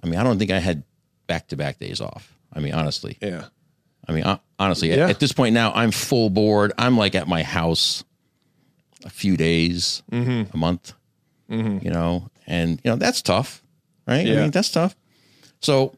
I mean, I don't think I had back to back days off. I mean, honestly,
Yeah.
I mean, hon- honestly, at-
Yeah.
at, this point now, I'm full board. I'm like at my house a few days,
Mm-hmm.
a month, you know, and you know that's tough, right? I
Yeah.
mean, that's tough. So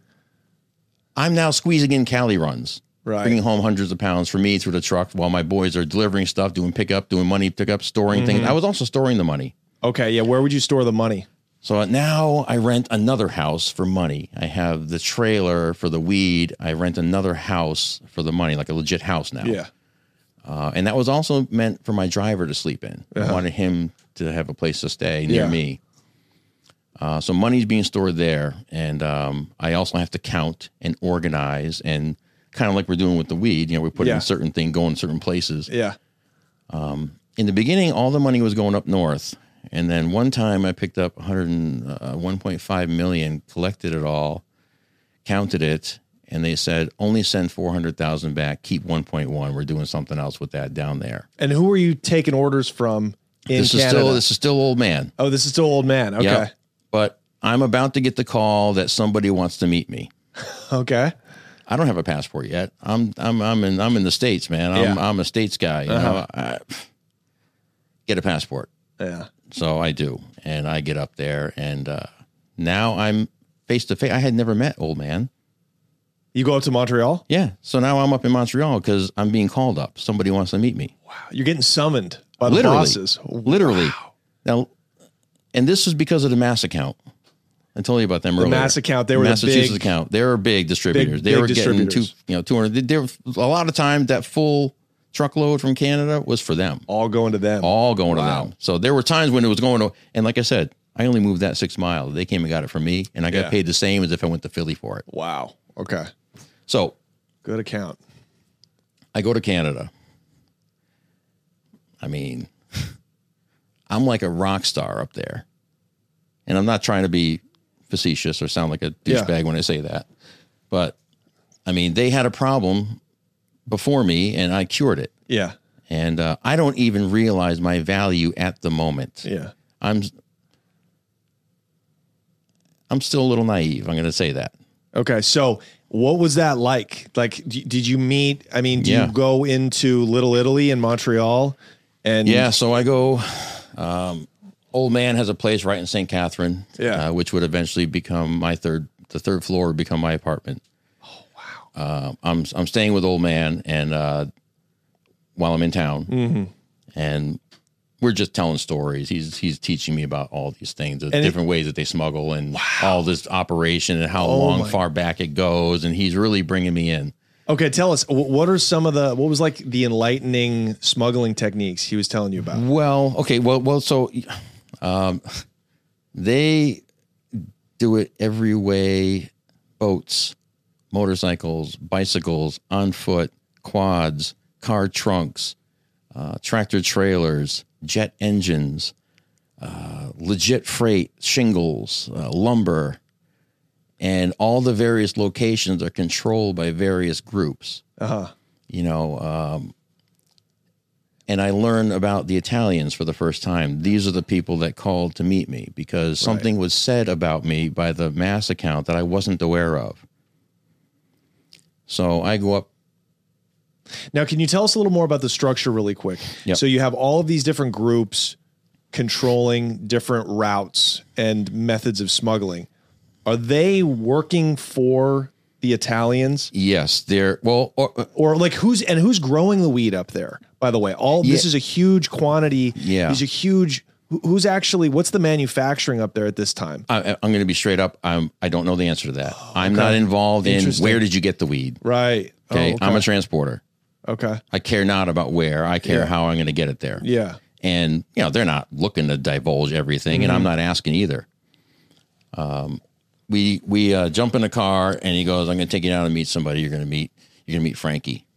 I'm now squeezing in Cali runs,
Right.
Bringing home hundreds of pounds for me through the truck while my boys are delivering stuff, doing pickup, doing money pickup, storing things.
Mm-hmm.
I was also storing the money.
Okay. Yeah. Where would you store the money?
So uh, now I rent another house for money. I have the trailer for the weed. I rent another house for the money, like a legit house now. Uh, and that was also meant for my driver to sleep in. I wanted him to have a place to stay near
Uh-huh. Yeah.
me. Uh, so money's being stored there, and um, I also have to count and organize and kind of like we're doing with the weed. You know, we put
Yeah.
in certain thing, going certain places.
Yeah.
In the beginning, all the money was going up north, and then one time I picked up 100 and, uh, 1.5 million, collected it all, counted it, and they said only send 400,000 back, keep 1.1. We're doing something else with that down there.
And who are you taking orders from in
this
Canada?
is still this is still old man.
oh, this is still old man. Okay.
Yeah. But I'm about to get the call that somebody wants to meet me.
Okay.
I don't have a passport yet. I'm I'm I'm in I'm in the states, man. I'm
Yeah. Uh-huh.
I'm a states guy. You know, I, get a passport.
Yeah.
So I do, and I get up there, and uh, now I'm face to face. I had never met old man.
You go up to Montreal.
Yeah. So now I'm up in Montreal because I'm being called up. Somebody wants to meet me.
You're getting summoned by the
literally,
bosses.
literally. Now, and this was because of the mass account. I told you about them earlier.
Mass account, they were the
Massachusetts
big-
account. They were big distributors. they
big
were getting two,
distributors.
you know, two hundred. There was a lot of time that full truckload from Canada was for them,
All going to them.
all going to them. So there were times when it was going to, and like I said, I only moved that six miles. They came and got it from me, and I got
Yeah.
paid the same as if I went to Philly for it.
Wow. Okay.
So
Good account.
I go to Canada. I mean, I'm like a rock star up there. And I'm not trying to be facetious or sound like a
Yeah.
douchebag when I say that. But I mean, they had a problem before me and I cured it.
Yeah.
And uh, I don't even realize my value at the moment.
Yeah.
I'm I'm still a little naive. I'm going to say that.
Okay. So what was that like? Like, d- did you meet? I mean, do
Yeah.
you go into Little Italy in Montreal? And
Yeah, so I go. Um, old man has a place right in St. Catherine,
Yeah.
uh, which would eventually become my third. The third floor would become my apartment. Oh wow! Uh, I'm I'm staying with old man, and uh, while I'm in town,
Mm-hmm.
and we're just telling stories. He's he's teaching me about all these things, the
it-
different ways that they smuggle, and all this operation, and how long,
Oh my-
far back it goes. And he's really bringing me in.
Okay, tell us wh- what are some of the what was like the enlightening smuggling techniques he was telling you about?
Well, okay. Well, well. So, um, they do it every way: boats, motorcycles, bicycles, on foot, quads, car trunks, uh, tractor trailers, jet engines, uh, legit freight, shingles, uh, lumber, and all the various locations are controlled by various groups
Uh-huh.
you know, um, and I learn about the Italians for the first time. These are the people that called to meet me because something was said about me by the mass account that I wasn't aware of. So I go up.
Now, can you tell us a little more about the structure really quick?
Yep.
So you have all of these different groups controlling different routes and methods of smuggling. Are they working for the Italians
Yes, there. Well, uh, or,
or like who's and who's growing the weed up there? By the way, all this
Yeah.
is a huge quantity.
Yeah.
These are huge who- who's actually what's the manufacturing up there at this time?
I, I'm going to be straight up. I'm. I don't know the answer to that. I'm not involved in
Oh, Interesting.
where did you get the weed.
Right. Oh,
Okay? I'm a transporter.
okay.
I care not about where. I care
Yeah.
how I'm going to get it there.
Yeah.
and you know they're not looking to divulge everything
Mm-hmm.
and i'm not asking either um, we we uh, jump in a car and he goes i'm going to take you down and meet somebody you're going to meet you're going to meet frankie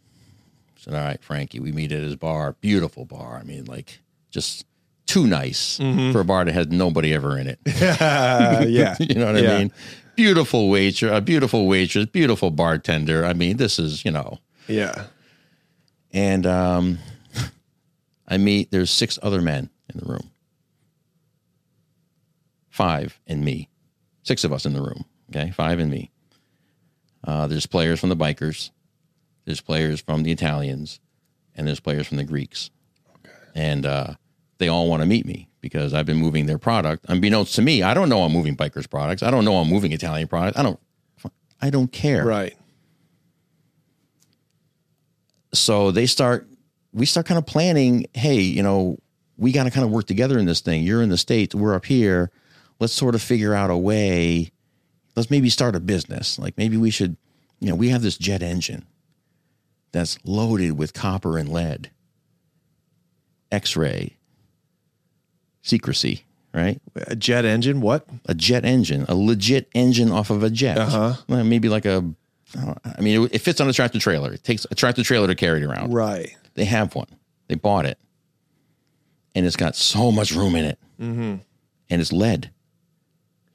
I said all right frankie we meet at his bar beautiful bar i mean like just too nice for a bar that has nobody ever in it
Uh, Mm-hmm. yeah.
you know what
Yeah.
i mean beautiful waiter a beautiful waitress beautiful bartender i mean this is you know
Yeah.
and um, I meet there's six other men in the room, five and me, six of us in the room. Okay, five and me. Uh, there's players from the bikers, there's players from the Italians, and there's players from the Greeks, and uh, they all want to meet me because I've been moving their product. Unbeknownst to me, I don't know I'm moving bikers products. I don't know I'm moving Italian products. I don't. I don't care
Right.
so they start we start kind of planning hey you know we got to kind of work together in this thing you're in the states we're up here let's sort of figure out a way let's maybe start a business like maybe we should you know we have this jet engine that's loaded with copper and lead x-ray secrecy right
A jet engine. What?
a jet engine, a legit engine off of a jet.
Uh-huh.
Well, Maybe like a, I don't- I mean, it, it fits on a tractor trailer. It takes a tractor trailer to carry it around.
Right.
They have one. They bought it, and it's got so much room in it, mm-hmm. and it's lead.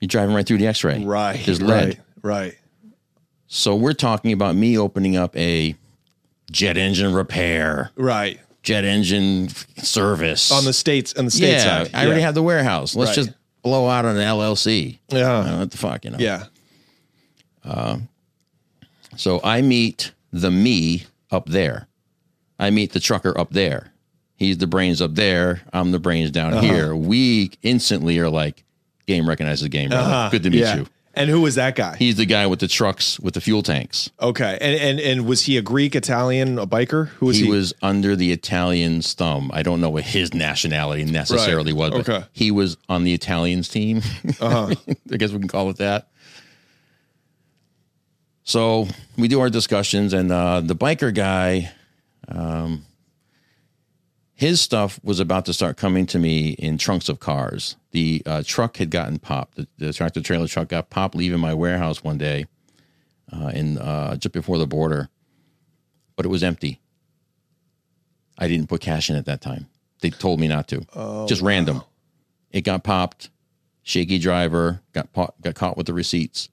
You're driving right through the X-ray.
Right.
There's lead.
Right. Right.
So we're talking about me opening up a jet engine repair,
Right.
jet engine service
On the states. On the state
yeah,
side.
I already have the warehouse. Let's
Right.
just blow out on an LLC.
Yeah.
You know, what the fuck, you know?
Yeah.
So I meet the me up there. I meet the trucker up there. He's the brains up there. I'm the brains down
Uh-huh.
here. We instantly are like, game recognizes game. brother.
Uh-huh.
Good to meet
Yeah.
you.
And who was that guy?
He's the guy with the trucks with the fuel tanks.
okay. And and and was he a Greek, Italian, a biker? Who was
He,
he?
was under the Italian's thumb. I don't know what his nationality necessarily
Right.
was, but
Okay. Uh-huh.
he was on the Italians team. I guess we can call it that. So we do our discussions, and uh, the biker guy, um, his stuff was about to start coming to me in trunks of cars. The uh, truck had gotten popped. The, the tractor trailer truck got popped leaving my warehouse one day, uh, in uh, just before the border, but it was empty. I didn't
Oh,
put cash in at that time. They told me not to. just random. It got popped. shaky driver, got pa- got caught with the receipts.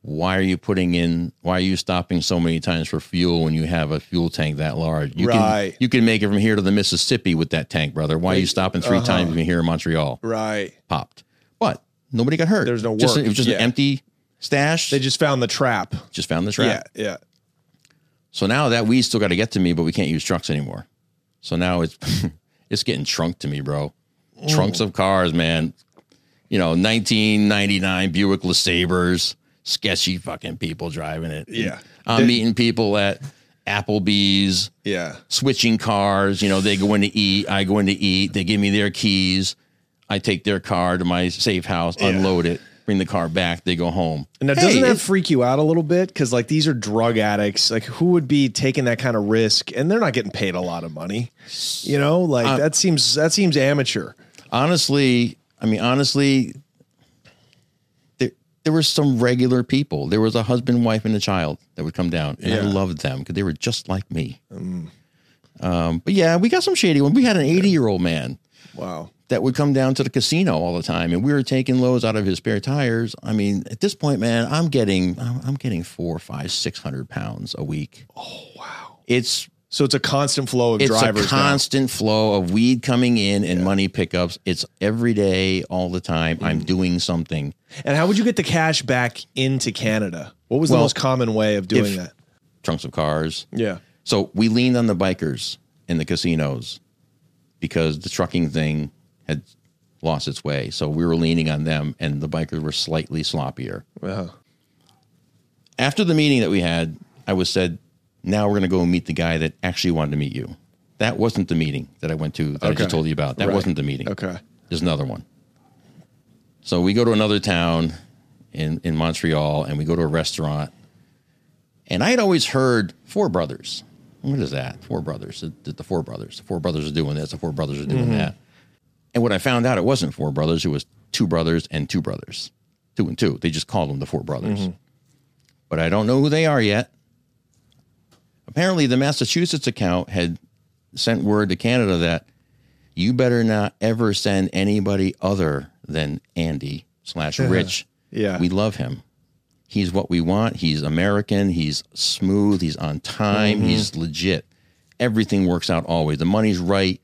Why are you putting in? Why are you stopping so many times for fuel when you have a fuel tank that large? You
Right.
can you can make it from here to the Mississippi with that tank, brother. Why are you stopping 3
Uh-huh.
times when you're here in Montreal?
Right.
Popped, but nobody got hurt.
There's no
Just,
work.
it was just
Yeah.
an empty stash.
They
They
just found the trap.
just found the trap.
Yeah. Yeah.
So now that weed's still got to get to me, but we can't use trucks anymore. So now it's it's getting trunked to me, bro. Trunks of cars, man. You know, 1999 Buick LeSabres, sketchy fucking people driving it.
Yeah.
I'm meeting people at Applebee's,
Yeah.
switching cars. You know, they go in to eat, I go in to eat. They give me their keys. I take their car to my safe house, unload it, bring the car back. They go home.
And now,
Hey,
doesn't that
it's-
freak you out a little bit? Because like these are drug addicts. Like who would be taking that kind of risk? And they're not getting paid a lot of money. You know, like
Uh,
that seems that seems amateur.
honestly, I mean, honestly, there there were some regular people. There was a husband, wife, and a child that would come down, and I
Yeah.
loved them because they were just like me. Um, but yeah, we got some shady one. We had an eighty year old man
Wow.
that would come down to the casino all the time, and we were taking loads out of his spare tires. I mean, at this point, man, I'm getting I'm I'm getting four, five, six hundred pounds a week. Oh wow! It's
So it's a constant flow of
it's
drivers.
a
now.
constant flow of weed coming in and money pickups. It's every day, all the time. I'm
Mm-hmm.
doing something.
And how would you get the cash back into Canada? What was the
Well,
most common way of doing
if-
that?
Trunks of cars.
Yeah.
So we leaned on the bikers in the casinos because the trucking thing had lost its way. So we were leaning on them, and the bikers were slightly sloppier.
Wow.
After the meeting that we had, I was said, "Now we're going to go and meet the guy that actually wanted to meet you." That wasn't the meeting that I went to that I
Okay.
just told you about. That
Right.
wasn't the meeting.
Okay.
There's another one. So we go to another town in, in Montreal and we go to a restaurant. And I had always heard Four Brothers. What is that? Four Brothers. The, the Four Brothers. The Four Brothers are doing this. The Four Brothers are doing
Mm-hmm.
that. And what I found out, it wasn't Four Brothers. It was two brothers and two brothers. Two and two. They just called them the Four Brothers.
Mm-hmm.
But I don't know who they are yet. Apparently, the Massachusetts account had sent word to Canada that you better not ever send anybody other than Andy slash Rich.
Yeah.
We love him. He's what we want. He's American. He's smooth. He's on time. He's legit. Everything works out always. The money's right.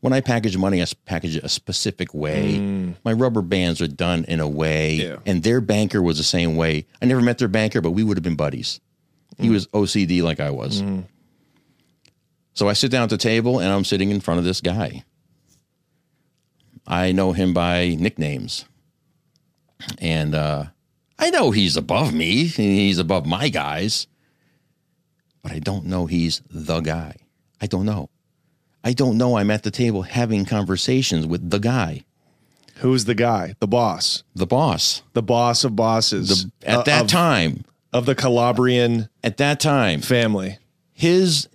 When I package money, I s- package it a specific way. My rubber bands are done in a way.
Yeah.
And their banker was the same way. I never met their banker, but we would have been buddies. He was OCD like I was. So I sit down at the table and I'm sitting in front of this guy. I know him by nicknames. And uh, I know he's above me and he's above my guys, but I don't know he's the guy. I don't know. I don't know. I'm at the table having conversations with the guy,
Who's the guy? The boss.
the boss
The boss of bosses.
at
uh,
that
of,
time.
of the Calabrian
At that time,
family.
his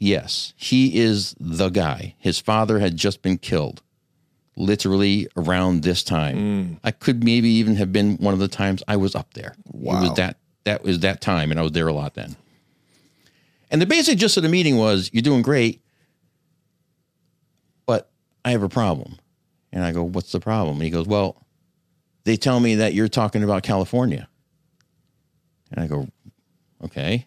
yes he is the guy his father had just been killed literally around this time i could maybe even have been one of the times i was up there it
Wow.
was that that was that time and i was there a lot then and the basic gist of the meeting was you're doing great but i have a problem and i go what's the problem and he goes well they tell me that you're talking about california and i go okay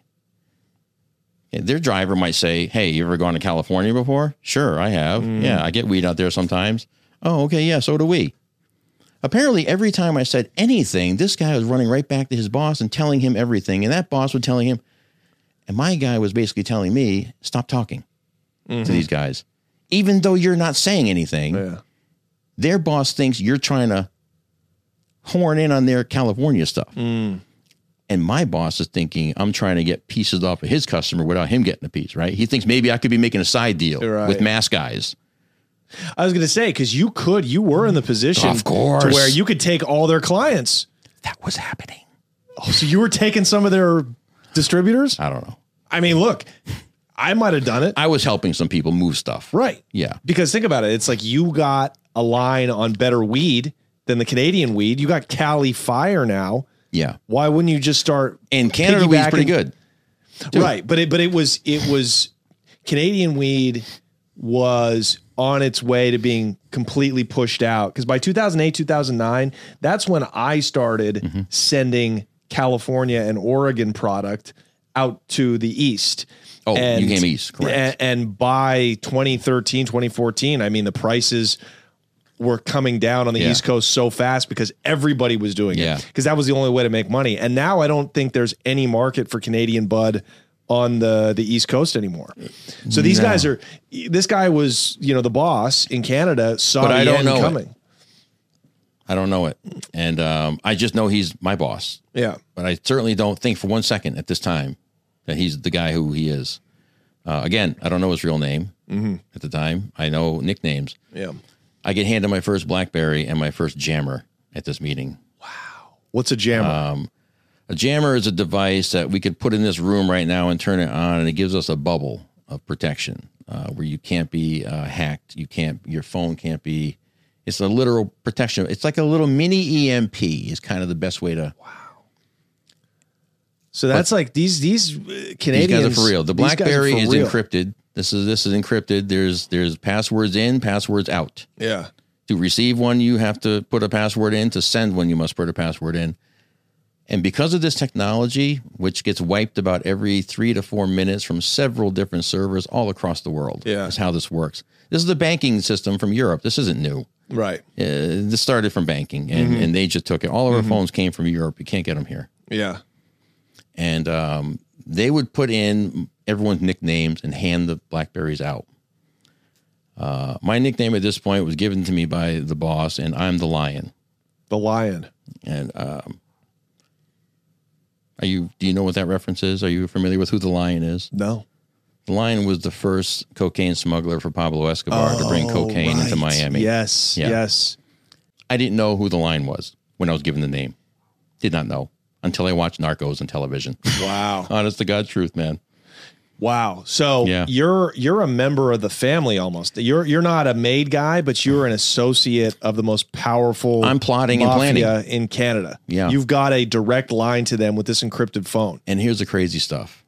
their driver might say, Hey, you ever gone to California before? Sure, I have. Yeah, I get weed out there sometimes. Oh, okay. Yeah, so do we. Apparently, every time I said anything, this guy was running right back to his boss and telling him everything. And that boss was telling him, and my guy was basically telling me, Stop talking to these guys. Even though you're not saying anything,
Yeah.
their boss thinks you're trying to horn in on their California stuff. And my boss is thinking I'm trying to get pieces off of his customer without him getting a piece, right? He thinks maybe I could be making a side deal
Right.
with mass guys.
I was going to say, because you could, you were in the position
Of course.
to where you could take all their clients.
That was happening.
Oh, so you were taking some of their distributors?
I don't know.
I mean, look, I might have done it.
I was helping some people move stuff.
Right.
Yeah.
Because think about it. It's like you got a line on better weed than the Canadian weed. You got Cali Fire now.
Yeah.
Why wouldn't you just start
And Canada weed's pretty
piggybacking-
good.
Right, but it but it was it was Canadian weed was on its way to being completely pushed out. Because by 2008, 2009, that's when I started
Mm-hmm.
sending California and Oregon product out to the East.
Oh, you came east, correct.
a- and by 2013, 2014, I mean, the prices were coming down on the
Yeah.
East Coast so fast because everybody was doing
Yeah.
it because that was the only way to make money. And now I don't think there's any market for Canadian bud on the the East Coast anymore. So these
No.
guys are. This guy was you know the boss in Canada saw
But
the
I don't
end
know it.
coming.
I don't know it, and um, I just know he's my boss.
Yeah,
but I certainly don't think for one second at this time that he's the guy who he is. Uh, again, I don't know his real name at the time. I know nicknames.
yeah.
I get handed my first BlackBerry and my first Jammer at this meeting.
What's a jammer?
Uh, A Jammer is a device that we could put in this room right now and turn it on, and it gives us a bubble of protection uh, where you can't be uh, hacked. You can't. Your phone can't be. It's a literal protection. It's like a little mini EMP. Is kind of the best way to.
so that's like these these uh,
These
Canadians
guys are for real. The
these guys are
BlackBerry
for
is
real.
encrypted. This is this is encrypted. There's there's passwords in, passwords out.
Yeah,
To receive one, you have to put a password in. To send one, you must put a password in. And because of this technology, which gets wiped about every three to four minutes from several different servers all across the world,
Yeah.
is how this works. This is the banking system from Europe. This isn't new.
right.
Uh, this started from banking, and,
Mm-hmm.
and they just took it. All of our phones came from Europe. You can't get them here
Yeah,
and um, they would put in everyone's nicknames and hand the blackberries out. Uh, my nickname at this point was given to me by the boss, and I'm the lion.
the lion.
And um, are you? Do you know what that reference is? Are you familiar with who the lion is?
No,
The lion was the first cocaine smuggler for Pablo Escobar to bring cocaine into
Right.
Miami.
Yes,
Yeah.
yes.
I didn't know who the lion was when I was given the name. Did not know until I watched Narcos on television.
Wow.
Honest to God, truth, man.
Wow. So
Yeah.
you're you're a member of the family almost. You're you're not a maid guy, but you're an associate of the most powerful
I'm plotting and
mafia in Canada.
Yeah.
You've got a direct line to them with this encrypted phone.
And here's the crazy stuff.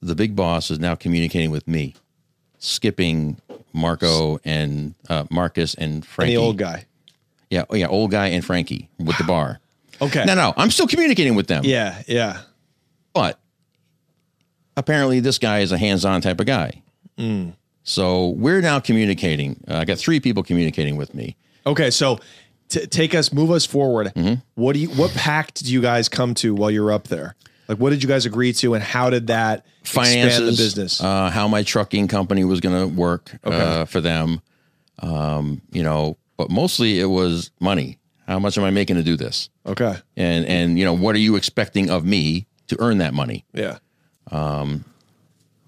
The big boss is now communicating with me, skipping Marco and uh, Marcus and
And
Frankie.
the old guy.
Yeah, oh, yeah, old guy and Frankie with the bar.
Okay.
No, no, I'm still communicating with them.
Yeah, yeah.
But apparently, this guy is a hands on type of guy.
Mm.
So we're now communicating. Uh, I got three people communicating with me.
Okay, so t- take us move us forward.
Mm-hmm.
What do you what pact do you guys come to while you're up there? Like what did you guys agree to and how did that expand
finances,
the business?
uh, how my trucking company was going to work uh, for them. Um, you know, but mostly it was money. How much am I making to do this?
okay.
And and you know, what are you expecting of me to earn that money?
Yeah.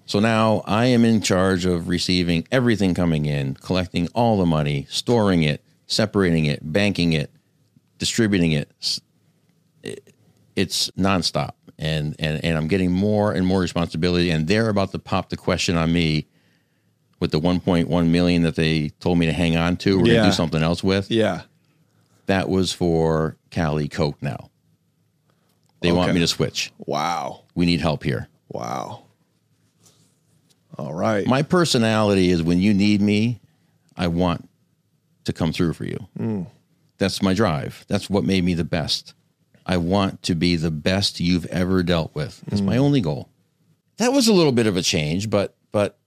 So now I am in charge of receiving everything coming in, collecting all the money, storing it, separating it, banking it, distributing it. S- it- It's nonstop, and and and I'm getting more and more responsibility. And they're about to pop the question on me with the 1.1 million that they told me to hang on to. We're
Yeah.
gonna do something else with.
Yeah.
That was for Cali Coke. Now they want
Okay.
me to switch.
Wow.
We need help here.
Wow. All right.
my personality is when you need me, I want to come through for you. That's my drive. That's what made me the best. I want to be the best you've ever dealt with. That's my only goal. That was a little bit of a change, but but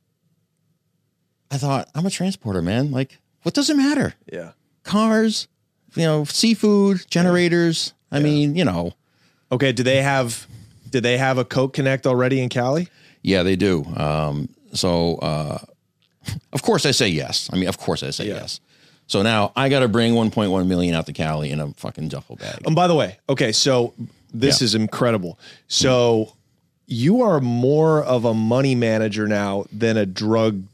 I thought I'm a transporter, man. Like, what does it matter?
yeah.
Cars, you know, seafood, generators. I mean, you know,
Okay. Do they have? Do they have a Coke Connect already in Cali? Oh,
Yeah, they do. Um, so, uh, of course, I say yes. I mean, of course, I say
Yeah.
yes. So now I got to bring 1.1 million out to Cali in a fucking duffel bag.
And by the way, okay. So this
Yeah.
is incredible. So you are more of a money manager now than a drug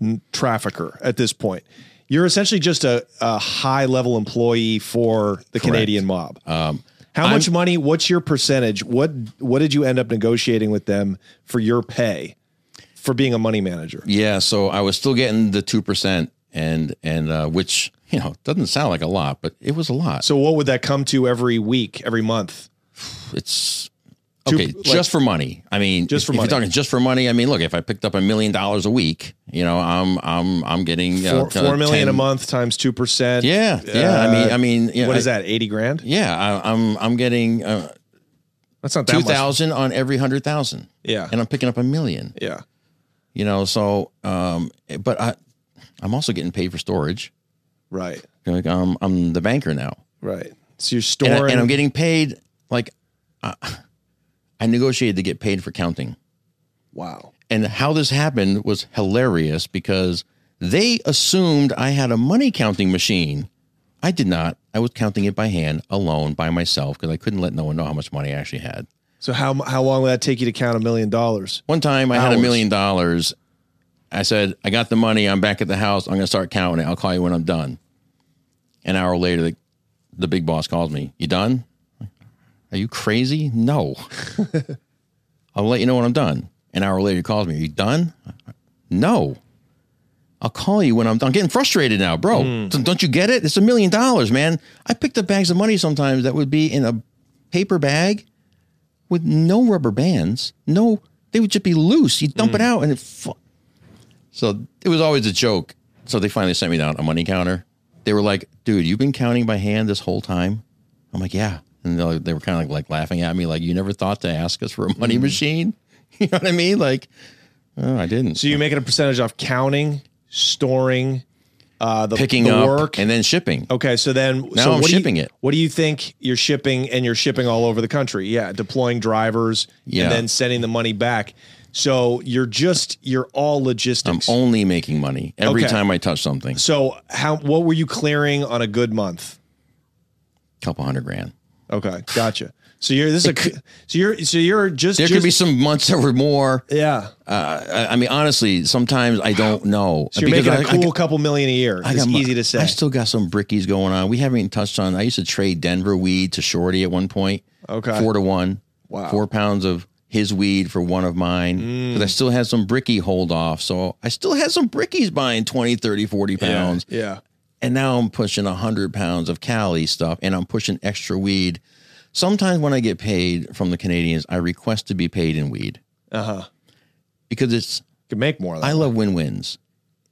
n- trafficker at this point. You're essentially just a, a high level employee for the Canadian mob.
Um,
How much money? What's your percentage? What What did you end up negotiating with them for your pay for being a money manager?
Yeah, so I was still getting the two percent, and and uh, which you know doesn't sound like a lot, but it was a lot.
So what would that come to every week, every month?
it's
Two-
Okay,
like-
just for money. I mean,
Just
if-
for
if
money.
You're talking just for money. I mean, look, if I picked up a million dollars a week, you know, I'm I'm I'm getting uh,
Four,
kinda
four million
10
a month times two percent. Uh,
Yeah, yeah. I mean, I mean, yeah,
what is
I-
that? Eighty grand?
Yeah, I, I'm I'm getting uh,
That's not that
two
much.
thousand on every hundred thousand.
Yeah.
and I'm picking up a million.
Yeah.
You know, so um, but I I'm also getting paid for storage.
Right.
Like um, I'm the banker now,
Right. So you're
and,
storing.
I, and I'm getting paid like I, I negotiated to get paid for counting.
wow.
And how this happened was hilarious because they assumed I had a money counting machine. I did not. I was counting it by hand alone by myself because I couldn't let no one know how much money I actually had.
So how how long will that take you to count a million dollars?
One time I had a
Hours.
million dollars. I said, I got the money. I'm back at the house. I'm going to start counting it. I'll call you when I'm done. An hour later, the, the big boss calls me. You done? Are you crazy? No. I'll let you know when I'm done. An hour later, he calls me. Are you done? No. I'll call you when I'm done. I'm getting frustrated now, bro.
Hmm.
Don't- Don't you get it? It's a million dollars, man. I picked up bags of money sometimes that would be in a paper bag with no rubber bands. No, they would just be loose. You dump it
Hmm.
out and it. Fu- so it was always a joke. So they finally sent me down a money counter. They were like, dude, you've been counting by hand this whole time? I'm like, yeah. And they they were kind of like laughing at me, like, you never thought to ask us for a
Hmm.
money machine? You know what I mean? Like, oh, I didn't.
So you're making a percentage off counting, storing, uh, the
picking
the
up
work,
and then shipping.
Okay, so then
Now
so
I'm
what do you-
shipping it.
What do you think you're shipping and you're shipping all over the country? Yeah, deploying drivers
Yeah.
and then sending the money back. So you're just you're all
I'm
logistics.
only making money every
Okay.
time I touch something.
so how what were you clearing on a good month?
couple hundred grand.
Okay, gotcha. So you're this is a so you're so you're just
There could be some months that were more.
be yeah.
Uh, I, I mean, honestly, sometimes I don't know.
So you're
Because
making a
I- I-
cool couple million a year.
I
it's
got my-
easy to say.
I still got some brickies going on. We haven't even touched on. I used to trade Denver weed to Shorty at one point.
Okay.
four to one.
Wow. Mm.
four pounds of his weed for one of mine. But I still had some bricky hold off, so I still had some brickies buying 20, 30, 40 pounds.
yeah.
And now I'm pushing 100 pounds of Cali stuff and I'm pushing extra weed. Sometimes when I get paid from the Canadians, I request to be paid in weed. Because it's,
Uh-huh. Could make more. Of that.
I love win wins.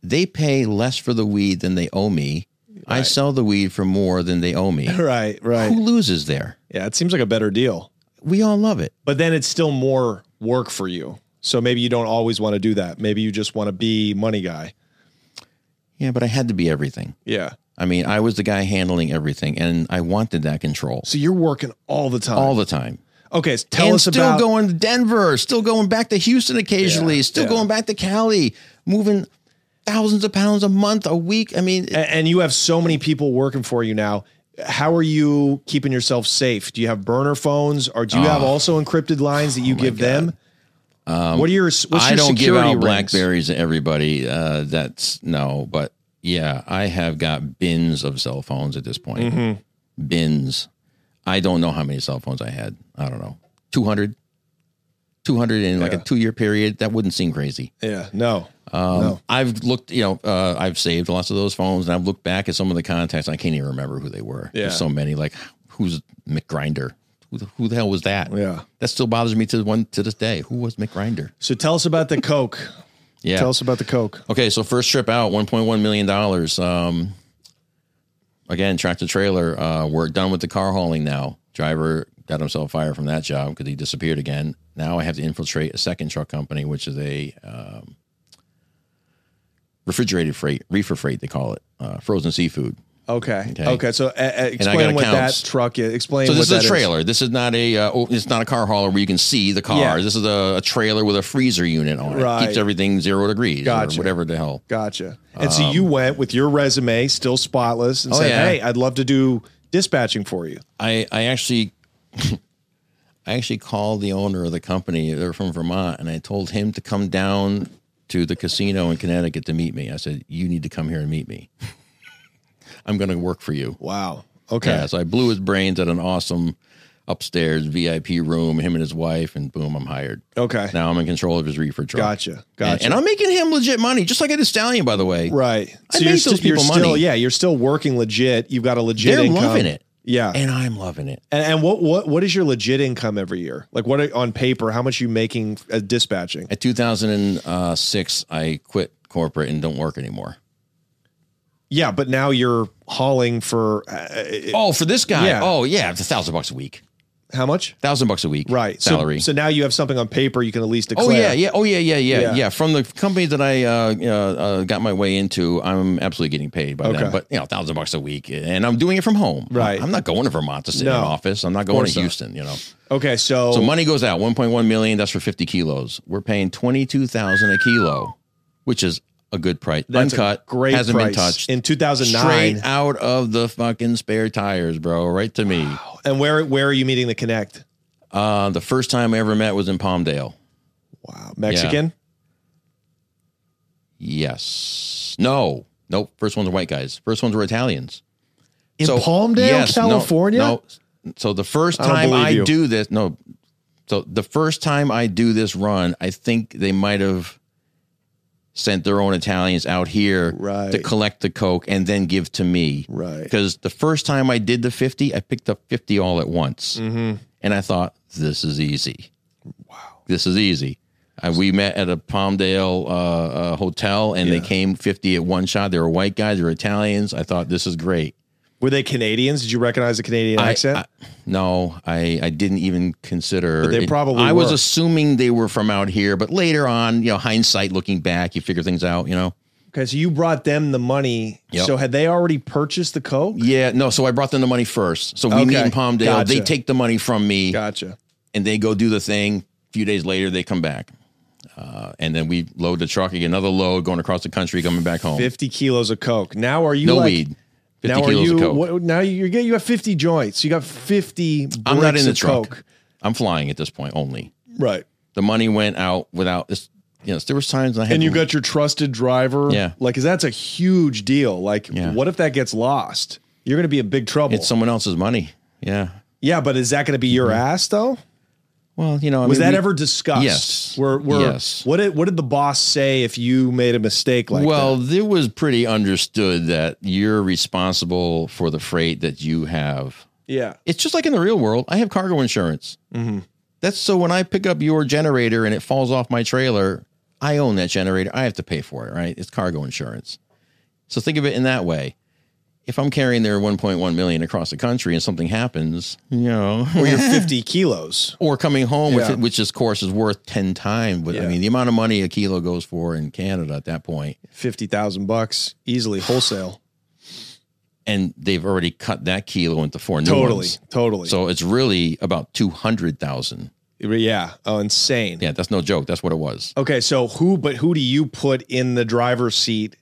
They pay less for the weed than they owe me. I sell the weed for more than they owe me.
right, right.
Who loses there?
Yeah, it seems like a better deal.
We all love it.
but then it's still more work for you. So maybe you don't always want to do that. Maybe you just want to be money guy.
Yeah, but I had to be everything.
Yeah.
I mean, I was the guy handling everything and I wanted that control
So you're working all the time.
all the time.
okay. So tell
and
us
still
about.
going to Denver, still going back to Houston occasionally,
Yeah,
still
yeah.
going back to Cali, moving thousands of pounds a month, a week. I mean,
A- and you have so many people working for you now. How are you keeping yourself safe? Do you have burner phones, or do you
Ah.
have also encrypted lines
Oh
that you give them? what are your what's
Um, I
your
don't give
security
out
rings?
blackberries to everybody. Uh, that's no, but yeah, I have got bins of cell phones at this point. Mm-hmm. Bins. I don't know how many cell phones I had. I don't know. 200, 200 in like a
Yeah.
two year period. That wouldn't seem crazy.
Yeah, no,
Uh,
no.
I've looked, you know, uh, I've saved lots of those phones, and I've looked back at some of the contacts. I can't even remember who they were.
Yeah.
There's so many. Like, who's McGrinder? Who the, who the hell was that?
Yeah.
that still bothers me to one to this day. Who was McGrinder?
So tell us about the Coke.
Yeah.
Tell us about the Coke.
okay, so first trip out, 1.1 million dollars. Um, again, tractor trailer. Uh, we're done with the car hauling now. Driver got himself fired from that job because he disappeared again. Now I have to infiltrate a second truck company, which is a um, refrigerated freight, reefer freight, they call it, uh, frozen seafood.
Okay. Okay.
Okay.
so uh, uh,
gotta
explain what
count.
that truck is. Explain.
So
what
this
that
is a trailer. This is not a uh, oh, it's not a car hauler where you can see the car.
Yeah.
This is a, a trailer with a freezer unit on it.
Right.
Keeps everything zero degrees
Gotcha.
or whatever the hell.
Gotcha. And so you went with your resume, still spotless, and
Um, Oh,
said,
yeah.
"Hey, I'd love to do dispatching for you."
I I actually I actually called the owner of the company. They're from Vermont, and I told him to come down to the casino in Connecticut to meet me. I said, "You need to come here and meet me. I'm going to work for you."
Wow. Okay.
Yeah, so I blew his brains at an awesome upstairs VIP room, him and his wife, and boom, I'm hired.
Okay.
Now I'm in control of his reefer truck.
Gotcha.
And-
Gotcha.
And, I'm making him legit money, just like I did Stallion, by the way.
right.
I made
sti-
those people
still,
money.
yeah, you're still working legit. You've got a legit
They're
income.
loving it.
Yeah. And,
and I'm loving it.
and what what what is your legit income every year? Like what are, on paper, how much are you making uh, dispatching?
At 2006, uh, I quit corporate and don't work anymore.
Yeah, but now you're hauling for uh,
Oh, for this guy.
Yeah.
Oh, yeah, it's a thousand bucks a week.
how much?
Thousand bucks a week.
Right. So-
Salary.
So, now you have something on paper you can at least declare.
Oh yeah, yeah. Oh yeah, yeah, yeah,
Yeah.
yeah. From the company that I uh, uh, uh, got my way into, I'm absolutely getting paid by
Okay.
them. But you know, thousand bucks a week, and I'm doing it from home.
Right.
I'm not going to Vermont to sit in
No.
an office. I'm not going
course
to
not.
Houston. You know.
Okay. So,
So money goes out. 1.1 million. That's for 50 kilos. We're paying 22,000 a kilo, which is a good price.
that's a
Uncut.
great
Hasn't
price.
been touched.
in 2009.
Straight out of the fucking spare tires, bro. Right to me.
And where where are you meeting the connect?
Uh, the first time I ever met was in Palmdale.
Wow, Mexican.
Yes. No. Nope. First ones are white guys. First ones were Italians.
In
So-
Palmdale,
yes, no,
California?
No, So the first
I don't
time
believe
I
you.
do this, no. So the first time I do this run, I think they might have sent their own Italians out here to
Right.
collect the coke and then give to me.
Right.
Because the first time I did the 50, I picked up 50 all at once.
Mm-hmm.
And I thought, this is easy. Wow. This is easy. I, we met at a Palmdale uh, uh, hotel and they came 50 at one shot. They were white guys, they were Italians. I thought, this is great.
Were they Canadians? Did you recognize the Canadian
I-
accent?
I- no, I, I didn't even consider.
But they
it.
probably
I was
were.
assuming they were from out here, but later on, you know, hindsight looking back, you figure things out, you know?
okay, so you brought them the money.
Yep.
So had they already purchased the coke?
Yeah, no, so I brought them the money first. So we meet
Okay,
in Palmdale.
gotcha.
They take the money from me
Gotcha.
and they go do the thing. A few days later, they come back. Uh, and then we load the truck, again, another load going across the country, coming back home.
Fifty kilos of coke. Now are you
no
like,
weed. 50
now are
kilos
you?
of coke.
What, now you get you have fifty joints. You got fifty.
I'm not
bricks
in the
of
truck.
Coke.
I'm flying at this point only.
Right.
The money went out without this. You know, there was times I had
And you
to-
got your trusted driver.
Yeah.
Like, 'cause that's a huge deal. Like,
Yeah.
what if that gets lost? You're going to be in big trouble.
It's Mm-hmm. someone else's money. Yeah.
yeah, but is that going to be your ass though?
Well, you know, I
Was
mean,
that
we-
ever discussed?
Yes.
Where, where,
Yes.
What did what did the boss say if you made a mistake like
well,
that?
it was pretty understood that you're responsible for the freight that you have.
yeah,
It's just like in the real world. I have cargo insurance.
Mm-hmm.
That's so when I pick up your generator and it falls off my trailer, I own that generator. I have to pay for it, right? It's cargo insurance. So think of it in that way. If I'm carrying their 1.1 million across the country and something happens, you know,
or you're 50 kilos.
or coming home with
Yeah.
it, which of course is worth 10 times. But
Yeah.
I mean, the amount of money a kilo goes for in Canada at that point,
Fifty thousand bucks easily wholesale.
and they've already cut that kilo into four new
totally,
ones.
totally.
So it's really about 200,000.
yeah, oh, insane.
Yeah, that's no joke. That's what it was.
Okay, so who? But who do you put in the driver's seat,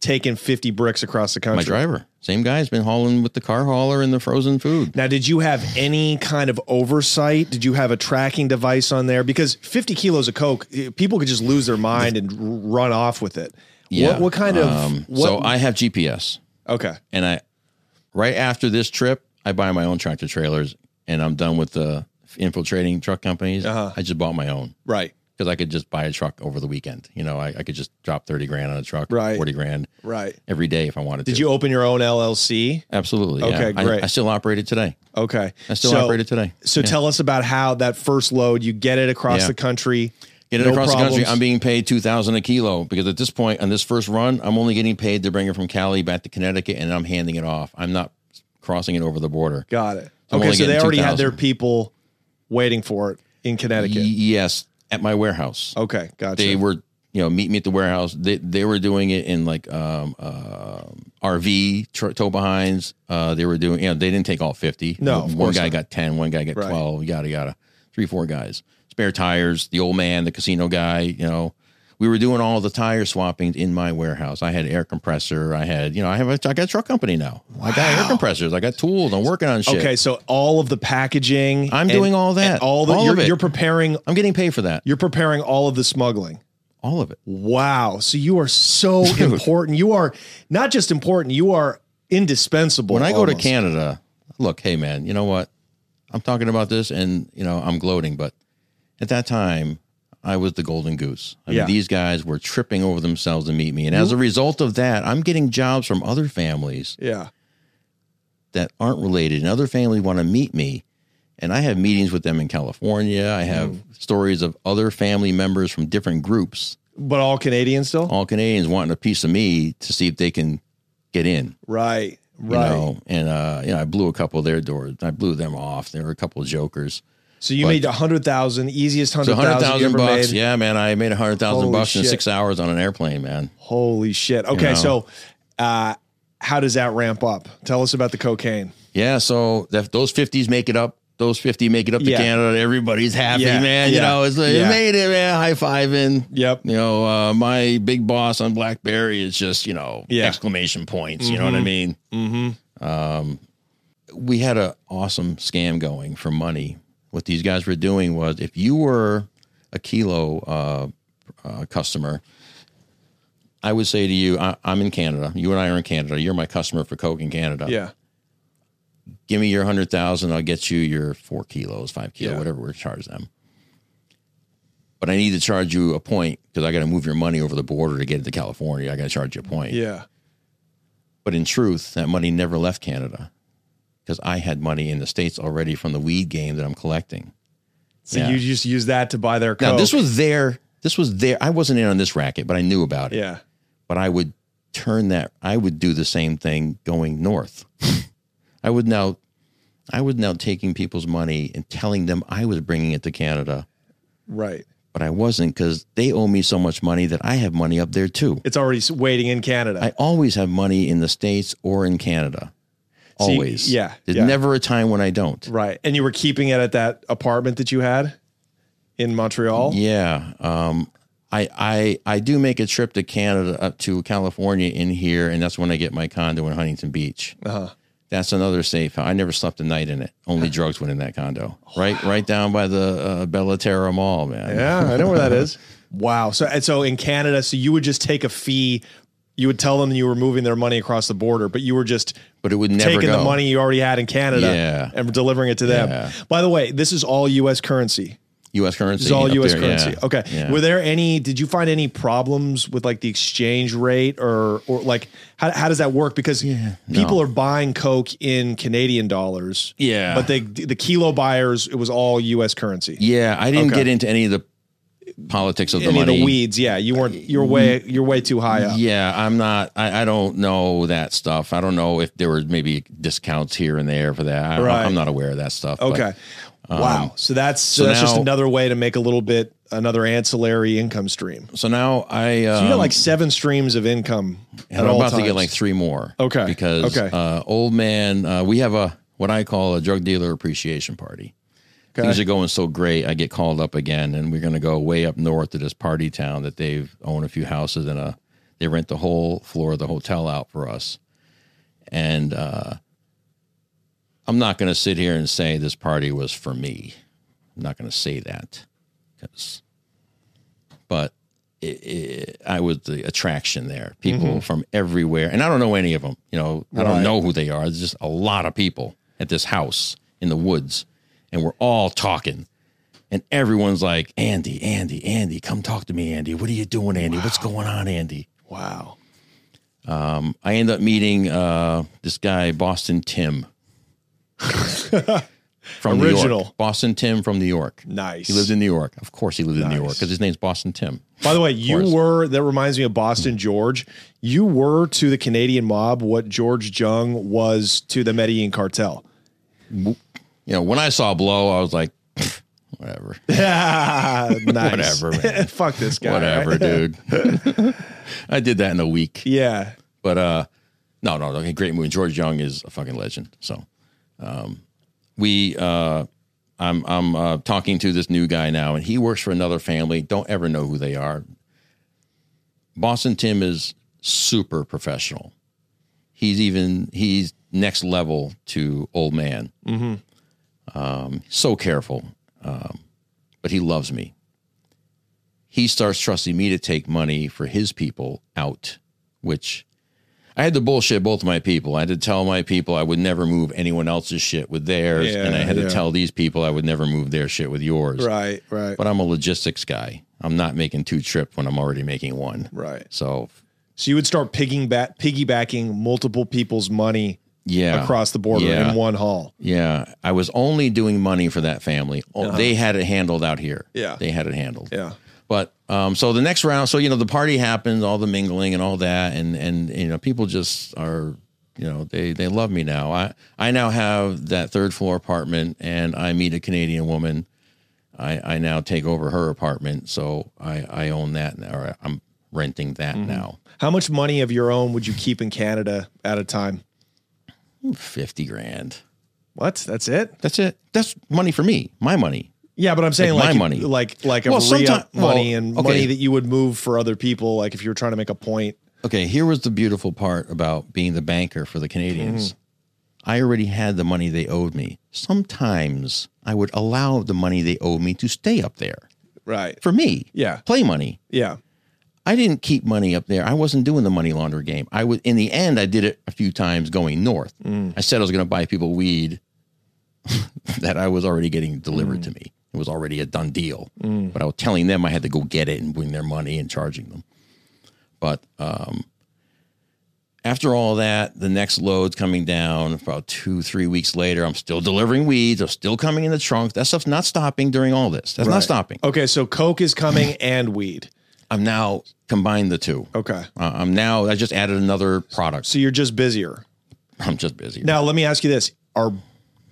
taking 50 bricks across the country?
My driver, same guy, has been hauling with the car hauler and the frozen food.
Now, did you have any kind of oversight? Did you have a tracking device on there? Because 50 kilos of coke, eh, people could just lose their mind and r- run off with it.
Yeah.
What, what kind of?
Um,
what,
So I have GPS,
okay.
and I, right after this trip, I buy my own tractor trailers, and I'm done with the infiltrating truck companies.
Uh-huh.
I just bought my own.
Right.
because I could just buy a truck over the weekend. You know, I, I could just drop 30 grand on a truck,
Right.
40 grand
Right.
every day if I wanted
Did
to.
you open your own LLC?
Absolutely.
Okay,
yeah. I-
great.
I, still operate it today.
Okay.
I still
so,
operate it today.
So
Yeah.
tell us about how that first load, you get it across
Yeah.
the country.
Get it
no
across the country.
problems.
I'm being paid 2000 a kilo because at this point on this first run, I'm only getting paid to bring it from Cali back to Connecticut and I'm handing it off. I'm not crossing it over the border.
Got it.
I'm
okay.
only
So they
getting
already had
2,000.
their people waiting for it in Connecticut.
Y- yes, at my warehouse.
okay. Gotcha.
They were, you know, meet me at the warehouse. They they were doing it in like um, uh, RV tr- tow behinds. Uh, they were doing, you know, they didn't take all fifty.
No, of
one,
course
guy
not.
got ten, one guy got
Right.
twelve, yada yada, three four guys. Spare tires, the old man, the casino guy, you know. We were doing all the tire swapping in my warehouse. I had air compressor. I had, you know, I have a, I got a truck company now. I got air compressors. I got tools. I'm working on shit.
okay. So all of the packaging.
I'm doing all that.
and All, the,
All
you're,
of it.
you're preparing.
I'm getting paid for that.
You're preparing all of the smuggling.
All of it.
Wow. So you are so important. You are not just important, you are indispensable.
when I go to
almost.
Canada, look, hey man, you know what? I'm talking about this and you know, I'm gloating, but at that time I was the golden goose. I
Yeah. Mm-hmm.
mean, these guys were tripping over themselves to meet me. And as a result of that, I'm getting jobs from other families
Yeah.
that aren't related and other family want to meet me. And I have meetings with them in California.
Mm-hmm.
I have stories of other family members from different groups,
But all Canadians still?
all Canadians wanting a piece of me to see if they can get in.
Right.
You
Right.
know, and uh, you know, I blew a couple of their doors. I blew them off. There were a couple of jokers.
so you made a hundred thousand, easiest
So
hundred
hundred
thousand you
thousand
ever
bucks.
made.
Yeah, man. I made a hundred thousand
Holy
bucks in
shit.
six hours on an airplane, man.
Holy shit. Okay,
know.
so uh how does that ramp up? Tell us about the cocaine.
Yeah, so that those fifties make it up. Those fifty make it up to
Yeah.
Canada. Everybody's happy,
Yeah,
man. You
yeah,
know, it's like,
yeah.
it made it, man. High fiving.
Yep.
You know, uh, my big boss on BlackBerry is just you know
Yeah.
exclamation points. You know what I mean? Mm-hmm. Um, we had a awesome scam going for money. What these guys were doing was, if you were a kilo uh, uh, customer, I would say to you, I, I'm in Canada. You and I are in Canada. You're my customer for Coke in Canada
Yeah.
give me your hundred thousand, I'll get you your four kilos, five kilo,
Yeah.
whatever we charge them. But I need to charge you a point because I got to move your money over the border to get it to California. I got to charge you a point.
Yeah.
But in truth, that money never left Canada because I had money in the states already from the weed game that I'm collecting.
So
Yeah.
you just use that to buy their coke.
Now this was their, this was their. I wasn't in on this racket, but I knew about it.
Yeah.
But I would turn that. I would do the same thing going north. I would now, I was now taking people's money and telling them I was bringing it to Canada.
Right.
but I wasn't because they owe me so much money that I have money up there too.
It's already s- waiting in Canada.
I always have money in the States or in Canada.
See,
Always.
yeah,
There's
yeah.
never a time when I don't.
right. And you were keeping it at that apartment that you had in Montreal?
Yeah. Um, I, I, I do make a trip to Canada up to California in here, and that's when I get my condo in Huntington Beach. Uh-huh. That's another safe. house. I never slept a night in it. Only drugs went in that condo.
Oh,
Right, right down by the uh, Bellaterra Mall, man.
Yeah, I know where that is. Wow. So and so in Canada, so you would just take a fee. You would tell them you were moving their money across the border, but you were just
But it would never
taking the
go.
money you already had in Canada
Yeah.
and delivering it to them.
Yeah.
By the way, this is all U.S. currency.
U.S. currency.
This is all
up
U.S.
there, yeah.
currency. Okay.
Yeah.
Were there any? Did you find any problems with like the exchange rate or or like how how does that work? Because people
no.
are buying coke in Canadian dollars.
Yeah.
But they the kilo buyers, it was all U.S. currency.
Yeah, I didn't
Okay.
get into any of the politics of the
any
money.
of the weeds. Yeah, you weren't. You're way. You're way too high up.
Yeah, I'm not. I, I don't know that stuff. I don't know if there were maybe discounts here and there for that. I,
Right.
I'm not aware of that stuff. but-
Okay. wow. So that's so, that's just
um, now-
another way to make a little bit another ancillary income stream.
so now I. Um,
So you got like seven streams of income.
and
At
I'm
all
about to get
times.
like three more.
Okay,
Because
okay.
Uh, old man, uh, we have a what I call a drug dealer appreciation party. Things are going so great. I get called up again, and we're going to go way up north to this party town that they've own a few houses and a they rent the whole floor of the hotel out for us. And uh, I'm not going to sit here and say this party was for me. I'm not going to say that, 'cause- but it, it, I was the attraction there. People from everywhere, and I don't know any of them. You know, I
Mm-hmm. Right.
don't know who they are. There's just a lot of people at this house in the woods, and we're all talking. And everyone's like, Andy, Andy, Andy, come talk to me, Andy. What are you doing, Andy? What's going on, Andy?
wow.
I end up meeting uh, this guy, Boston Tim. from New
Original.
York. Boston Tim from New York.
Nice.
He lives in New York. Of course, he lived in New York because his name's Boston Tim.
By the way, you
course.
were that reminds me of Boston George. You were to the Canadian mob what George Jung was to the Medellin cartel.
You know, when I saw Blow, I was like, whatever,
nice.
Whatever, man.
Fuck this guy.
whatever,
right?
dude. I did that in a week.
Yeah.
But uh, no, no, no, great movie. George Young is a fucking legend. So, um, we, uh, I'm, I'm uh, talking to this new guy now, and he works for another family. Don't ever know who they are. Boston Tim is super professional. He's even he's next level to old man.
Mm-hmm.
Um, so careful, um, but he loves me. He starts trusting me to take money for his people out, which I had to bullshit both my people. I had to tell my people I would never move anyone else's shit with theirs, and I
Yeah,
had
yeah.
to tell these people I would never move their shit with yours.
Right. Right.
But I'm a logistics guy. I'm not making two trips when I'm already making one.
Right.
So
So you would start pigging back, piggybacking multiple people's money
Yeah.
across the border
Yeah.
in one haul.
Yeah, I was only doing money for that family. Oh, They had it handled out here.
Uh-huh. Yeah.
they had it handled.
Yeah.
But um, so the next round, so you know, the party happens, all the mingling and all that, and and you know, people just are, you know, they they love me now. I I now have that third floor apartment, and I meet a Canadian woman. I I now take over her apartment, so I I own that, now, or I'm renting that now.
How much money of your own would you keep in Canada at a time?
Fifty grand.
What? That's it?
That's it. That's money for me. My money.
Yeah, but I'm saying
Like
like,
my
you-
money.
like like a
Well,
re
sometime- well,
money and
okay.
money that you would move for other people. Like if you were trying to make a point,
okay, here was the beautiful part about being the banker for the Canadians. I already had the money they owed me. Sometimes I would allow the money they owed me to stay up there
right?
for me.
Yeah.
Play money.
Yeah,
I didn't keep money up there. I wasn't doing the money launder game. I was in the end. I did it a few times going north. I said I was going to buy people weed that I was already getting delivered to me. It was already a done deal. But I was telling them I had to go get it and bring their money and charging them. But um, after all that, the next load's coming down. About two, three weeks later, I'm still delivering weeds. I'm still coming in the trunk. That stuff's not stopping during all this. That's not
Right.
stopping.
Okay, so coke is coming and weed.
I'm now combined the two.
Okay,
Uh, I'm now. I just added another product.
so you're just busier.
I'm just busy.
Now let me ask you this: Are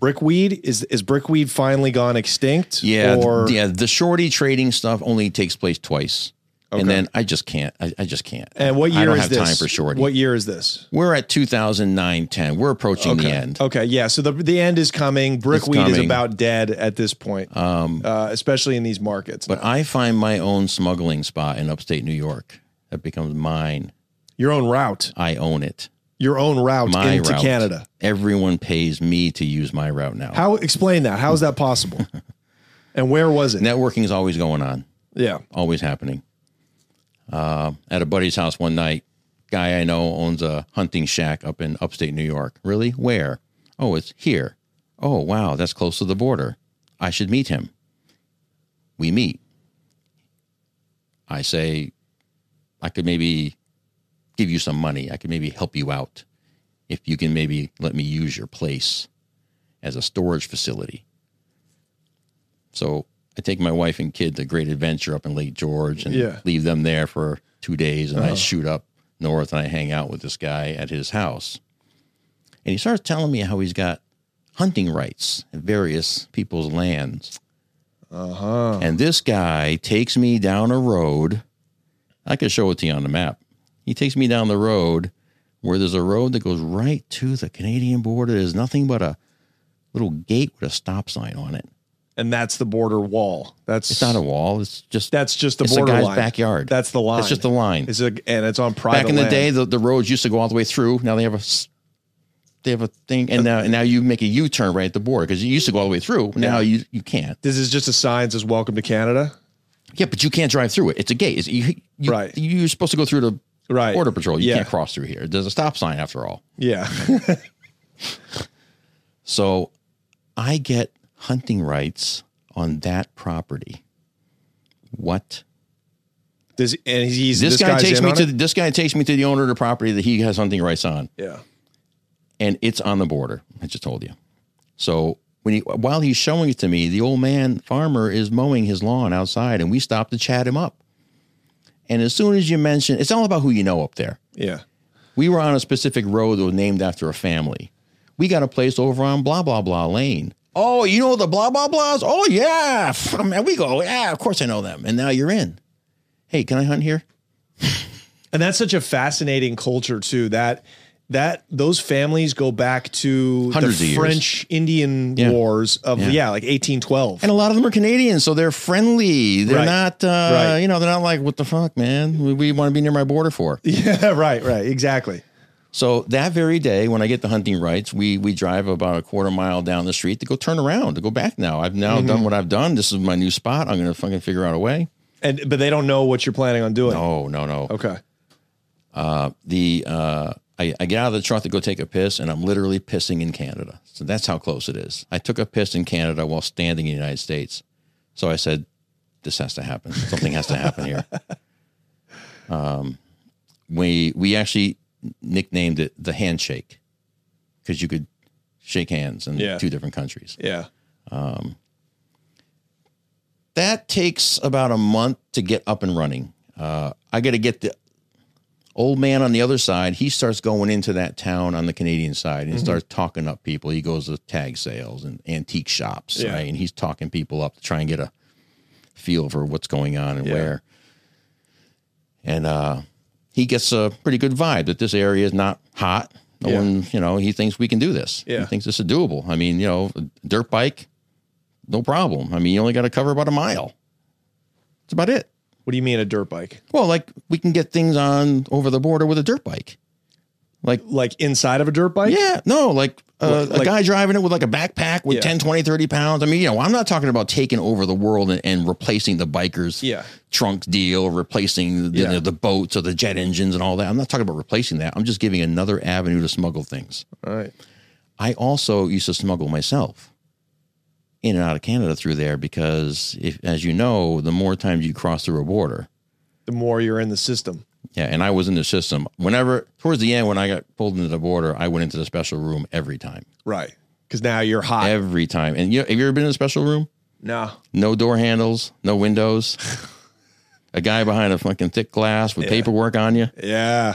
brickweed is is brickweed finally gone extinct?
yeah, th-
or
yeah. The shorty trading stuff only takes place twice,
Okay.
and then I just can't. I, I just can't.
and what year
I don't
is
have
this?
time for shorty.
What year is this?
We're at 2009, 10. We're approaching the end.
Okay, yeah. So the the end is coming. Brickweed is
coming.
about dead at this point, um, uh, especially in these markets.
But I find my own smuggling spot in upstate New York that becomes mine.
your own route,
I own it.
your own route
My
into
route.
Canada.
Everyone pays me to use my route now.
How explain that? How is that possible? and where was it?
Networking is always going on.
yeah.
always happening. Uh, at a buddy's house one night, guy I know owns a hunting shack up in upstate New York. Really? Where? Oh, it's here. Oh, wow, that's close to the border. I should meet him. We meet. I say, I could maybe give you some money. I could maybe help you out if you can maybe let me use your place as a storage facility. So I take my wife and kid to Great Adventure up in Lake George and
Yeah.
leave them there for two days. And I shoot up north and I hang out with this guy at his house. And he starts telling me how he's got hunting rights in various people's lands. Uh-huh. And this guy takes me down a road. I could show it to you on the map. He takes me down the road where there's a road that goes right to the Canadian border. There's nothing but a little gate with a stop sign on it.
And that's the border wall. That's
It's not a wall. It's just
that's just the
it's
border
a guy's
line.
backyard.
That's the line.
It's just a line.
It's a, and it's on private.
Back in the
land.
day, the, the roads used to go all the way through. Now they have a s- they have a thing, and now and now you make a U turn right at the border because you used to go all the way through. Now you you can't.
this is just a sign that says "Welcome to Canada."
Yeah, but you can't drive through it. It's a gate. It's, you, you,
Right.
You're supposed to go through the
Right.
border patrol. You
Yeah.
can't cross through here. There's a stop sign after all.
Yeah,
So I get hunting rights on that property. What?
this and he's
This, guy
guy's
takes
in
me
on
to
it?
the, this guy takes me to the owner of the property that he has hunting rights on.
yeah.
and it's on the border. I just told you. So when he, while he's showing it to me, the old man farmer is mowing his lawn outside, and we stop to chat him up. And as soon as you mention, it's all about who you know up there.
Yeah.
We were on a specific road that was named after a family. We got a place over on blah blah blah lane. Oh, you know the blah blah blahs? Oh yeah, man, we go. Yeah, of course I know them. And now you're in. Hey, can I hunt here?
And that's such a fascinating culture too. That that those families go back to
Hundreds of
the
years.
French Indian
Yeah.
wars of yeah, like 1812.
And a lot of them are Canadian, so they're friendly. They're
Right.
not, uh,
Right.
you know, they're not like, what the fuck, man? We, we want to be near my border for.
yeah, right, right, exactly.
So that very day, when I get the hunting rights, we we drive about a quarter mile down the street to go turn around to go back. Now I've now
Mm-hmm.
done what I've done. This is my new spot. I'm gonna fucking figure out a way.
And but they don't know what you're planning on doing.
Oh no no.
Okay.
The uh, I, I get out of the truck to go take a piss, and I'm literally pissing in Canada. So that's how close it is. I took a piss in Canada while standing in the United States. So I said, this has to happen. Something has to happen here. Um, we we actually nicknamed it the handshake because you could shake hands in
Yeah.
two different countries.
Yeah.
That takes about a month to get up and running. Uh, I got to get the old man on the other side. He starts going into that town on the Canadian side
Mm-hmm.
and starts talking up people. He goes to tag sales and antique shops,
Yeah.
right? And he's talking people up to try and get a feel for what's going on and
Yeah.
where. And uh, he gets a pretty good vibe that this area is not hot. No
Yeah.
one, you know, he thinks we can do this.
Yeah.
He thinks this is doable. I mean, you know, a dirt bike, no problem. I mean, you only got to cover about a mile. That's about it.
What do you mean a dirt bike?
Well, like we can get things on over the border with a dirt bike.
Like inside of a dirt bike?
Yeah, no, like, uh,
Like-
a guy driving it with like a backpack with
Yeah.
10, 20, 30 pounds. I mean, you know, I'm not talking about taking over the world and, and replacing the bikers'
Yeah.
trunk deal, replacing the,
Yeah.
the, boats or the jet engines and all that. I'm not talking about replacing that. I'm just giving another avenue to smuggle things.
All right.
I also used to smuggle myself in and out of Canada through there because, if, as you know, the more times you cross through a border,
The more you're in the system.
yeah, and I was in the system. Whenever towards the end, when I got pulled into the border, I went into the special room every time.
Right. Because now you're hot.
every time. And you know, have you ever been in a special room?
no.
No door handles, no windows. a guy behind a fucking thick glass with paperwork on you,
Yeah.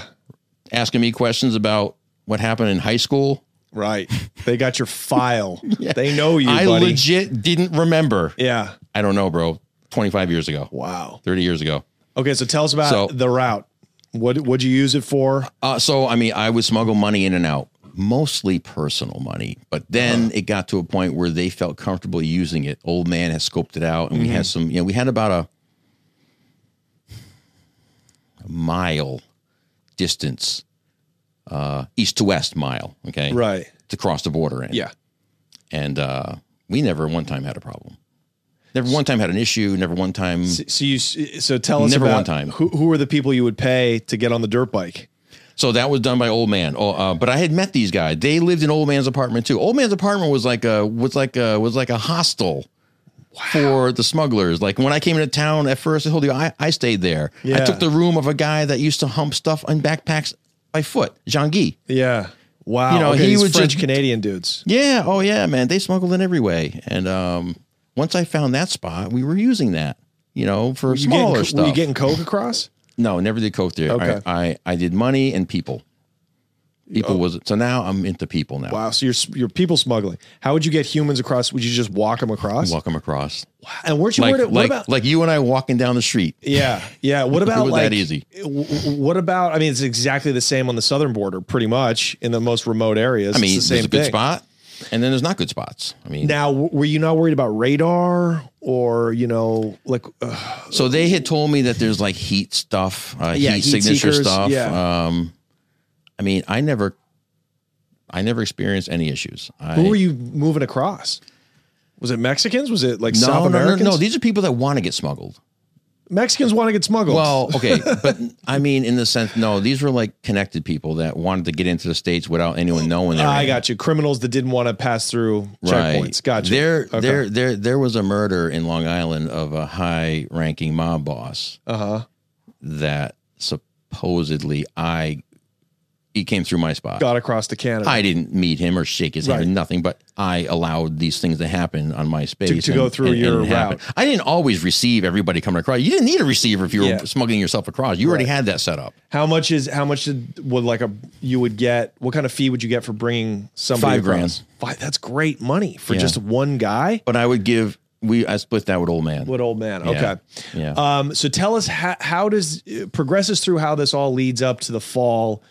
asking me questions about what happened in high school.
Right. They got your file. They know you,
I
buddy.
legit didn't remember.
yeah.
I don't know, bro. 25 years ago,
Wow.
30 years ago.
Okay, so tell us about
So-
the route. What would you use it for?
Uh, so, I mean, I would smuggle money in and out, mostly personal money. But then
Uh-huh.
it got to a point where they felt comfortable using it. Old man has scoped it out, and we
Mm-hmm.
had some. You know, we had about a, a mile distance, uh, east to west mile. Okay,
Right.
to cross the border in.
Yeah.
and uh, we never one time had a problem. Never one time had an issue. Never one time.
So you so tell us
Never
about
one time.
who who are the people you would pay to get on the dirt bike?
So that was done by old man. Oh, uh, but I had met these guys. They lived in old man's apartment too. Old man's apartment was like a was like a was like a hostel for the smugglers. Like when I came into town at first, I told you I, I stayed there.
Yeah.
I took the room of a guy that used to hump stuff in backpacks by foot, Jean Guy.
Yeah. Wow.
You know,
okay,
he
these
would just-
French Canadian dudes.
Yeah, oh yeah, man. They smuggled in every way. And um, once I found that spot, we were using that. You know, for
You
smaller
getting,
stuff.
Were you getting coke across?
No, never did coke there.
Okay. Oh.
I, I I did money and people. People was so now I'm into people now.
Wow. So you're s- you're people smuggling. How would you get humans across? Would you just walk them across?
Walk them across,
And weren't you
like
worried? What
like
about
like you and I walking down the street.
Yeah, yeah. What about
was that
like
easy.
w- w- what about? I mean, it's exactly the same on the southern border, pretty much in the most remote areas.
I mean,
it's the
there's
same
a good
thing.
spot, and then there's not good spots. I mean,
Now, w- were you not worried about radar or you know, like uh,
so they had told me that there's like heat stuff, uh,
Yeah,
heat,
heat
signature
seekers,
stuff.
yeah.
Um, I mean, I never, I never experienced any issues. I,
who were you moving across? Was it Mexicans? Was it like
No,
South
no, no,
Americans?
no, These are people that want to get smuggled.
Mexicans want to get smuggled.
Well, okay, but I mean, in the sense, no, these were like connected people that wanted to get into the states without anyone knowing. they were
I
in.
got you. Criminals that didn't want to pass through checkpoints. Gotcha.
There,
Okay.
there, there, there was a murder in Long Island of a high-ranking mob boss
Uh-huh.
that supposedly I he came through my spot.
Got across to Canada
I didn't meet him or shake his hand
Right.
or nothing, but I allowed these things to happen on my space
to go through your
happen.
route.
I didn't always receive everybody coming across. You didn't need a receiver if you were
Yeah.
smuggling yourself across. You already had that set up.
How much is how much did, would like a you would get? What kind of fee would you get for bringing somebody?
Five grand.
across? Five. That's great money for
Yeah.
just one guy.
But I would give we I split that with old man.
What old man?
Yeah.
Okay.
Yeah.
Um. So tell us how how does it progresses through how this all leads up to the fall.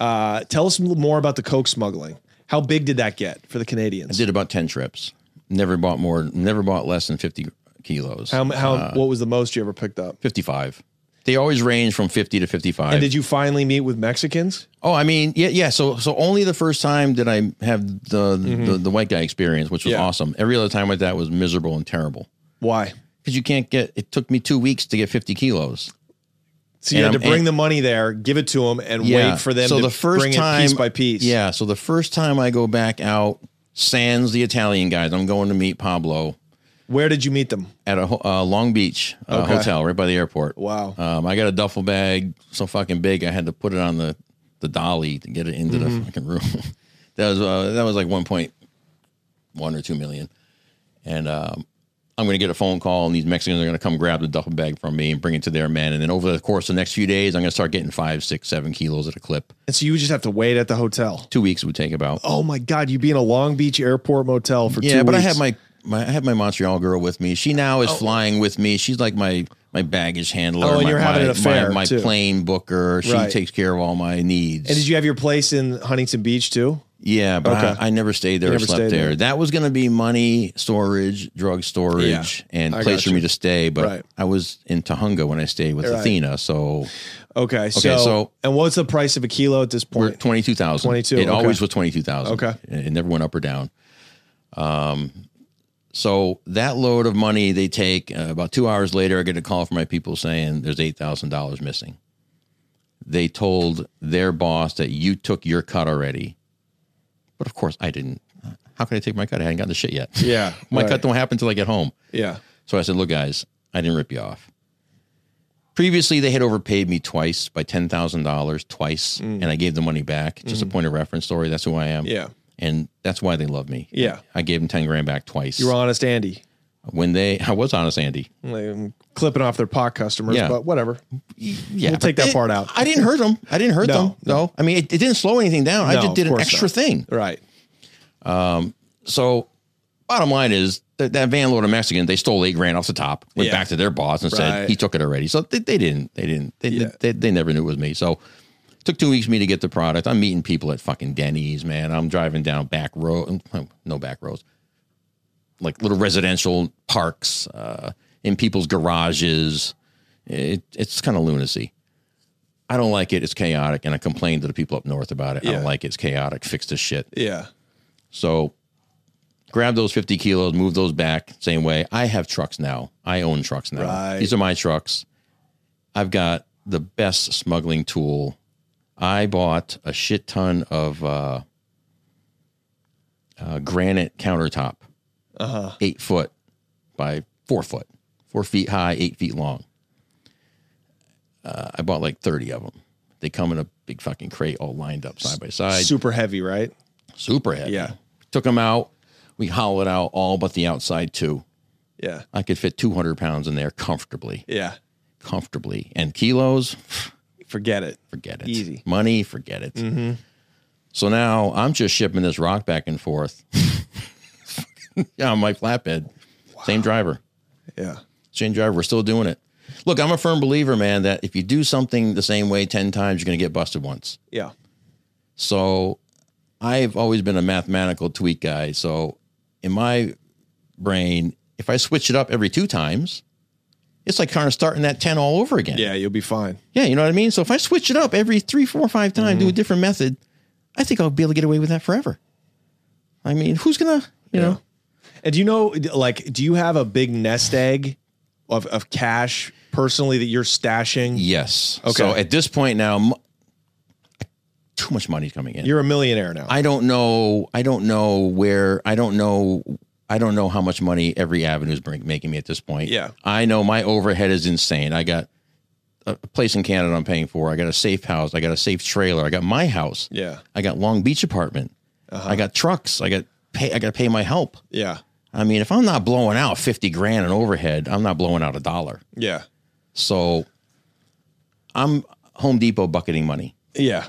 Uh, tell us more about the coke smuggling. How big did that get for the Canadians?
Did about ten trips. Never bought more. Never bought less than fifty kilos.
how how
Uh,
what was the most you ever picked up?
55. They always range from 50 to 55.
And did you finally meet with Mexicans?
oh, I mean, yeah, yeah. So, so only the first time did I have the, the, the white guy experience, which was
Mm-hmm. Yeah.
awesome. Every other time with that was miserable and terrible
Why?
because you can't get, it took me two weeks to get 50 kilos.
So you
And
had to
I'm-
bring the money there, give it to them, and wait for them.
So
to
the first
bring
time,
it piece by piece.
Yeah. So the first time I go back out, sans the Italian guys, I'm going to meet Pablo
Where did you meet them?
at a ho- uh, Long Beach uh,
Okay.
hotel right by the airport.
Wow.
Um, I got a duffel bag so fucking big, I had to put it on the, the dolly to get it into the fucking room. That was uh, that was like one point one or two million, and um, I'm going to get a phone call, and these Mexicans are going to come grab the duffel bag from me and bring it to their men, and then over the course of the next few days, I'm going to start getting five, six, seven kilos at a clip.
And so you just have to wait at the hotel.
Two weeks would take about.
Oh my God, you'd be in a Long Beach airport motel for two
yeah, but I
weeks.
have my. My, I have my Montreal girl with me. She now is flying with me. She's like my my baggage handler.
Oh, and
my,
you're having
my,
an affair,
My, my
too.
plane booker. She
Right.
takes care of all my needs.
And did you have your place in Huntington Beach too?
Yeah, but
Okay.
I, I never stayed there or
never
slept
stayed
there.
there.
That was going to be money storage, drug storage,
Yeah,
and
I
place for
gotcha.
me to stay. But
Right.
I was in Tahunga when I stayed with
Right.
Athena, so
Okay. So,
so-
and what's the price of a kilo at this
we're
point?
twenty two thousand.
22,
It
okay.
always was twenty two thousand.
Okay.
it never went up or down. Um, so that load of money they take uh, about two hours later. I get a call from my people saying there's eight thousand dollars missing. They told their boss that you took your cut already, but of course I didn't. How can I take my cut? I hadn't gotten the shit yet.
Yeah.
My
right.
cut don't happen until I get home.
Yeah.
So I said, look, guys, I didn't rip you off. Previously, they had overpaid me twice by $10,000 twice, and I gave the money back. Just a point of reference story. That's who I am.
Mm. Yeah.
And that's why they love me.
Yeah.
I gave them 10 grand back twice.
You're honest, Andy.
When they, I was honest, Andy.
Like, clipping off their pot customers,
Yeah.
but whatever.
Yeah.
We'll take
but
that
it-
part out.
I didn't hurt them. I didn't hurt
No,
them. No. I mean, it, it didn't slow anything down. I
No,
just did
of
an
course
extra
not.
thing.
Right.
So, bottom line is that that van load of Mexicans they stole eight grand off the top, went
Yeah.
back to their boss and
Right.
said he took it already. So they, they didn't, they didn't, they,
Yeah.
they, they never knew it was me. So took two weeks for me to get the product. I'm meeting people at fucking Denny's, man. I'm driving down back road, no back roads, like little residential parks, uh, in people's garages. It, it's kind of lunacy. I don't like it. It's chaotic, and I complained to the people up north about it. I
Yeah.
don't like it. It's chaotic. Fix this shit.
Yeah.
So grab those 50 kilos, move those back, same way. I have trucks now. I own trucks now.
Right.
These are my trucks. I've got the best smuggling tool. I bought a shit ton of uh, uh, granite countertop, uh-huh. eight foot by four foot, four feet high, eight feet long. Uh, I bought like 30 of them. They come in a big fucking crate all lined up side by side
Super heavy, right?
super heavy.
Yeah.
Took them out. We hollowed out all but the outside two.
Yeah.
I could fit 200 pounds in there comfortably,
Yeah.
comfortably. And kilos,
Forget it.
forget it.
Easy. Mm-hmm.
Money, forget it. So now I'm just shipping this rock back and forth. yeah, on my flatbed. Same driver.
Yeah.
Same driver. We're still doing it. Look, I'm a firm believer, man, that if you do something the same way 10 times, you're going to get busted once.
Yeah.
So I've always been a mathematical tweak guy. So in my brain, if I switch it up every two times, it's like kind of starting that 10 all over again.
Yeah. You'll be fine.
Yeah, you know what I mean? So if I switch it up every three, four, five times,
Mm-hmm.
do a different method, I think I'll be able to get away with that forever. I mean, who's going to, you know?
And do you know, like, do you have a big nest egg of, of cash personally that you're stashing?
Yes.
Okay.
So at this point now, m- too much money's coming in.
You're a millionaire now.
I don't know. I don't know where. I don't know. I don't know how much money every avenue is bring, making me at this point.
Yeah.
I know my overhead is insane. I got a place in Canada I'm paying for. I got a safe house. I got a safe trailer. I got my house.
yeah. Uh-huh.
I got Long Beach apartment. I got trucks. I got pay. I got to pay my help.
Yeah.
I mean, if I'm not blowing out fifty grand in overhead, I'm not blowing out a dollar.
Yeah.
So I'm Home Depot bucketing money.
Yeah.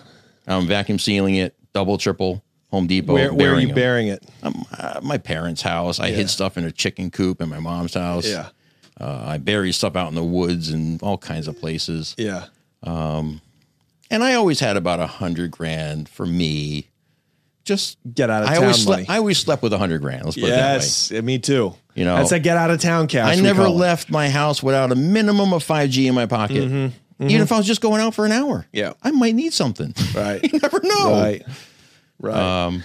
I'm vacuum sealing it, double, triple. Home Depot.
Where, where are
burying
you
'em.
burying it?
um, uh, my parents' house. I hid stuff in a chicken coop in my mom's house.
Yeah.
Uh, I bury stuff out in the woods and all kinds of places.
Yeah.
And I always had about a hundred grand for me. Just
Get out of
I
town
always
money.
slept. I always slept with a hundred grand. Let's put
Yes. Me too.
You know-
that's a get out of town
it that
cash.
way. I
we
never
call it. Mm-hmm.
left my house without a minimum of five G in my pocket. Even if I was just going out for an hour.
Yeah.
I might need something.
Right.
you never know.
Right. Right.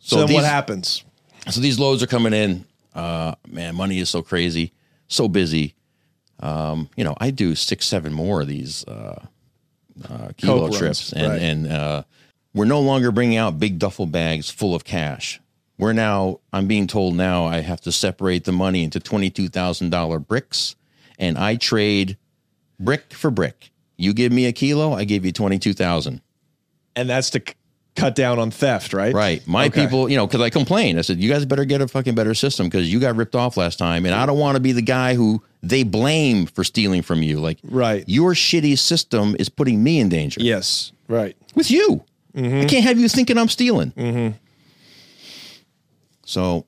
so, then what
Um, these-
happens?
so these loads are coming in. Uh, man, money is so crazy, so busy. Um, you know, I do six, seven more of these uh, uh, kilo
runs,
trips, and
right.
and uh, we're no longer bringing out big duffel bags full of cash. We're now. I'm being told now I have to separate the money into twenty two thousand dollar bricks, and I trade brick for brick. You give me a kilo, I give you twenty two thousand.
And that's to c- cut down on theft, right?
Right. My
Okay.
people, you know, because I complained. I said, you guys better get a fucking better system because you got ripped off last time. And I don't want to be the guy who they blame for stealing from you. Like,
Right.
your shitty system is putting me in danger.
Yes. Right.
With you.
Mm-hmm.
I can't have you thinking I'm stealing. So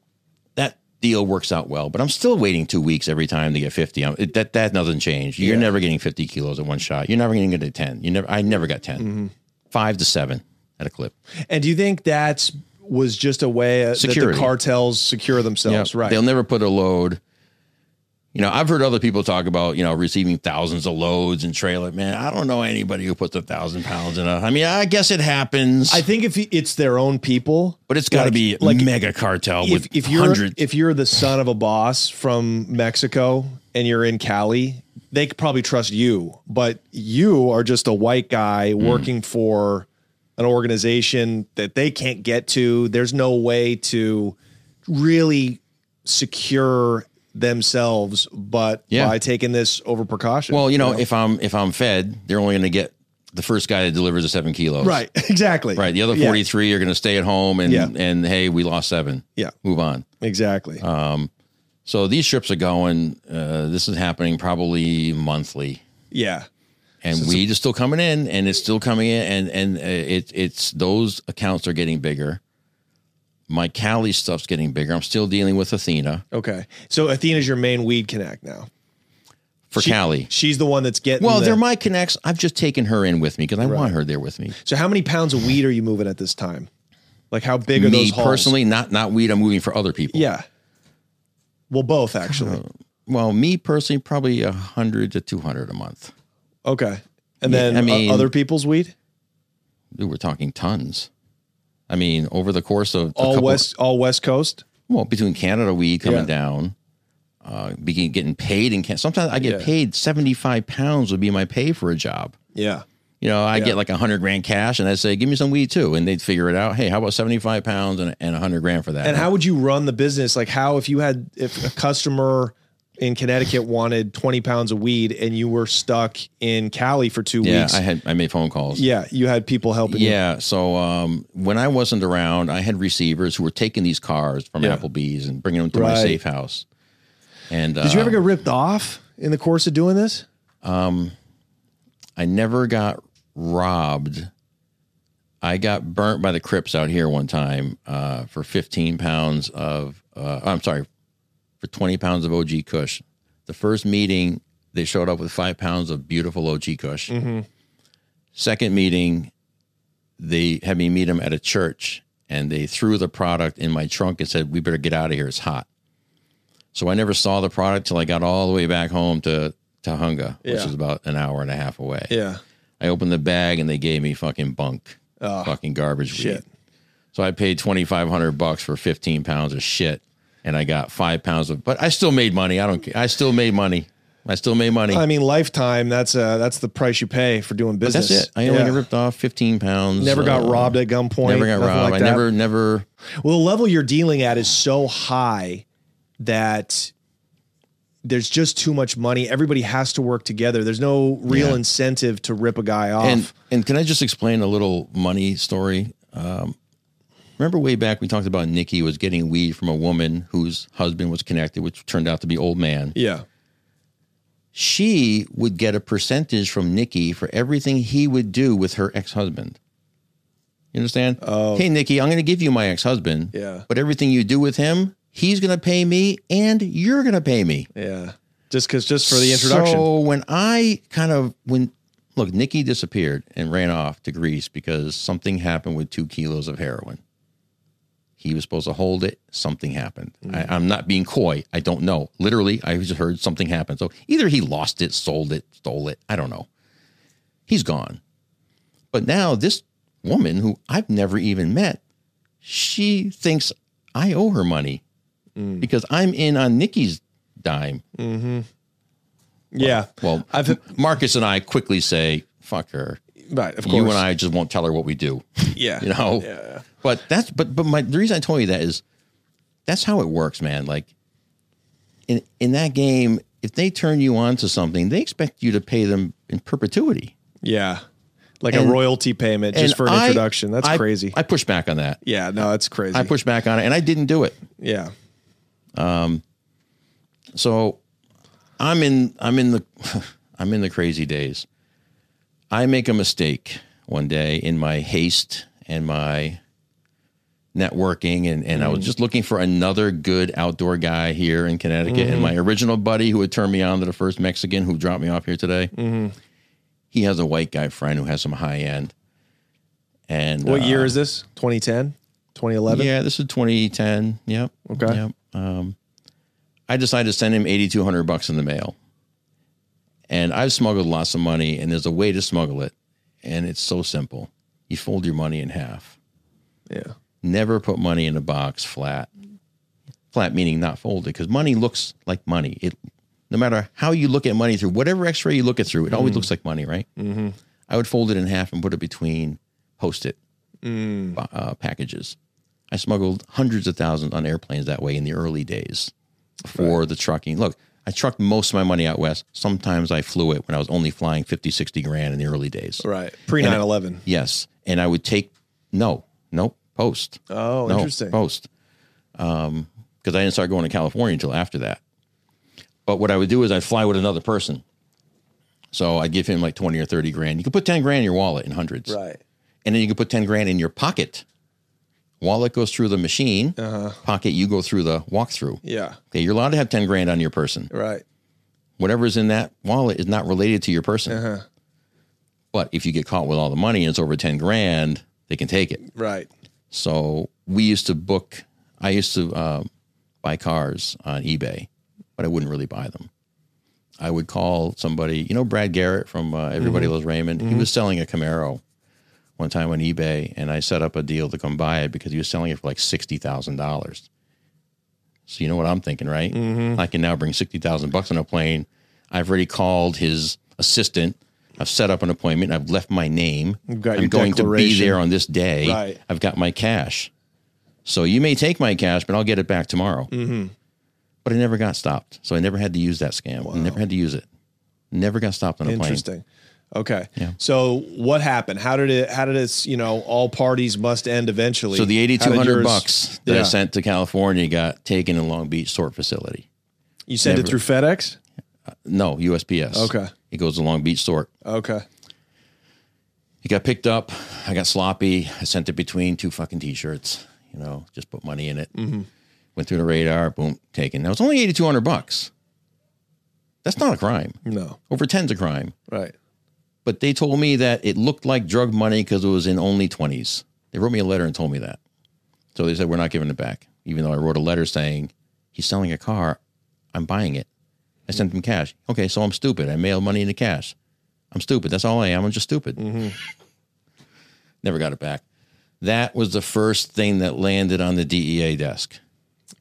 that deal works out well, but I'm still waiting two weeks every time to get 50. I'm, it, that, that doesn't change. You're
Yeah.
never getting 50 kilos in one shot. You're never going to get to 10. You never, I never got 10,
Mm-hmm.
five to seven at a clip.
And do you think that's was just a way uh, that the
Security.
cartels secure themselves?
Yeah,
Right.
They'll never put a load. You know, I've heard other people talk about, you know, receiving thousands of loads and trailer. Man, I don't know anybody who puts a thousand pounds in a. I mean, I guess it happens,
I think if he- it's their own people,
but it's got to
like-
be
like
like mega cartel
if,
with
if you're
hundreds.
if you're the son of a boss from Mexico and you're in Cali, they could probably trust you, but you are just a white guy
Hmm.
working for an organization that they can't get to. There's no way to really secure themselves, but
Yeah.
by taking this over precaution.
well, you know, if I'm if I'm fed, they're only going to get the first guy that delivers the seven kilos,
right, exactly,
Right. The other
Yeah,
forty three are going to stay at home and
Yeah.
and hey, we lost seven.
Yeah.
move on.
exactly.
Uh. So these trips are going. Uh, this is happening probably monthly.
yeah,
and weed is still coming in and it's still coming in and and uh, it, it's those accounts are getting bigger my cali stuff's getting bigger i'm still dealing with athena
okay. So Athena's your main weed connect now.
for cali
She's the one that's getting.
well
the-
they're my connects i've just taken her in with me because i want her there with me
So how many pounds of weed are you moving at this time? Like how big are
me
those hauls?
personally not not weed i'm moving for other people
Yeah. Well, both actually.
well me personally probably 100 to 200 a month
Okay. And then
Uh-huh. Yeah, I
o-
mean-
other people's weed?
Dude, we're talking tons i mean over the course of a
All
couple-
west all west coast?
Well, between Canada weed coming
Yeah.
down, uh, begin getting paid in Canada. Sometimes I get
Yeah.
paid seventy five pounds would be my pay for a job.
Yeah.
You know, I get like a hundred grand cash, and I say, "Give me some weed too," and they'd figure it out. Hey, how about seventy five pounds and and a hundred grand for that?
And how would you run the business? Like how if you had if a customer in Connecticut wanted 20 pounds of weed and you were stuck in Cali for 2
yeah,
weeks.
I had I made phone calls.
yeah, you had people helping you.
Yeah. So um, when I wasn't around, I had receivers who were taking these cars from
Yeah.
Applebee's and bringing them to my
Right.
safe house. And
Did you ever
uh,
get ripped off in the course of doing this?
I never got robbed. I got burnt by the Crips out here one time uh, for 15 pounds of, uh, I'm sorry, for 20 pounds of OG Kush. The first meeting, they showed up with five pounds of beautiful OG Kush. Second meeting, they had me meet them at a church and they threw the product in my trunk and said, We better get out of here. It's hot. So I never saw the product till I got all the way back home to Tahunga, which
Yeah.
is about an hour and a half away.
Yeah.
I opened the bag and they gave me fucking bunk, fucking garbage
Ah, Shit.
weed. So I paid twenty five hundred bucks for fifteen pounds of shit, and I got five pounds of. But I still made money. I don't. ca- I still made money. I still made money.
I mean, lifetime. That's uh, that's the price you pay for doing business.
That's it. I only
Yeah.
ripped off fifteen pounds.
Never got
uh,
robbed at gunpoint.
Never got
nothing
robbed.
like
I
that.
never, never.
Well, the level you're dealing at is so high that there's just too much money. Everybody has to work together. There's no real
Yeah.
incentive to rip a guy off.
And and can I just explain a little money story? Um, remember way back we talked about Nikki was getting weed from a woman whose husband was connected, which turned out to be old man.
yeah.
she would get a percentage from Nikki for everything he would do with her ex husband. You understand? Oh. Hey, Nikki, I'm going to give you my ex husband.
Yeah.
But everything you do with him, he's going to pay me and you're going to pay me.
Yeah. Just because, just for the introduction.
So when I kind of, when, look, Nikki disappeared and ran off to Greece because something happened with two kilos of heroin. He was supposed to hold it. Something happened.
Hmm.
I, I'm not being coy. I don't know. Literally, I just heard something happened. So either he lost it, sold it, stole it. I don't know. He's gone. But now this woman who I've never even met, she thinks I owe her money
Hmm.
because I'm in on Nikki's dime.
yeah.
Well,
I've,
Marcus and I quickly say, "Fuck her."
right. Of course.
You and I just won't tell her what we do.
Yeah.
you know. But that's but but my the reason I told you that is that's how it works, man. Like in in that game, if they turn you on to something, they expect you to pay them in perpetuity.
Yeah. like a
And-
royalty payment just
And
for an
I-
introduction. That's
I-
crazy.
I push back on that.
yeah, no, that's crazy.
I pushed back on it and I didn't do it.
yeah,
So I'm in I'm in the I'm in the crazy days. I make a mistake one day in my haste and my networking and, and I
Mm.
was just looking for another good outdoor guy here in Connecticut.
Mm-hmm.
And my original buddy who had turned me on to the first Mexican who dropped me off here today,
Mm-hmm.
he has a white guy friend who has some high end. And
What
uh,
year is this? 2010, 2011.
yeah, this is 2010. Yep.
Okay.
Yep. Um, I decided to send him 8,200 bucks in the mail. And I've smuggled lots of money, and there's a way to smuggle it. And it's so simple you fold your money in half.
Yeah.
Never put money in a box flat. Flat meaning not folded, because money looks like money. It, no matter how you look at money through whatever X-ray you look at through, it
Mm.
always looks like money, right? Mm-hmm. I would fold it in half and put it between post-it
Mm.
bo- uh, packages. I smuggled hundreds of thousands on airplanes that way in the early days for the trucking. Look, I trucked most of my money out west. Sometimes I flew it when I was only flying 50, 60 grand in the early days.
Right. Pre 9 11.
Yes. And I would take, no, nope, post.
Oh,
No,
interesting.
Post. Because I didn't start going to California until after that. But what I would do is I'd fly with another person. So I'd give him like 20 or 30 grand. You could put 10 grand in your wallet in hundreds.
Right.
And then you can put 10 grand in your pocket. Wallet goes through the machine, pocket, you go through the walkthrough.
Uh-huh. Yeah.
Okay, you're allowed to have 10 grand on your person.
Right.
Whatever's in that wallet is not related to your person.
Uh-huh.
But if you get caught with all the money and it's over 10 grand, they can take it.
Right.
So we used to book, I used to um, buy cars on eBay, but I wouldn't really buy them. I would call somebody, you know, Brad Garrett from uh, Everybody
Mm-hmm.
Loves Raymond. He was selling a Camaro one time on eBay, and I set up a deal to come buy it because he was selling it for like $60,000. So you know what I'm thinking, right?
Mm-hmm.
I can now bring 60,000 bucks on a plane. I've already called his assistant. I've set up an appointment. I've left my name.
You've got
I'm
your
going to be
declaration.
there on this day.
Right.
I've got my cash. So you may take my cash, but I'll get it back tomorrow.
Mm-hmm.
But I never got stopped. So I never had to use that scam. I never had to use it. Never got stopped on a plane.
Interesting. Okay. So what happened? How did it, how did it, you know, all parties must end eventually?
So the
How did
8,200
yours-
bucks that
yeah.
I sent to California got taken in Long Beach sort facility.
You sent it
Never.
through FedEx?
No, USPS.
Okay.
It goes to Long Beach sort.
Okay.
It got picked up. I got sloppy. I sent it between two fucking t-shirts. You know, just put money in it. Went through the radar. Boom, taken. Now it's only eighty two hundred bucks. That's not a crime.
No.
Over ten's a crime.
Right.
But they told me that it looked like drug money because it was in only twenties. They wrote me a letter and told me that. So they said we're not giving it back, even though I wrote a letter saying he's selling a car. I'm buying it. I sent him cash. Okay, so I'm stupid. I mailed money into cash. I'm stupid. That's all I am. I'm just stupid.
Mm-hmm.
Never got it back. That was the first thing that landed on the DEA desk.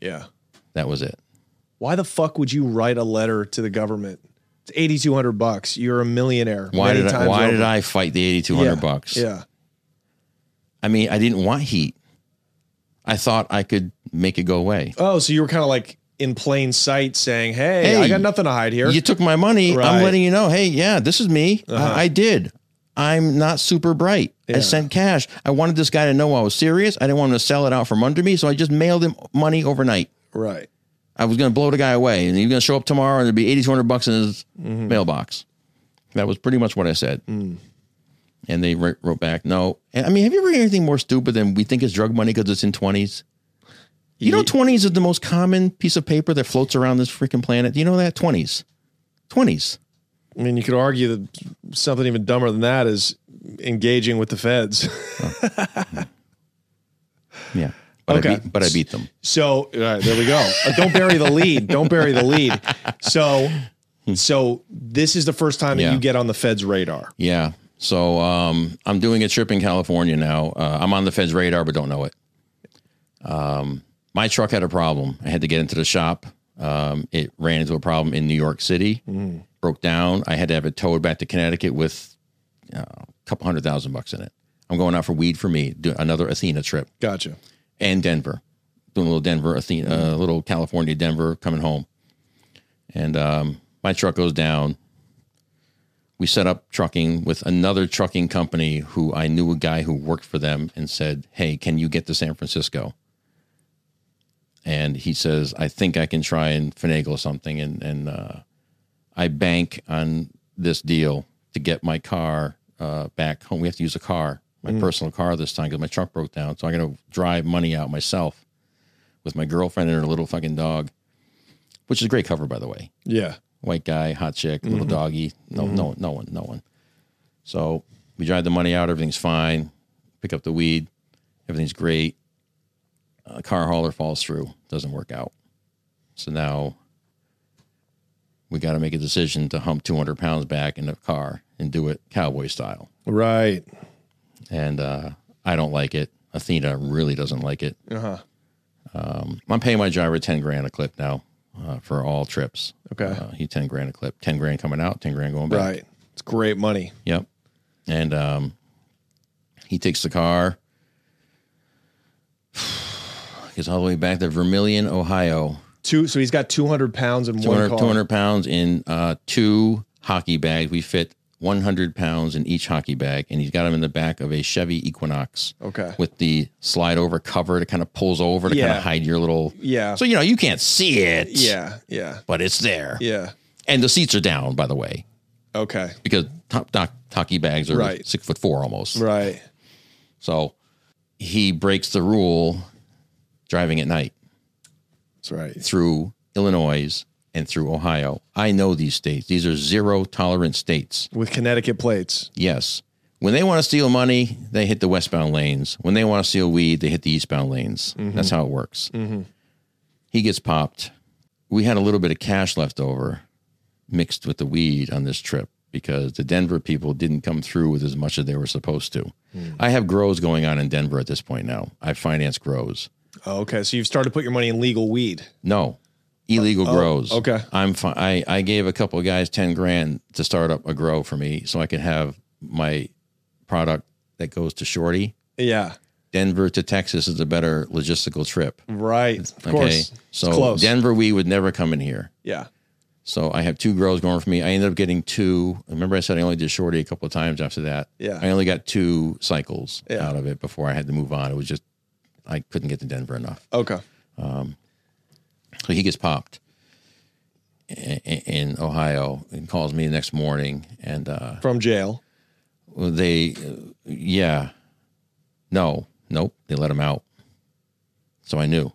Yeah.
That was it.
Why the fuck would you write a letter to the government? It's 8200 bucks. You're a millionaire.
Why
many
did I,
times
why
over.
did I fight the eighty two hundred
Yeah.
bucks?
Yeah.
I mean, I didn't want heat. I thought I could make it go away.
Oh, so you were kind of like in plain sight saying, hey, I
Hey,
got nothing to hide here.
You took my money.
Right.
I'm letting you know. Hey, yeah, this is me. I, I did. I'm not super bright. I sent cash. I wanted this guy to know I was serious. I didn't want him to sell it out from under me, so I just mailed him money overnight.
right.
I was going to blow the guy away, and he was going to show up tomorrow, and there'd be eighty two hundred bucks in his mailbox. That was pretty much what I said. And they wr- wrote back, no. And, I mean, have you ever heard anything more stupid than we think it's drug money because it's in twenties? You know, twenties is the most common piece of paper that floats around this freaking planet. Do you know that twenties, twenties.
I mean, you could argue that something even dumber than that is engaging with the feds.
Yeah. But,
Okay.
I, beat, but I beat them.
so all right, there we go. Uh, don't bury the lead. Don't bury the lead. So, so this is the first time that
Yeah.
you get on the feds' radar.
Yeah. So um, I'm doing a trip in California now. Uh, I'm on the Fed's radar, but don't know it. Um, my truck had a problem. I had to get into the shop. Um, it ran into a problem in New York City, broke down. I had to have it towed back to Connecticut with uh, a couple hundred thousand bucks in it. I'm going out for weed for me, do another Athena trip.
Gotcha.
and Denver, doing a little Denver, Athena, uh, little California, Denver, coming home. And um, my truck goes down. we set up trucking with another trucking company who I knew a guy who worked for them and said, Hey, can you get to San Francisco? And he says, I think I can try and finagle something. And, and uh, I bank on this deal to get my car uh, back home. We have to use a car, my personal car this time because my truck broke down. So I'm going to drive money out myself with my girlfriend and her little fucking dog, which is a great cover, by the way
Yeah.
white guy, hot chick, little doggy. No, no, no one, no one. So we drive the money out. Everything's fine. Pick up the weed. Everything's great. Uh, car hauler falls through. Doesn't work out. So now we got to make a decision to hump 200 pounds back in the car and do it cowboy style.
Right.
And uh, I don't like it. Athena really doesn't like it. Uh-huh. Um, I'm paying my driver 10 grand a clip now uh, for all trips.
Okay.
Uh, he 10 grand a clip, 10 grand coming out, 10 grand going back.
right. It's great money.
Yep. And um, he takes the car, gets all the way back to Vermilion, Ohio.
Two. So he's got 200 pounds in one
200,
car.
200 pounds in uh, two hockey bags. We fit 100 pounds in each hockey bag, and he's got him in the back of a Chevy Equinox.
Okay.
With the slide over cover that kind of pulls over to kind
Yeah.
of hide your little.
Yeah.
So, you know, you can't see it.
yeah. Yeah.
But it's there.
Yeah.
And the seats are down, by the way,
Okay.
because top doc, hockey bags are
Right.
six foot four almost.
Right.
So he breaks the rule driving at night
That's right.
through Illinois and through Ohio. I know these states. These are zero tolerance states.
With Connecticut plates.
Yes. When they want to steal money, they hit the westbound lanes. When they want to steal weed, they hit the eastbound lanes. That's how it works. He gets popped. We had a little bit of cash left over mixed with the weed on this trip because the Denver people didn't come through with as much as they were supposed to. I have grows going on in Denver at this point now. I finance grows.
Oh, okay. So you've started to put your money in legal weed.
No, illegal grows.
Oh, okay.
I'm fine. I, I gave a couple of guys 10 grand to start up a grow for me so I could have my product that goes to Shorty.
Yeah.
Denver to Texas is a better logistical trip.
Right. Of course.
So
it's close.
Denver, we would never come in here.
yeah.
So I have two grows going for me. I ended up getting two. Remember, I said I only did shorty a couple of times after that.
Yeah.
I only got two cycles
Yeah.
out of it before I had to move on. It was just, I couldn't get to Denver enough.
Okay.
So he gets popped in, in Ohio and calls me the next morning. And uh,
From jail.
they, uh, yeah, no, nope, they let him out. So I knew.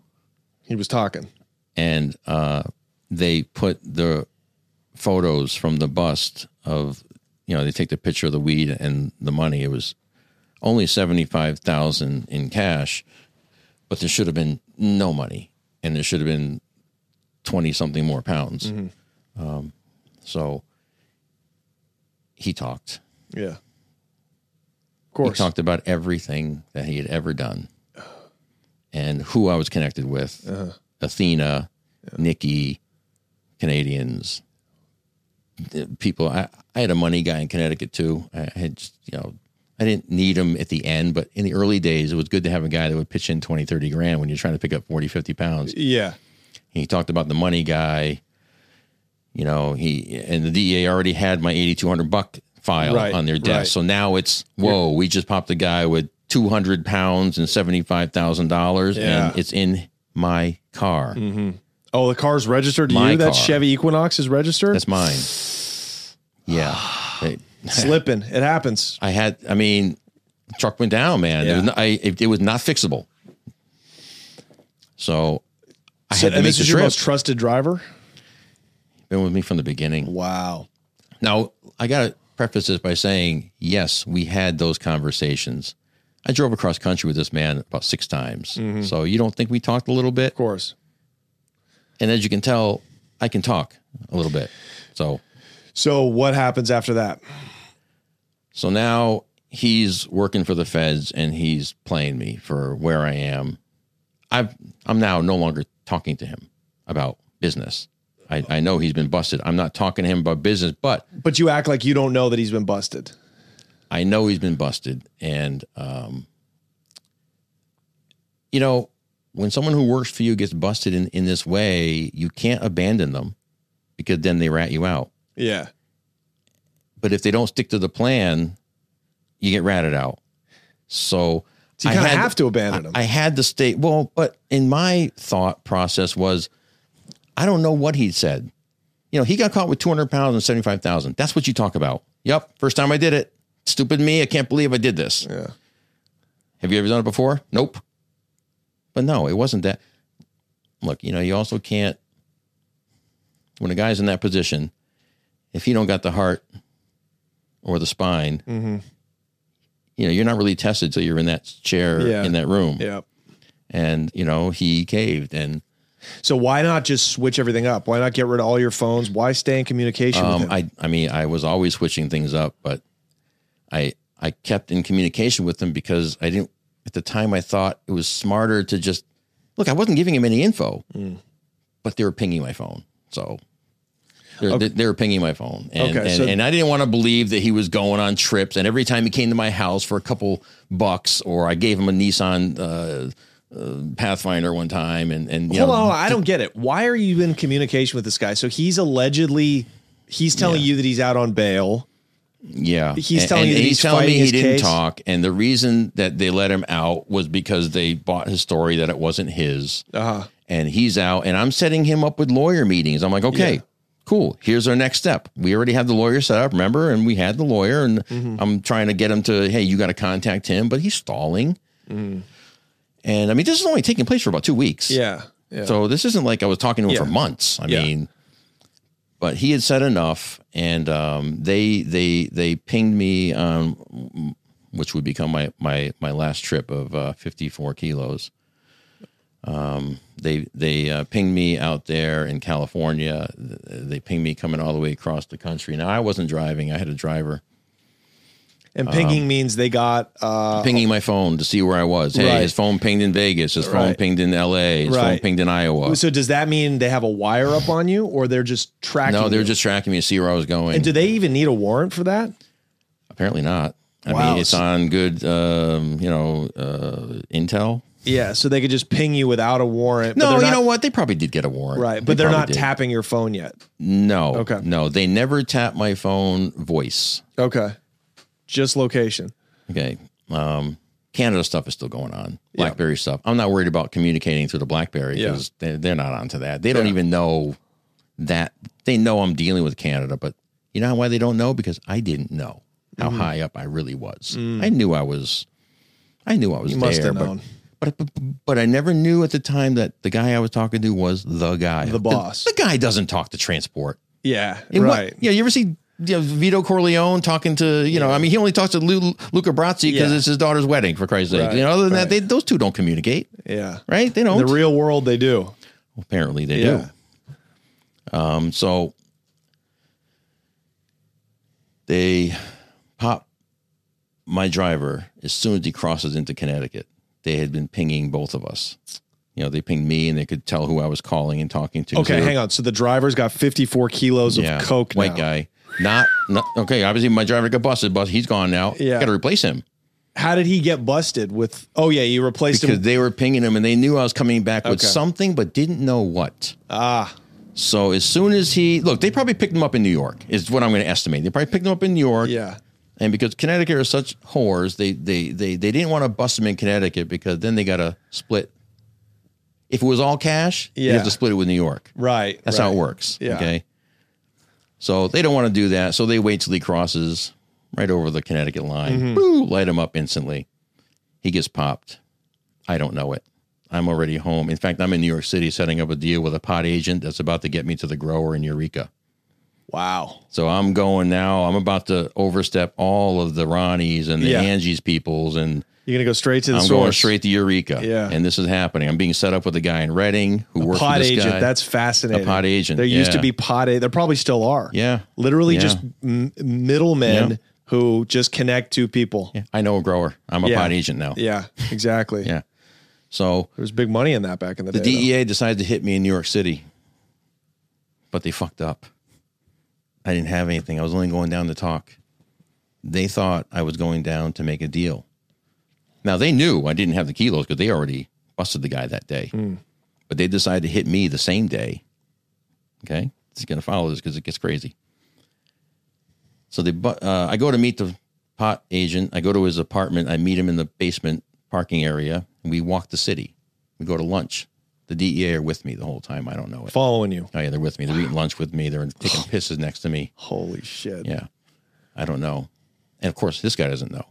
He was talking.
And uh, they put the photos from the bust of, you know, they take the picture of the weed and the money. It was only 75,000 in cash, but there should have been no money and there should have been 20 something more pounds. Um, so he talked.
Yeah. Of
He
course.
talked about everything that he had ever done and who I was connected with Athena, Nikki, Canadians, the people. I, I had a money guy in Connecticut too. I had, just, you know, I didn't need him at the end, but in the early days, it was good to have a guy that would pitch in 20, 30 grand when you're trying to pick up 40, 50 pounds.
yeah.
He talked about the money guy. You know, he and the DEA already had my eighty two hundred buck file
Right,
on their desk.
right.
So now it's whoa, we just popped a guy with two hundred pounds and seventy five thousand dollars,
Yeah.
and it's in my car.
Oh, the car's registered to
My
you?
car.
That Chevy Equinox is registered?
That's mine. Yeah, They-
Slipping. It happens.
I had. I mean, truck went down, man. It,
Yeah.
was not, I, it, it was not fixable. So I
So-
had to
and
make
this
the
is your
trip.
most trusted driver?
Been with me from the beginning.
Wow.
Now, I got to preface this by saying, yes, we had those conversations. I drove across country with this man about six times. So you don't think we talked a little bit?
Of course.
And as you can tell, I can talk a little bit. So,
So what happens after that?
so now he's working for the feds and he's playing me for where I am. I've, I'm now no longer talking to him about business. I, I know he's been busted. I'm not talking to him about business, but
But you act like you don't know that he's been busted.
I know he's been busted, and um, you know, when someone who works for you gets busted in in this way, you can't abandon them because then they rat you out.
Yeah.
But if they don't stick to the plan, you get ratted out. So,
So you
I
kind of
had-
have to abandon them.
I had to stay. Well, but in my thought process was, I don't know what he said. You know, he got caught with 200 pounds and 75,000. That's what you talk about. Yep. First time I did it. Stupid me. I can't believe I did this.
yeah.
Have you ever done it before? Nope. But no, it wasn't that. Look, you know, you also can't, when a guy's in that position, if he don't got the heart or the spine,
Mm-hmm.
you know, you're not really tested till you're in that chair
Yeah.
in that room
Yeah.
and you know he caved and
So why not just switch everything up? Why not get rid of all your phones? Why stay in communication with
um
him?
i i mean i was always switching things up but i i kept in communication with him because i didn't at the time i thought it was smarter to just look i wasn't giving him any info
Mm.
but they were pinging my phone so they're, they- they were pinging my phone and,
Okay,
and,
so-
and i didn't want to believe that he was going on trips and every time he came to my house for a couple bucks or i gave him a nissan uh, uh, pathfinder one time and and you
Hold
know,
on, hold on. I don't get it. Why are you in communication with this guy? So he's allegedly he's telling you that he's out on bail.
Yeah,
He's telling you that he's
telling
fighting
me he
his
didn't
case?
talk, and the reason that they let him out was because they bought his story that it wasn't his,
Uh-huh.
and he's out. And I'm setting him up with lawyer meetings. I'm like, okay,
Yeah.
cool. Here's our next step. We already have the lawyer set up, remember? And we had the lawyer, and
Mm-hmm.
I'm trying to get him to, hey, you got to contact him, but he's stalling.
Mm-hmm.
And I mean, this is only taking place for about two weeks.
Yeah. Yeah.
So this isn't like I was talking to him
Yeah.
for months. I
Yeah.
mean, but he had said enough, and um, they they they pinged me on which would become my my my last trip of uh, 54 kilos. Um, they they uh, pinged me out there in California. They pinged me coming all the way across the country. Now I wasn't driving; I had a driver
and pinging
um,
means they got uh
pinging my phone to see where I was. Hey,
Right.
his phone pinged in Vegas. His phone
Right.
pinged in L.A. His phone
Right.
pinged in Iowa.
so does that mean they have a wire up on you or they're just tracking
No, they were
you?
just tracking me to see where I was going.
And do they even need a warrant for that?
Apparently not. I
Wow.
mean, it's on good, um, you know, uh, intel.
Yeah, so they could just ping you without a warrant. but
No,
they're
you
not-
know what? They probably did get a warrant,
Right,
They
but they're
probably
not
did.
tapping your phone yet.
No,
Okay.
okay, no, they never tap my phone voice.
Okay. Just location.
Okay, um, Canada stuff is still going on. BlackBerry stuff. I'm not worried about communicating through the BlackBerry
Yeah.
because they, they're not onto that. They don't
Yeah.
even know that. They know I'm dealing with Canada, but you know why they don't know? Because I didn't know how high up I really was. I knew I was. I knew I was
You
there.
must have
but-
known.
But, but but I never knew at the time that the guy I was talking to was the guy,
The boss.
The, guy doesn't talk to transport.
Yeah.
In what-
right.
yeah, you ever see you know, Vito Corleone talking to you know? I mean, he only talks to Lu, Luca Brazzi because
Yeah.
it's his daughter's wedding. For Christ's
Right,
sake, you know. Other than
right.
that, they, those two don't communicate,
Yeah.
right? They don't.
In the real world they do.
Apparently, they
Yeah.
do. Um, so they pop my driver as soon as he crosses into Connecticut. They had been pinging both of us. You know, they pinged me, and they could tell who I was calling and talking to.
Okay, hang on. So the driver's got 54 kilos
Yeah,
of coke
white
now.
guy. Not, not okay. Obviously, my driver got busted, but he's gone now.
Yeah.
got to replace him
How did he get busted with? Oh yeah, you replaced
because
him.
they were pinging him, and they knew I was coming back with
Okay.
something, but didn't know what.
ah,
So as soon as he look, they probably picked him up in New York. Is what I'm going to estimate. They probably picked him up in New York.
yeah.
And because Connecticut are such whores, they they they they didn't want to bust him in Connecticut because then they got to split. If it was all cash, you
Yeah.
have to split it with New York.
Right.
That's how
right.
it works.
Yeah.
Okay. So they don't want to do that. So they wait till he crosses right over the Connecticut line.
Mm-hmm.
Boo, light him up instantly. He gets popped. I don't know it. I'm already home. In fact, I'm in New York City setting up a deal with a pot agent that's about to get me to the grower in Eureka.
Wow.
So I'm going now. I'm about to overstep all of the Ronnies and the
Yeah.
Angie's peoples and
You're gonna go straight to the
I'm
source.
going straight to Eureka.
Yeah.
And this is happening. I'm being set up with a guy in Reading who works
Pot
for this
agent.
guy.
That's fascinating.
A pot agent,
There used to
yeah.
be pot. A- there probably still are.
Yeah.
Literally
Yeah.
just m- middlemen
Yeah.
who just connect two people. Yeah.
Yeah, I know a grower. I'm a
Yeah.
pot agent now.
exactly.
Yeah. So
There was big money in that back in the,
the E
day. though.
DEA decided to hit me in New York City, but they fucked up. I didn't have anything. I was only going down to talk. They thought I was going down to make a deal. Now they knew I didn't have the kilos because they already busted the guy that day. But they decided to hit me the same day. Okay. It's going to follow this because it gets crazy. So they, bu- uh, I go to meet the pot agent. I go to his apartment. I meet him in the basement parking area. And we walk the city. We go to lunch. The DEA are with me the whole time. I don't know it.
Following you.
Oh yeah, they're with me. They're eating lunch with me. They're taking pisses next to me.
Holy shit.
Yeah. I don't know. And of course, this guy doesn't know.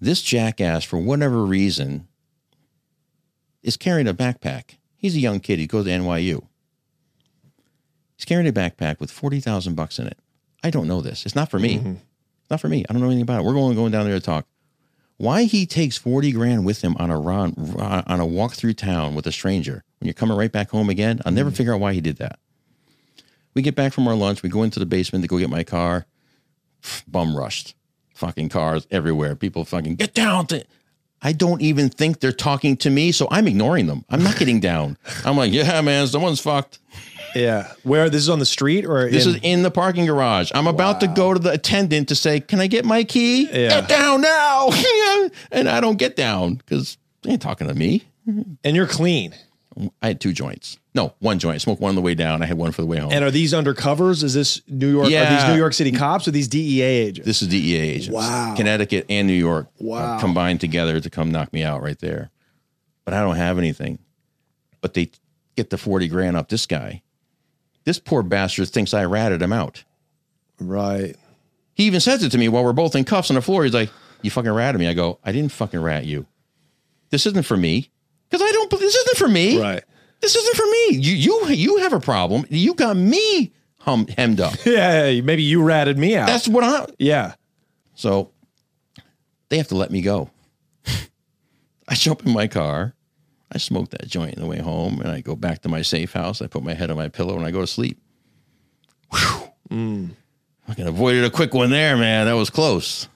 This jackass, for whatever reason, is carrying a backpack. He's a young kid. He goes to NYU. He's carrying a backpack with 40,000 bucks in it. I don't know this. It's not for me. It's Not for me. I don't know anything about it. We're going going down there to talk. Why he takes 40 grand with him on a ron, on a walk through town with a stranger when you're coming right back home again? I'll never figure out why he did that. We get back from our lunch. We go into the basement to go get my car. Pff, Bum rushed. Fucking cars everywhere. People fucking get down. To-. I don't even think they're talking to me, so I'm ignoring them. I'm not getting down. I'm like, yeah, man, someone's fucked.
Yeah. Where this is on the street or
This
in-
is in the parking garage. I'm about to go to the attendant to say, can I get my key?
Yeah.
Get down now. and I don't get down because they ain't talking to me.
and you're clean.
I had two joints. No, one joint. I smoked one on the way down. I had one for the way home.
And are these undercovers? Is this New York? Are
Yeah.
these New York City cops or these DEA agents?
This is DEA agents.
Wow.
Connecticut and New York uh,
Wow.
combined together to come knock me out right there. But I don't have anything. But they get the 40 grand off this guy. This poor bastard thinks I ratted him out.
right.
He even says it to me while we're both in cuffs on the floor. He's like, You fucking ratted me. I go, I didn't fucking rat you. This isn't for me. Because I don't, this isn't for me.
Right.
This isn't for me. You, you, you have a problem. You got me hum, hemmed up.
Yeah. yeah, Maybe you ratted me out.
That's what I,
yeah.
So they have to let me go. I jump in my car. I smoke that joint on the way home and I go back to my safe house. I put my head on my pillow and I go to sleep.
Mm.
Whew. Fucking avoided a quick one there, man. That was close.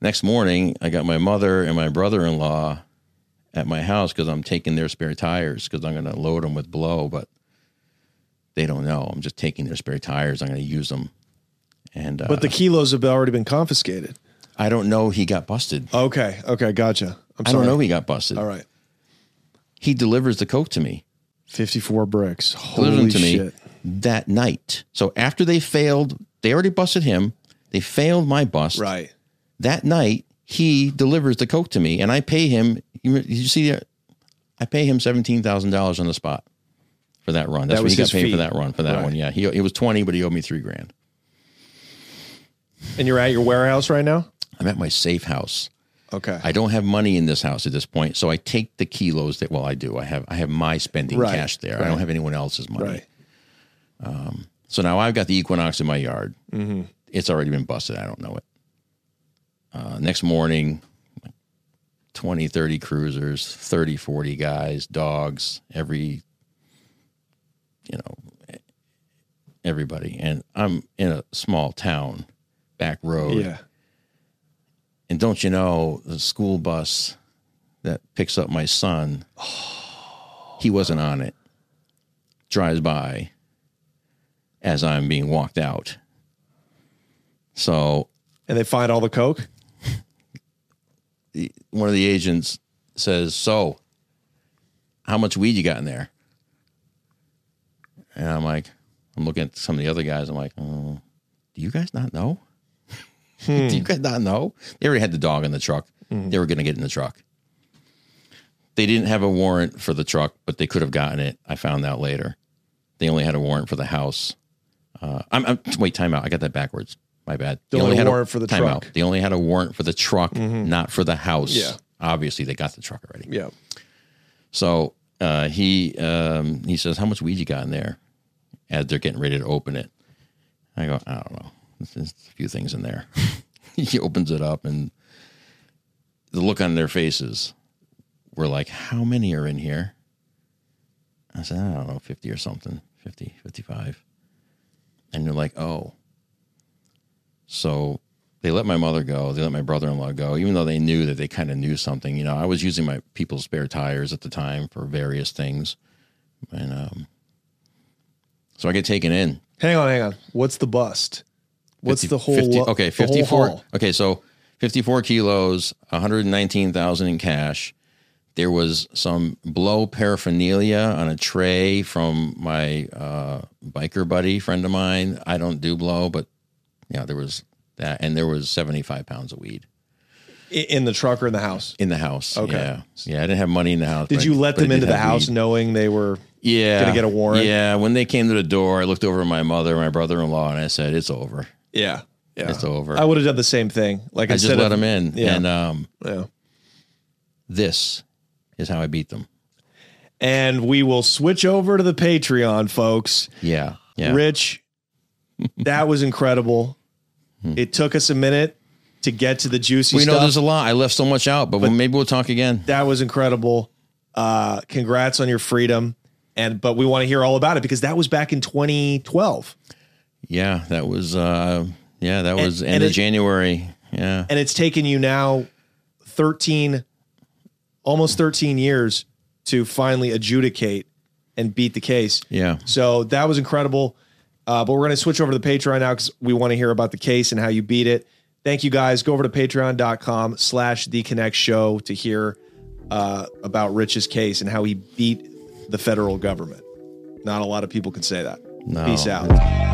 Next morning, I got my mother and my brother in law at my house because I'm taking their spare tires because I'm going to load them with blow, but they don't know. I'm just taking their spare tires. I'm going to use them. And uh,
But the kilos have already been confiscated.
I don't know he got busted.
Okay. Okay. Gotcha. I'm
I
sorry.
don't know he got busted.
All right.
He delivers the coke to me.
54 bricks.
Delivers
Holy
them to me
shit.
that night. So after they failed, they already busted him. They failed my bust.
Right.
That night, he delivers the coke to me, and I pay him. You, you see, that? I pay him seventeen thousand dollars on the spot for that run. That's
That
what
was
he got
his
paid
fee.
for that run. For that
Right.
one, yeah, he it was twenty, but he owed me three grand.
And you're at your warehouse right now?
I'm at my safe house.
Okay.
I don't have money in this house at this point, so I take the kilos that. Well, I do. I have I have my spending
Right,
cash there. I
right.
don't have anyone else's money.
right.
So now I've got the Equinox in my yard.
Mm-hmm.
It's already been busted. I don't know it. Uh, next morning, 20, 30 cruisers, 30, 40 guys, dogs, every, you know, everybody. And I'm in a small town, back road.
Yeah.
And don't you know, the school bus that picks up my son, he wasn't on it, drives by as I'm being walked out. So
And they find all the coke?
one of the agents says, So, how much weed you got in there? And I'm like, I'm looking at some of the other guys. I'm like, oh, Do you guys not know? do you guys not know? They already had the dog in the truck. They were going to get in the truck. They didn't have a warrant for the truck, but they could have gotten it. I found out later. They only had a warrant for the house. Uh, I'm, I'm wait, time out. I got that backwards. My bad.
They only had a warrant for the
time
truck.
out. They only had a warrant for the truck, not for the house.
Yeah.
Obviously, they got the truck already.
Yeah.
So uh, he um, he says, "How much weed you got in there?" As they're getting ready to open it, I go, "I don't know. There's a few things in there." he opens it up, and the look on their faces were like, "How many are in here?" I said, "I don't know, fifty or something, 50, 55. And they're like, "Oh." So they let my mother go. They let my brother in law go, even though they knew that they kind of knew something. You know, I was using my people's spare tires at the time for various things. And um, so I get taken in.
Hang on. Hang on. What's the bust? What's
50
the whole
50
lo-
okay,
the whole
54.
haul?
okay, so 54 kilos, 119,000 in cash. There was some blow paraphernalia on a tray from my uh, biker buddy, friend of mine. I don't do blow, but yeah, there was that, and there was seventy five pounds of weed
I- in the truck or in the house.
in the house.
Okay.
yeah, yeah, I didn't have money in the house.
Did
but I-
you let
but I
them
did
into the
have
house
weed.
knowing they were?
Yeah.
Gonna get a warrant?
Yeah. When they came to the door, I looked over at my mother, my brother in law, and I said, It's over.
Yeah, yeah.
It's over.
I
I,
would have done the same thing. Like I
just let them in.
Yeah.
And um,
Yeah.
this is how I beat them.
And we will switch over to the Patreon, folks.
Yeah. Yeah.
Rich, that was incredible. it took us a minute to get to the juicy
Hmm. we know
stuff.
there's a lot. I left so much out, but, we'll- maybe we'll talk again.
that was incredible. Uh, congrats on your freedom. And but we want to hear all about it because that was back in 2012.
Yeah. That was, uh, yeah, that was
and
end of
it-
January. Yeah.
and it's taken you now 13 almost 13 years to finally adjudicate and beat the case
Yeah.
so that was incredible uh, but we're going to switch over to the patreon now because we want to hear about the case and how you beat it thank you guys go over to patreon.com slash the connect show to hear uh, about rich's case and how he beat the federal government not a lot of people can say that
No.
peace out